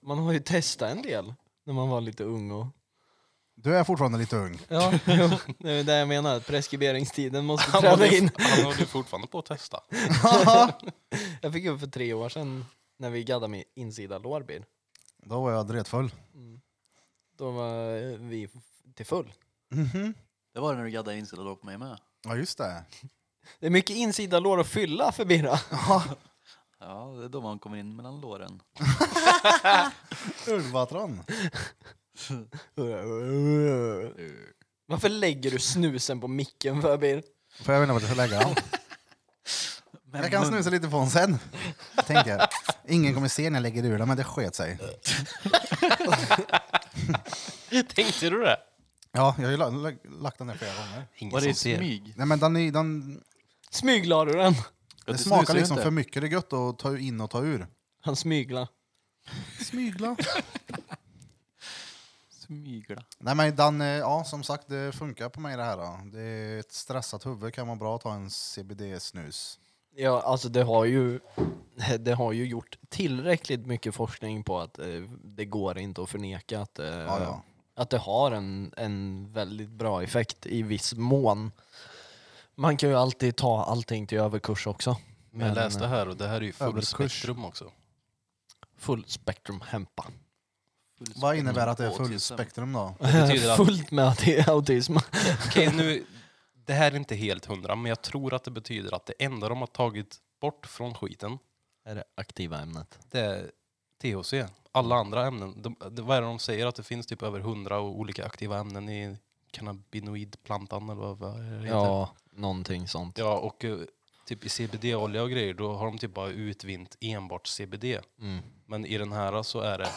Speaker 3: man har ju testat en del när man var lite ung och...
Speaker 1: Du är fortfarande lite ung.
Speaker 3: Ja, jo, det är det jag menar. att Preskriberingstiden måste
Speaker 6: Han
Speaker 3: träda
Speaker 6: håller,
Speaker 3: in.
Speaker 6: han håller fortfarande på att testa.
Speaker 3: Jag fick upp för tre år sedan när vi gaddade med insida lårbil. Mm.
Speaker 1: Då var jag dretfull.
Speaker 3: Då var vi f- till full.
Speaker 1: Mhm.
Speaker 5: Det var det när du gaddade insida låg på mig med.
Speaker 1: Ja just det.
Speaker 3: Det är mycket insida lår att fylla för Birra.
Speaker 5: Ja, det är då man kommer in mellan låren.
Speaker 1: Ulvatron.
Speaker 3: Varför lägger du snusen på micken för Bir?
Speaker 1: För jag vet inte vart jag ska lägga den. Jag kan snusa lite på den sen. Tänker jag. Ingen kommer se när jag lägger ur den, men det sket sig.
Speaker 6: Tänkte du det?
Speaker 1: Ja, jag har ju la- la- lagt den där flera gånger.
Speaker 6: Ingen
Speaker 2: Var
Speaker 6: som
Speaker 2: det
Speaker 6: ser.
Speaker 2: smyg?
Speaker 1: Nej, men den, är- den,
Speaker 3: Smyglar du den?
Speaker 1: det smakar liksom för mycket. Det är gött att ta in och ta ur.
Speaker 3: Han smyglar.
Speaker 1: Smygla.
Speaker 2: Smygla.
Speaker 1: Nej men den, eh, ja som sagt det funkar på mig det här. Då. Det är ett stressat huvud kan vara bra att ta en CBD-snus.
Speaker 3: Ja, alltså det har ju, det har ju gjort tillräckligt mycket forskning på att eh, det går inte att förneka att, eh,
Speaker 1: Ja, ja.
Speaker 3: att det har en, en väldigt bra effekt i viss mån. Man kan ju alltid ta allting till överkurs också.
Speaker 6: Men jag läste
Speaker 3: eh,
Speaker 6: här och det här är ju full
Speaker 1: Överkurs.
Speaker 6: spektrum också.
Speaker 3: Full spektrum hempa.
Speaker 1: Vad innebär att det är
Speaker 5: Autism.
Speaker 1: fullspektrum då?
Speaker 6: Det betyder att,
Speaker 3: Fullt med aut- autism.
Speaker 6: okej nu, det här är inte helt hundra, men jag tror att det betyder att det enda de har tagit bort från skiten,
Speaker 3: är det aktiva ämnet.
Speaker 6: det är THC. Alla andra ämnen, de, de, vad är det de säger? Att det finns typ över hundra olika aktiva ämnen i cannabinoidplantan eller vad, vad det heter.
Speaker 3: Ja, någonting sånt.
Speaker 6: Ja, och eh, typ i CBD-olja och grejer, då har de typ bara utvint enbart CBD.
Speaker 3: Mm.
Speaker 6: Men i den här så är det,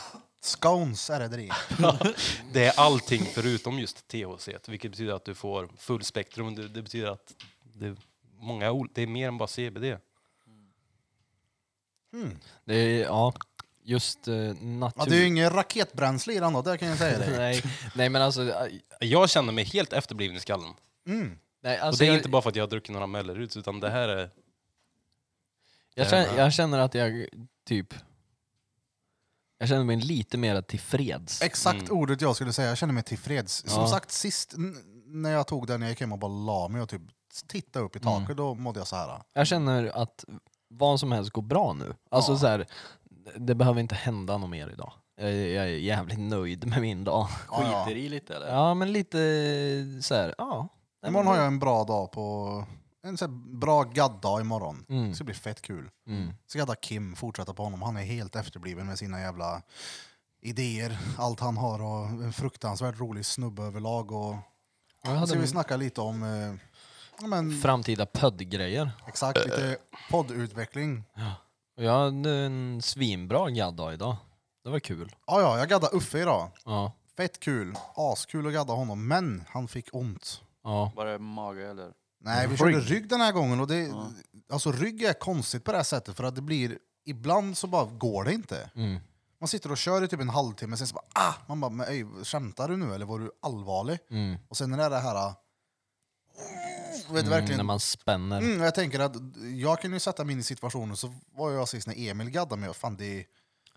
Speaker 1: Scones är det det är.
Speaker 6: det är allting förutom just THC, vilket betyder att du får full spektrum. Det, det betyder att det, är många, ol- det är mer än bara CBD.
Speaker 3: Det är, ja, just eh, natur...
Speaker 1: Hmm. Ja, det är ju ingen raketbränsle i den då, det kan jag säga dig.
Speaker 3: nej, nej, men alltså... eh,
Speaker 6: Jag känner mig helt efterbliven i skallen.
Speaker 1: Mm.
Speaker 3: Nej, alltså
Speaker 6: och det är
Speaker 3: jag-
Speaker 6: inte bara för att jag har druckit några Melleruds, utan det här är...
Speaker 3: Jag känner, jag känner att jag typ... Jag känner mig lite mer tillfreds.
Speaker 1: Exakt
Speaker 6: Mm.
Speaker 1: ordet jag skulle säga, jag känner mig tillfreds. Som
Speaker 3: Ja.
Speaker 1: sagt sist n- när jag tog den, jag gick hem och bara la mig och typ tittade upp i taket, då mådde jag så här.
Speaker 3: Jag känner att vad som helst går bra nu. Alltså
Speaker 1: Ja.
Speaker 3: så här, det behöver inte hända något mer idag. Jag, är- jag är jävligt nöjd med min dag.
Speaker 1: Ja, ja.
Speaker 5: Skiter i lite eller?
Speaker 3: Ja, men lite så här, ja. Nej,
Speaker 1: Imorgon
Speaker 3: men-
Speaker 1: har jag en bra dag på... En så här bra gaddag imorgon.
Speaker 3: Mm.
Speaker 1: Det ska bli fett kul.
Speaker 3: Mm.
Speaker 1: Ska gadda Kim, fortsätta på honom. Han är helt efterbliven med sina jävla idéer, allt han har och en fruktansvärt rolig snubbe överlag. Och...
Speaker 3: Jag
Speaker 1: Sen ska
Speaker 3: hade
Speaker 1: vi snacka lite om eh, ja, men,
Speaker 3: framtida poddgrejer.
Speaker 1: exakt lite poddutveckling.
Speaker 3: Och jag hade en svinbra gaddag idag. Det var kul.
Speaker 1: Ja, ja, jag gaddade Uffe idag.
Speaker 3: Ja,
Speaker 1: Fett kul. Askul att gadda honom, men han fick ont.
Speaker 3: ja.
Speaker 5: Var det mage eller?
Speaker 1: Nej, vi körde rygg den här gången. Och det, Alltså rygg är konstigt på det här sättet för att det blir... Ibland så bara går det inte.
Speaker 3: Mm.
Speaker 1: Man sitter och kör i typ en halvtimme, sen så bara ah! Man bara, men ej, skämtar du nu eller var du allvarlig?
Speaker 3: Mm.
Speaker 1: Och sen är det det här... ah, vet du
Speaker 3: Mm,
Speaker 1: verkligen...
Speaker 3: när man spänner.
Speaker 1: Mm, jag tänker att jag kan ju sätta mig in i situationen, så var jag sist när Emil gaddade mig. och Fan, det är,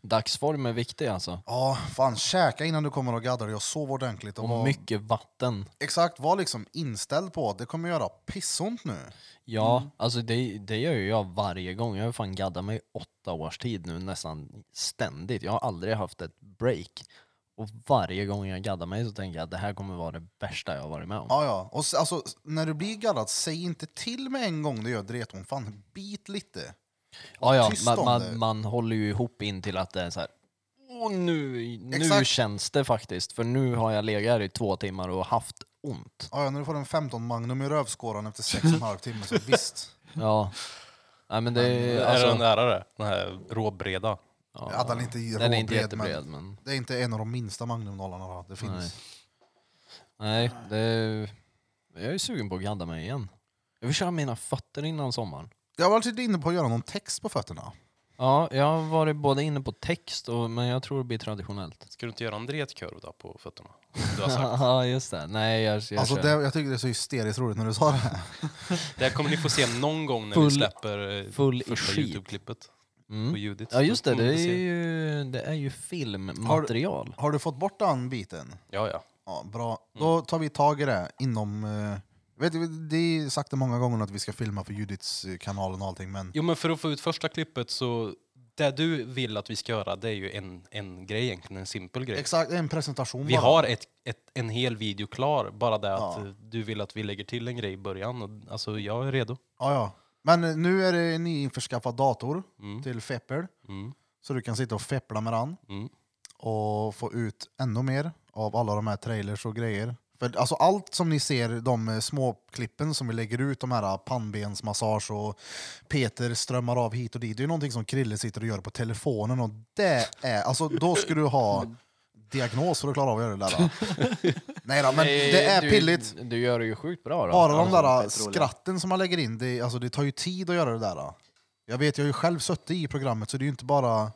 Speaker 3: Dagsform är viktig alltså.
Speaker 1: ja, fan, käka innan du kommer och gaddar dig och sov ordentligt. Och
Speaker 3: Och
Speaker 1: var,
Speaker 3: mycket vatten.
Speaker 1: Exakt, var liksom inställd på att det kommer göra pissont nu.
Speaker 3: Ja,
Speaker 1: Mm.
Speaker 3: alltså det, det gör ju jag varje gång. Jag har fan gaddat mig i åtta års tid nu nästan ständigt. Jag har aldrig haft ett break. Och varje gång jag gaddar mig så tänker jag att det här kommer vara det värsta jag har varit med om.
Speaker 1: Ja, ja. Och s- alltså, när du blir gaddad, säg inte till med en gång det gör dretont. Fan, bit lite.
Speaker 3: Ja, ja,
Speaker 1: tyst
Speaker 3: man,
Speaker 1: om
Speaker 3: man,
Speaker 1: det.
Speaker 3: man håller ju ihop in till att det är så här. "Åh, nu, nu
Speaker 1: Exakt.
Speaker 3: känns det faktiskt, för nu har jag legat här i två timmar och haft ont.
Speaker 1: Ja, ja, när du får en 15 Magnum i rövskåran efter sex och en halv timme, så visst.
Speaker 3: Ja. Nej, men det är,
Speaker 6: är den
Speaker 3: alltså,
Speaker 6: nära det? Den här råbreda?
Speaker 3: ja,
Speaker 1: Ja, den är inte
Speaker 3: den är inte
Speaker 1: råbred, men-
Speaker 3: jättebred, men...
Speaker 1: Det är inte en av de minsta Magnum-nollarna det finns.
Speaker 3: Nej. Nej, det är... jag är sugen på att gadda mig igen. Jag vill köra mina fötter innan sommaren.
Speaker 1: Jag var alltid inne på att göra någon text på fötterna.
Speaker 3: Ja, jag har varit både inne på text, och, men jag tror det blir traditionellt.
Speaker 6: Ska du inte göra en dretkurv då på fötterna? Du har sagt.
Speaker 3: Ja, just det. Nej, jag, jag
Speaker 1: Alltså,
Speaker 3: kör.
Speaker 1: det, jag tycker det är så hysteriskt roligt när du sa det. här.
Speaker 6: Det här kommer ni få se någon gång när
Speaker 3: Full-
Speaker 6: vi släpper eh,
Speaker 3: full i
Speaker 6: första
Speaker 3: skit.
Speaker 6: Youtube-klippet på
Speaker 3: Mm.
Speaker 6: Judit.
Speaker 3: Ja, just det.
Speaker 6: Kommer
Speaker 3: Det
Speaker 6: ni
Speaker 3: är
Speaker 6: se.
Speaker 3: ju, det är ju filmmaterial.
Speaker 1: Har du fått bort den biten?
Speaker 6: Ja, ja.
Speaker 1: Ja, bra.
Speaker 3: Mm.
Speaker 1: Då tar vi tag i det inom... eh, vet du, det är sagt det många gånger att vi ska filma för Judiths eh, kanalen och allting, men...
Speaker 6: Jo, men för att få ut första klippet så... Det du vill att vi ska göra, det är ju en, en grej egentligen, en simpel grej.
Speaker 1: Exakt, en presentation
Speaker 6: Vi
Speaker 1: bara.
Speaker 6: har ett, ett, en hel video klar, bara det att
Speaker 1: Ja.
Speaker 6: eh, du vill att vi lägger till en grej i början. Och, alltså, jag är redo.
Speaker 1: Ja, ja. Men eh, nu är det en nyinförskaffad dator
Speaker 6: Mm.
Speaker 1: till Feppel,
Speaker 6: Mm.
Speaker 1: så du kan sitta och feppla med den
Speaker 6: Mm.
Speaker 1: och få ut ännu mer av alla de här trailers och grejer. För alltså allt som ni ser, de eh, små klippen som vi lägger ut, de här eh, pannbensmassage och Peter strömmar av hit och dit, det är ju någonting som Krille sitter och gör på telefonen och det är, alltså då ska du ha diagnos för att klara av att göra det där. då. Nej då, men det är
Speaker 3: Eh, du,
Speaker 1: pilligt.
Speaker 3: Du gör det ju sjukt bra då. Alltså.
Speaker 1: Bara de där
Speaker 3: Petrolea.
Speaker 1: skratten som man lägger in, det, alltså, det tar ju tid att göra det där. Jag vet, jag har ju själv suttit i programmet så det är ju inte bara...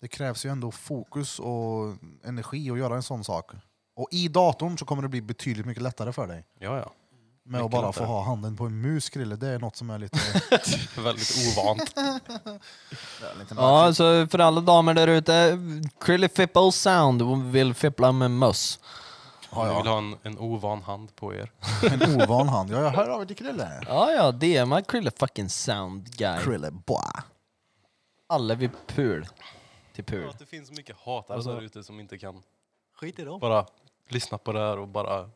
Speaker 1: Det krävs ju ändå fokus och energi att göra en sån sak. Och i datorn så kommer det bli betydligt mycket lättare för dig.
Speaker 6: Ja, ja.
Speaker 1: Med att
Speaker 6: Mycket
Speaker 1: bara
Speaker 6: lättare.
Speaker 1: få ha handen på en mus, Krille, det är något som är lite...
Speaker 6: Väldigt ovant.
Speaker 3: Ja, alltså för alla damer där ute, Crilly Fipple Sound vill fippla med möss.
Speaker 6: Ja, Jag vill ha en, en ovan hand på er.
Speaker 1: En ovan hand. Ja, jag hör av dig till Krille.
Speaker 3: Ja, ja, DMa Crilly fucking Sound Guy.
Speaker 1: Krille, boah.
Speaker 3: Alla vi pul. Till pul.
Speaker 6: Att det finns så mycket hatare
Speaker 3: Alltså-
Speaker 6: där ute som inte kan
Speaker 5: Skit i dem.
Speaker 6: bara lyssna på det här och bara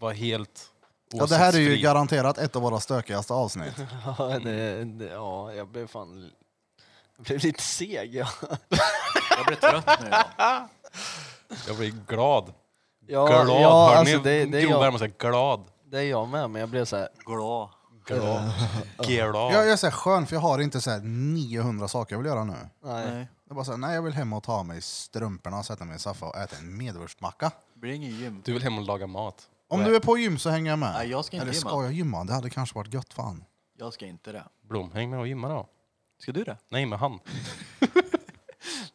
Speaker 6: vara helt
Speaker 1: Ja, det här är ju
Speaker 6: åsiktsfri.
Speaker 1: garanterat ett av våra stökigaste avsnitt.
Speaker 3: Ja, det, det, ja, jag blev fan... Jag blev lite seg. Ja,
Speaker 5: Jag blir trött nu. Då.
Speaker 6: Jag blir glad.
Speaker 3: ja,
Speaker 6: glad.
Speaker 3: ja
Speaker 6: Hör
Speaker 3: alltså
Speaker 6: ni
Speaker 3: det, det, är
Speaker 6: grov
Speaker 3: jag,
Speaker 6: värme säga glad?
Speaker 3: det är jag med, men jag blev så här...
Speaker 5: Glad.
Speaker 6: Glad. Glad.
Speaker 1: Jag, jag är så här skön, för jag har inte så här 900 saker jag vill göra nu.
Speaker 3: Nej.
Speaker 5: Nej.
Speaker 1: Jag bara så här, nej jag vill hem och ta av mig strumporna, sätta mig i en soffa och äta en medvurstmacka.
Speaker 5: Det blir ingen gym.
Speaker 6: Du vill hem och laga mat.
Speaker 1: Om du är på gym så hänger jag med.
Speaker 5: Nej, jag ska inte
Speaker 1: Eller
Speaker 5: gymma.
Speaker 1: ska jag gymma? Det hade kanske varit gött fan.
Speaker 5: Jag ska inte det.
Speaker 6: Blom, häng med och gymma då.
Speaker 5: Ska du det?
Speaker 6: Nej, men han.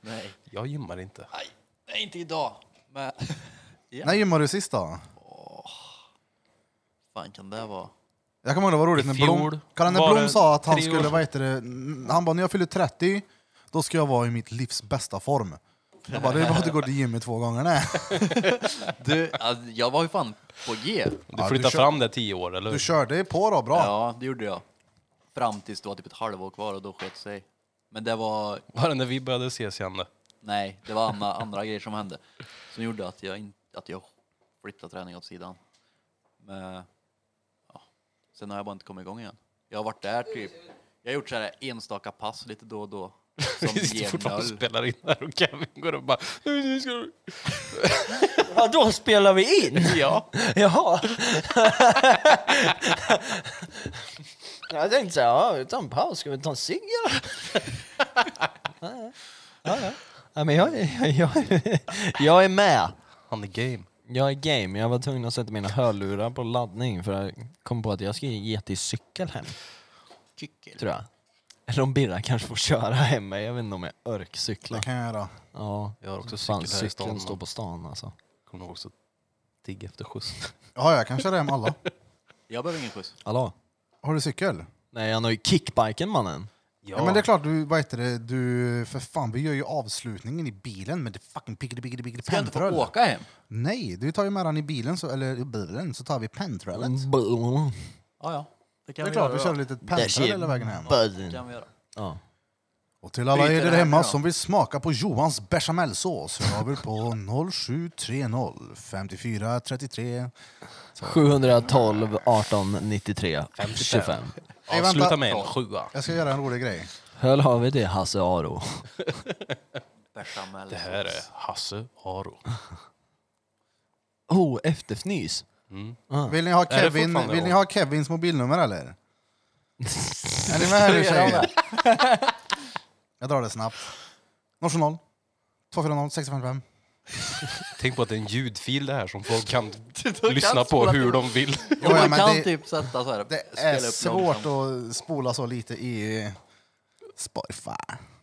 Speaker 5: Nej.
Speaker 6: Jag gymmar inte.
Speaker 5: Nej, inte idag. Men... Ja.
Speaker 1: När gymmade du sist då?
Speaker 5: fan kan det vara?
Speaker 1: Jag kommer ihåg det var roligt
Speaker 6: I
Speaker 1: när
Speaker 6: fjol
Speaker 1: Blom, Kalle
Speaker 6: var
Speaker 1: Blom
Speaker 6: det
Speaker 1: sa att han
Speaker 6: tre år
Speaker 1: skulle,
Speaker 6: sedan.
Speaker 1: vad heter det, n- han bara när jag fyller 30 då ska jag vara i mitt livs bästa form. Jag bara, det är bara att du går till gymmet två gånger. Nej.
Speaker 5: Du, alltså, jag var ju fan på G.
Speaker 6: Du
Speaker 1: Ja, du
Speaker 6: flyttar
Speaker 1: kör-
Speaker 6: fram det tio år, eller
Speaker 1: Du
Speaker 6: hur?
Speaker 1: körde på då, bra.
Speaker 5: Ja, det gjorde jag. Fram tills det var typ ett halvår kvar och då sköt sig. Men det var,
Speaker 6: Var det när vi började ses igen? det?
Speaker 5: nej, det var andra, andra grejer som hände som gjorde att jag, in, att jag flyttade träningen åt sidan. Men, ja. Sen har jag bara inte kommit igång igen. Jag har varit där typ, jag har gjort så här enstaka pass lite då och då. Som
Speaker 6: Vi sitter
Speaker 5: ger
Speaker 6: fortfarande och
Speaker 5: noll.
Speaker 6: spelar in där och Kevin går och bara... "Nu ska du-"
Speaker 3: Ja, då spelar vi in!
Speaker 6: Ja.
Speaker 3: Jaha. jag tänkte så här, ja, vi tar en paus, ska vi ta en cigg eller? Ja, ja. Ja, ja. men jag, jag, jag, jag är med.
Speaker 6: Han är game.
Speaker 3: Jag är game. Jag var tvungen att sätta mina hörlurar på laddning för jag kom på att jag ska ge till cykel hem,
Speaker 5: Kyckel.
Speaker 3: tror jag. Eller om Birra kanske får köra hem mig. Jag vet inte om jag
Speaker 1: Det
Speaker 3: örkcyklar.
Speaker 1: kan jag göra.
Speaker 3: Ja,
Speaker 6: Jag har också cykel
Speaker 3: fan,
Speaker 6: här i
Speaker 3: cykeln
Speaker 6: stan.
Speaker 3: står
Speaker 6: Står
Speaker 3: på stan alltså.
Speaker 6: Kommer också tigg efter skjuts.
Speaker 1: Ja, jag kan köra hem alla.
Speaker 5: Jag behöver ingen skjuts.
Speaker 3: Hallå?
Speaker 1: Har du cykel?
Speaker 3: Nej, han har ju kickbiken mannen.
Speaker 1: Ja. men det är klart, du, vad heter det, du, för fan vi gör ju avslutningen i bilen med det fucking piggity piggity piggity
Speaker 5: Ska jag inte få
Speaker 1: pentrull.
Speaker 5: åka hem?
Speaker 1: Nej, du tar ju med den i bilen, så, eller i bilen, så tar vi pentrullet.
Speaker 3: Boom.
Speaker 5: Ja, ja. Det
Speaker 1: Det
Speaker 5: Mm. kan
Speaker 1: är
Speaker 5: vi göra.
Speaker 1: klart, vi
Speaker 5: då.
Speaker 1: kör lite pentrull hela vägen hem.
Speaker 5: Det
Speaker 3: Buzz.
Speaker 5: kan vi göra.
Speaker 3: Ja.
Speaker 1: Och till alla
Speaker 5: Bryter
Speaker 1: er där
Speaker 5: det här
Speaker 1: hemma
Speaker 5: nu då.
Speaker 1: som vill smaka på Johans bechamelsås, hör av er på 0730 54 33.
Speaker 3: 712 18 93 25.
Speaker 1: Hey,
Speaker 6: Avsluta
Speaker 1: vänta.
Speaker 6: med en sjua.
Speaker 1: Jag ska göra en rolig grej.
Speaker 3: Höll har vi det Hasse Aro.
Speaker 5: Bechamel.
Speaker 6: Det här är Hasse Aro.
Speaker 3: Oh, efterfnys.
Speaker 1: Vill ni ha,
Speaker 6: Är det
Speaker 1: Kevin,
Speaker 6: fortfarande
Speaker 1: vill ni
Speaker 6: hon?
Speaker 1: ha Kevins mobilnummer eller? är ni med här nu tjejer? Jag drar det snabbt. 070 240 655.
Speaker 6: Tänk på att det är en ljudfil det här som folk kan lyssna på
Speaker 5: spola
Speaker 6: hur
Speaker 5: till-
Speaker 6: de vill.
Speaker 1: Jo, ja,
Speaker 5: man
Speaker 1: men
Speaker 5: kan
Speaker 1: det-
Speaker 5: typ sätta så här.
Speaker 1: Det
Speaker 5: spela
Speaker 1: är
Speaker 5: upp liksom.
Speaker 1: svårt
Speaker 5: långsamt.
Speaker 1: att spola så lite i Spotify.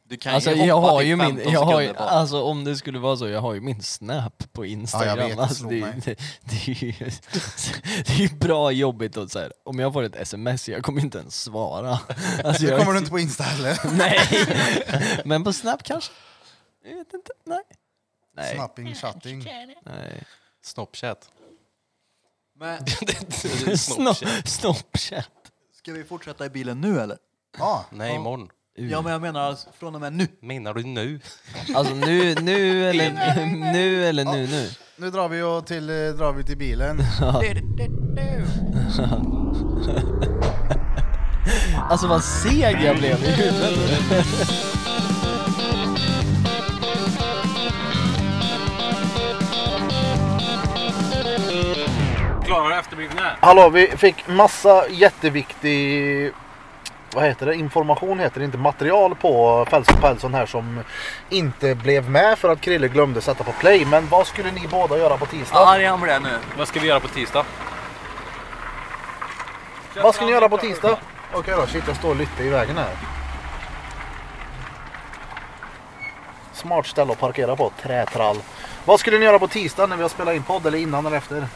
Speaker 5: Du kan
Speaker 3: Alltså
Speaker 5: hoppa
Speaker 3: jag har
Speaker 5: till
Speaker 3: ju min,
Speaker 5: 15
Speaker 3: jag har ju,
Speaker 5: sekunder bara.
Speaker 3: alltså om det skulle vara så, jag har ju min snap på Instagram.
Speaker 1: Ja, jag vet, det
Speaker 3: alltså,
Speaker 1: slog
Speaker 3: det,
Speaker 1: mig.
Speaker 3: det, det, är ju, det är ju bra jobbigt att så här, om jag får ett sms, jag kommer inte ens svara. Alltså,
Speaker 1: Det
Speaker 3: jag,
Speaker 1: kommer du inte på Insta heller.
Speaker 3: Nej, men på snap kanske? Jag vet inte, nej. Nej,
Speaker 1: Snapping, chatting.
Speaker 3: nej.
Speaker 6: Snopchat.
Speaker 5: Men
Speaker 3: Sno- Snopchat.
Speaker 5: ska vi fortsätta i bilen nu eller?
Speaker 1: Ja,
Speaker 6: Nej, imorgon.
Speaker 5: Ja men jag menar alltså, från och med nu.
Speaker 6: Menar du nu?
Speaker 3: Alltså nu, nu eller nu eller nu nu.
Speaker 1: nu drar vi, och till, eh, drar vi till bilen.
Speaker 3: Alltså vad seg jag blev i huvudet.
Speaker 10: byggnad.
Speaker 1: Hallå, vi fick massa jätteviktig vad heter det? Information heter det inte. Material på Pälsson Pälsson här som inte blev med för att Krille glömde sätta på play. Men vad skulle ni båda göra på tisdag?
Speaker 5: Arg han blev nu.
Speaker 6: Vad ska vi göra på tisdag?
Speaker 1: Vad ska ni göra på tisdag? Okej då, shit jag står lite i vägen här. Smart ställe att parkera på, trätrall. Vad skulle ni göra på tisdag när vi har spelat in podd eller innan eller efter?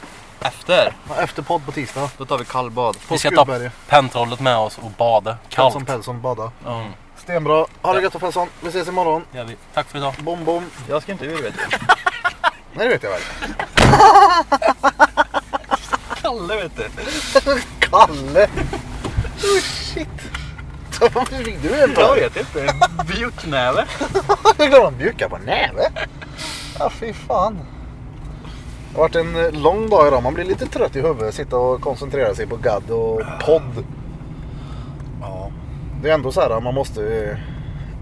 Speaker 5: Efter,
Speaker 1: Ja, Efter podd på tisdag.
Speaker 5: då tar vi kallbad.
Speaker 1: På
Speaker 6: Vi ska ta
Speaker 1: Skurberg.
Speaker 6: pentrollet med oss och bada
Speaker 1: Pälsson
Speaker 6: kallt.
Speaker 1: Pälsson bada.
Speaker 6: Mm.
Speaker 1: Stenbra. Ha det gött då, Pälsson. Vi ses imorgon.
Speaker 6: Gör vi. Tack för idag.
Speaker 1: Bom bom.
Speaker 5: Jag ska inte ur vet du.
Speaker 1: Nej det vet jag väl.
Speaker 5: Kalle vet du.
Speaker 1: Kalle! Oh shit! Varför fick du en tag?
Speaker 5: vet inte. Björknäve.
Speaker 1: Jag glömde en bjucka på näve. Ja fy fan. Det har varit en eh, lång dag idag. Man blir lite trött i huvudet. Sitta och koncentrera sig på gadd och podd. Ja. Det är ändå så här man måste eh,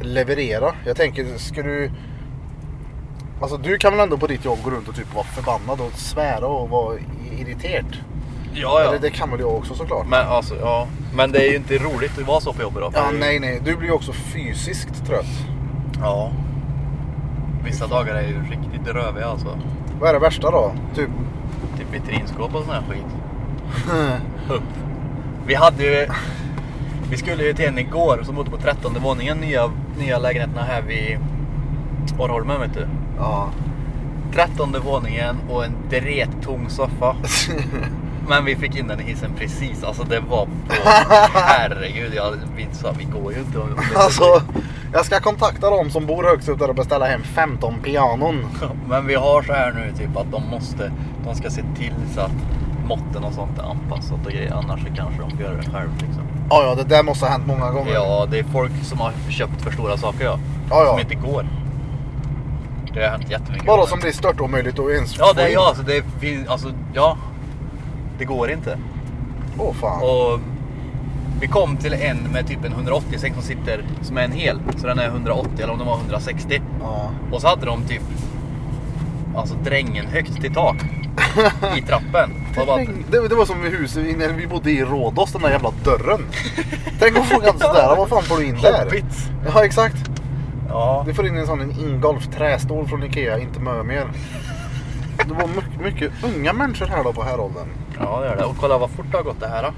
Speaker 1: leverera. Jag tänker, ska du... Alltså du kan väl ändå på ditt jobb gå runt och typ vara förbannad och svära och vara irriterad?
Speaker 5: Ja,
Speaker 1: Eller
Speaker 5: ja.
Speaker 1: det kan väl jag också såklart.
Speaker 5: Men alltså, ja. Men det är ju inte roligt att vara så på jobbet då.
Speaker 1: Ja, nej, nej. Du blir ju också fysiskt trött.
Speaker 5: Ja. Vissa dagar är ju riktigt röviga alltså.
Speaker 1: Vad är det värsta då? Typ,
Speaker 5: Typ vitrinskåp och sån här skit. Upp. Vi hade ju... Vi skulle ju till en igår som bodde på trettonde våningen, nya, nya lägenheterna här vid Orrholmen vet du.
Speaker 1: ja.
Speaker 5: Trettonde våningen och en drettung soffa. Men vi fick in den i hissen precis, alltså det var på... Herregud, jag, vi sa vi går ju inte. om det-
Speaker 1: Alltså, jag ska kontakta dem som bor högst upp där och beställa hem 15 pianon.
Speaker 5: Men vi har så här nu typ att de måste, de ska se till så att måtten och sånt är anpassat och grejer. Annars så kanske de får göra det själv liksom.
Speaker 1: Ja, ja, det där måste ha hänt många gånger.
Speaker 5: Ja, det är folk som har köpt för stora saker ja.
Speaker 1: Ja, ja.
Speaker 5: Som inte går. Det har hänt jättemycket.
Speaker 1: Bara
Speaker 5: gånger.
Speaker 1: som det är stört omöjligt att ens
Speaker 5: Ja,
Speaker 1: få
Speaker 5: det är
Speaker 1: in.
Speaker 5: jag. Alltså, det finns, alltså, ja. Det går inte.
Speaker 1: Åh fan.
Speaker 5: Och vi kom till en med typ en 180 säng som sitter, som är en hel. Så den är 180 eller om den var 160.
Speaker 1: Ja.
Speaker 5: Och så hade de typ Alltså drängen högt till tak I trappen Och bara,
Speaker 1: Det, det var som i huset vi- när vi bodde i Rhodos, den där jävla dörren. Tänk att fråga sådär, vad fan får du in där?
Speaker 5: Hobbits
Speaker 1: Ja, exakt.
Speaker 5: Ja,
Speaker 1: Du får in en sån en ingolf trästol från Ikea, inte Mömer. Det var mycket, mycket unga människor här då på här åldern.
Speaker 5: ja det gör det Och kolla vad fort det har gått det här då.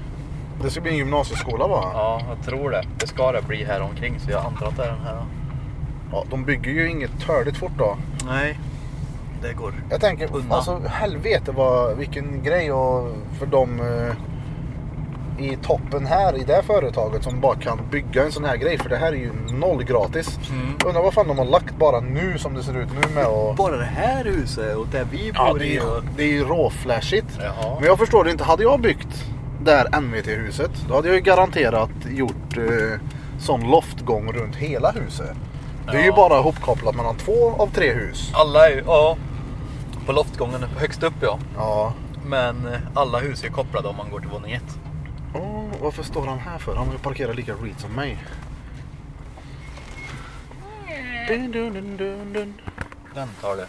Speaker 1: Det ska bli en gymnasieskola va?
Speaker 5: Ja, jag tror det Det ska det bli här omkring så jag antar att det är den här då.
Speaker 1: Ja, de bygger ju inget törligt fort då.
Speaker 5: Nej Det går
Speaker 1: Jag tänker,
Speaker 5: Unna.
Speaker 1: alltså helvete vad, vilken grej och för dem eh, i toppen här i det här företaget som bara kan bygga en sån här grej. För det här är ju noll gratis.
Speaker 5: Mm.
Speaker 1: Undrar vad fan de har lagt bara nu som det ser ut nu med och...
Speaker 5: Bara det här huset och där vi
Speaker 1: Ja,
Speaker 5: bor
Speaker 1: det är
Speaker 5: i
Speaker 1: ju,
Speaker 5: och...
Speaker 1: det är ju råflashigt.
Speaker 5: Jaha.
Speaker 1: Men jag förstår det inte. Hade jag byggt där NVT-huset då hade jag ju garanterat gjort eh, sån loftgång runt hela huset. Det är ju
Speaker 5: Ja.
Speaker 1: bara hopkopplat mellan två av tre hus.
Speaker 5: Alla är ju, ja På loftgången högst upp ja
Speaker 1: Ja.
Speaker 5: Men eh, alla hus är kopplade om man går till våning ett
Speaker 1: Åh, varför står han här för? Han har ju parkerat lika reet som mig. Dun, dun, dun, dun, dun.
Speaker 5: Den tar det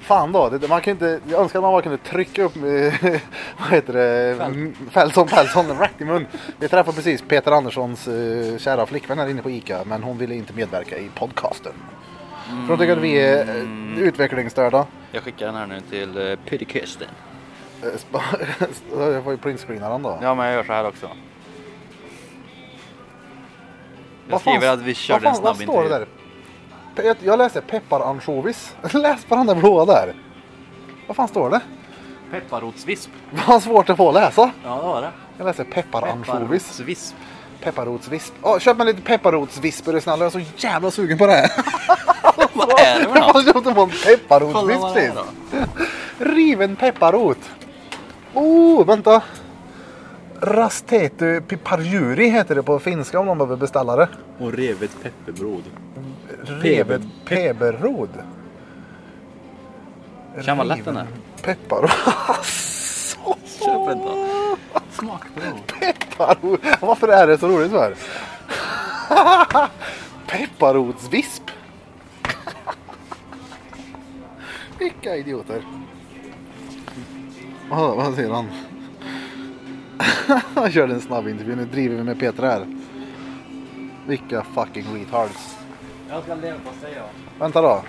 Speaker 1: Fan då, det, man kan inte, jag önskar att man bara kunde trycka upp eh, vad heter det? M- Fältson Fältson rätt i mun. Vi träffade precis Peter Anderssons eh, kära flickvän här inne på Ica men hon ville inte medverka i podcasten. För hon tycker att vi är eh, utvecklingsstörda.
Speaker 10: Jag skickar den här nu till eh, Pyrrhikusten.
Speaker 1: Eh, sp- jag får ju printscreena den då.
Speaker 10: Ja, men jag gör så här också.
Speaker 1: Vad
Speaker 5: Jag
Speaker 1: fan-
Speaker 5: skriver att vi körde en
Speaker 1: vad fan-
Speaker 5: snabb
Speaker 1: vad står det
Speaker 5: intervju
Speaker 1: där? Pe- Jag läste pepparansjovis. Läs på den där blåa där. Vad fan står det?
Speaker 10: Pepparrotsvisp.
Speaker 1: Vad svårt det var att läsa.
Speaker 10: Ja, det var det.
Speaker 1: Jag läser pepparansjovis.
Speaker 10: Pepparrotsvisp.
Speaker 1: Pepparrotsvisp. Åh, köp mig lite pepparrotsvisp är du snäll. Jag är så jävla sugen på det här.
Speaker 10: Vad är det för något?
Speaker 1: Jag har köpt en sån
Speaker 10: Kolla
Speaker 1: pepparrotsvisp
Speaker 10: vad det är
Speaker 1: sist. Riven pepparrot. Oh, vänta. Rastetu piparjuri heter det på finska om någon behöver beställa det.
Speaker 5: Och revet pepperbrod
Speaker 1: Revet peberrod.
Speaker 10: Kan vara lätt den här.
Speaker 1: Pepparrot.
Speaker 5: Köp en då Smakprov
Speaker 1: Pepparrot. Varför är det så roligt för? Pepparrotsvisp. Vilka idioter.
Speaker 11: Vad, vad säger han? han körde en snabb intervju. Nu driver vi med Peter här. Vilka fucking retards.
Speaker 10: Jag ska leva, säger jag.
Speaker 11: Vänta då.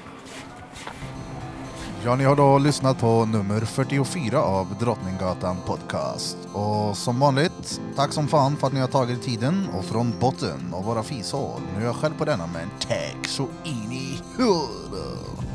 Speaker 1: Ja, ni har då lyssnat på nummer 44 av Drottninggatan Podcast. Och som vanligt, tack som fan för att ni har tagit tiden och från botten av våra fishål. Nu är jag själv på denna, men tack så in i huvudet.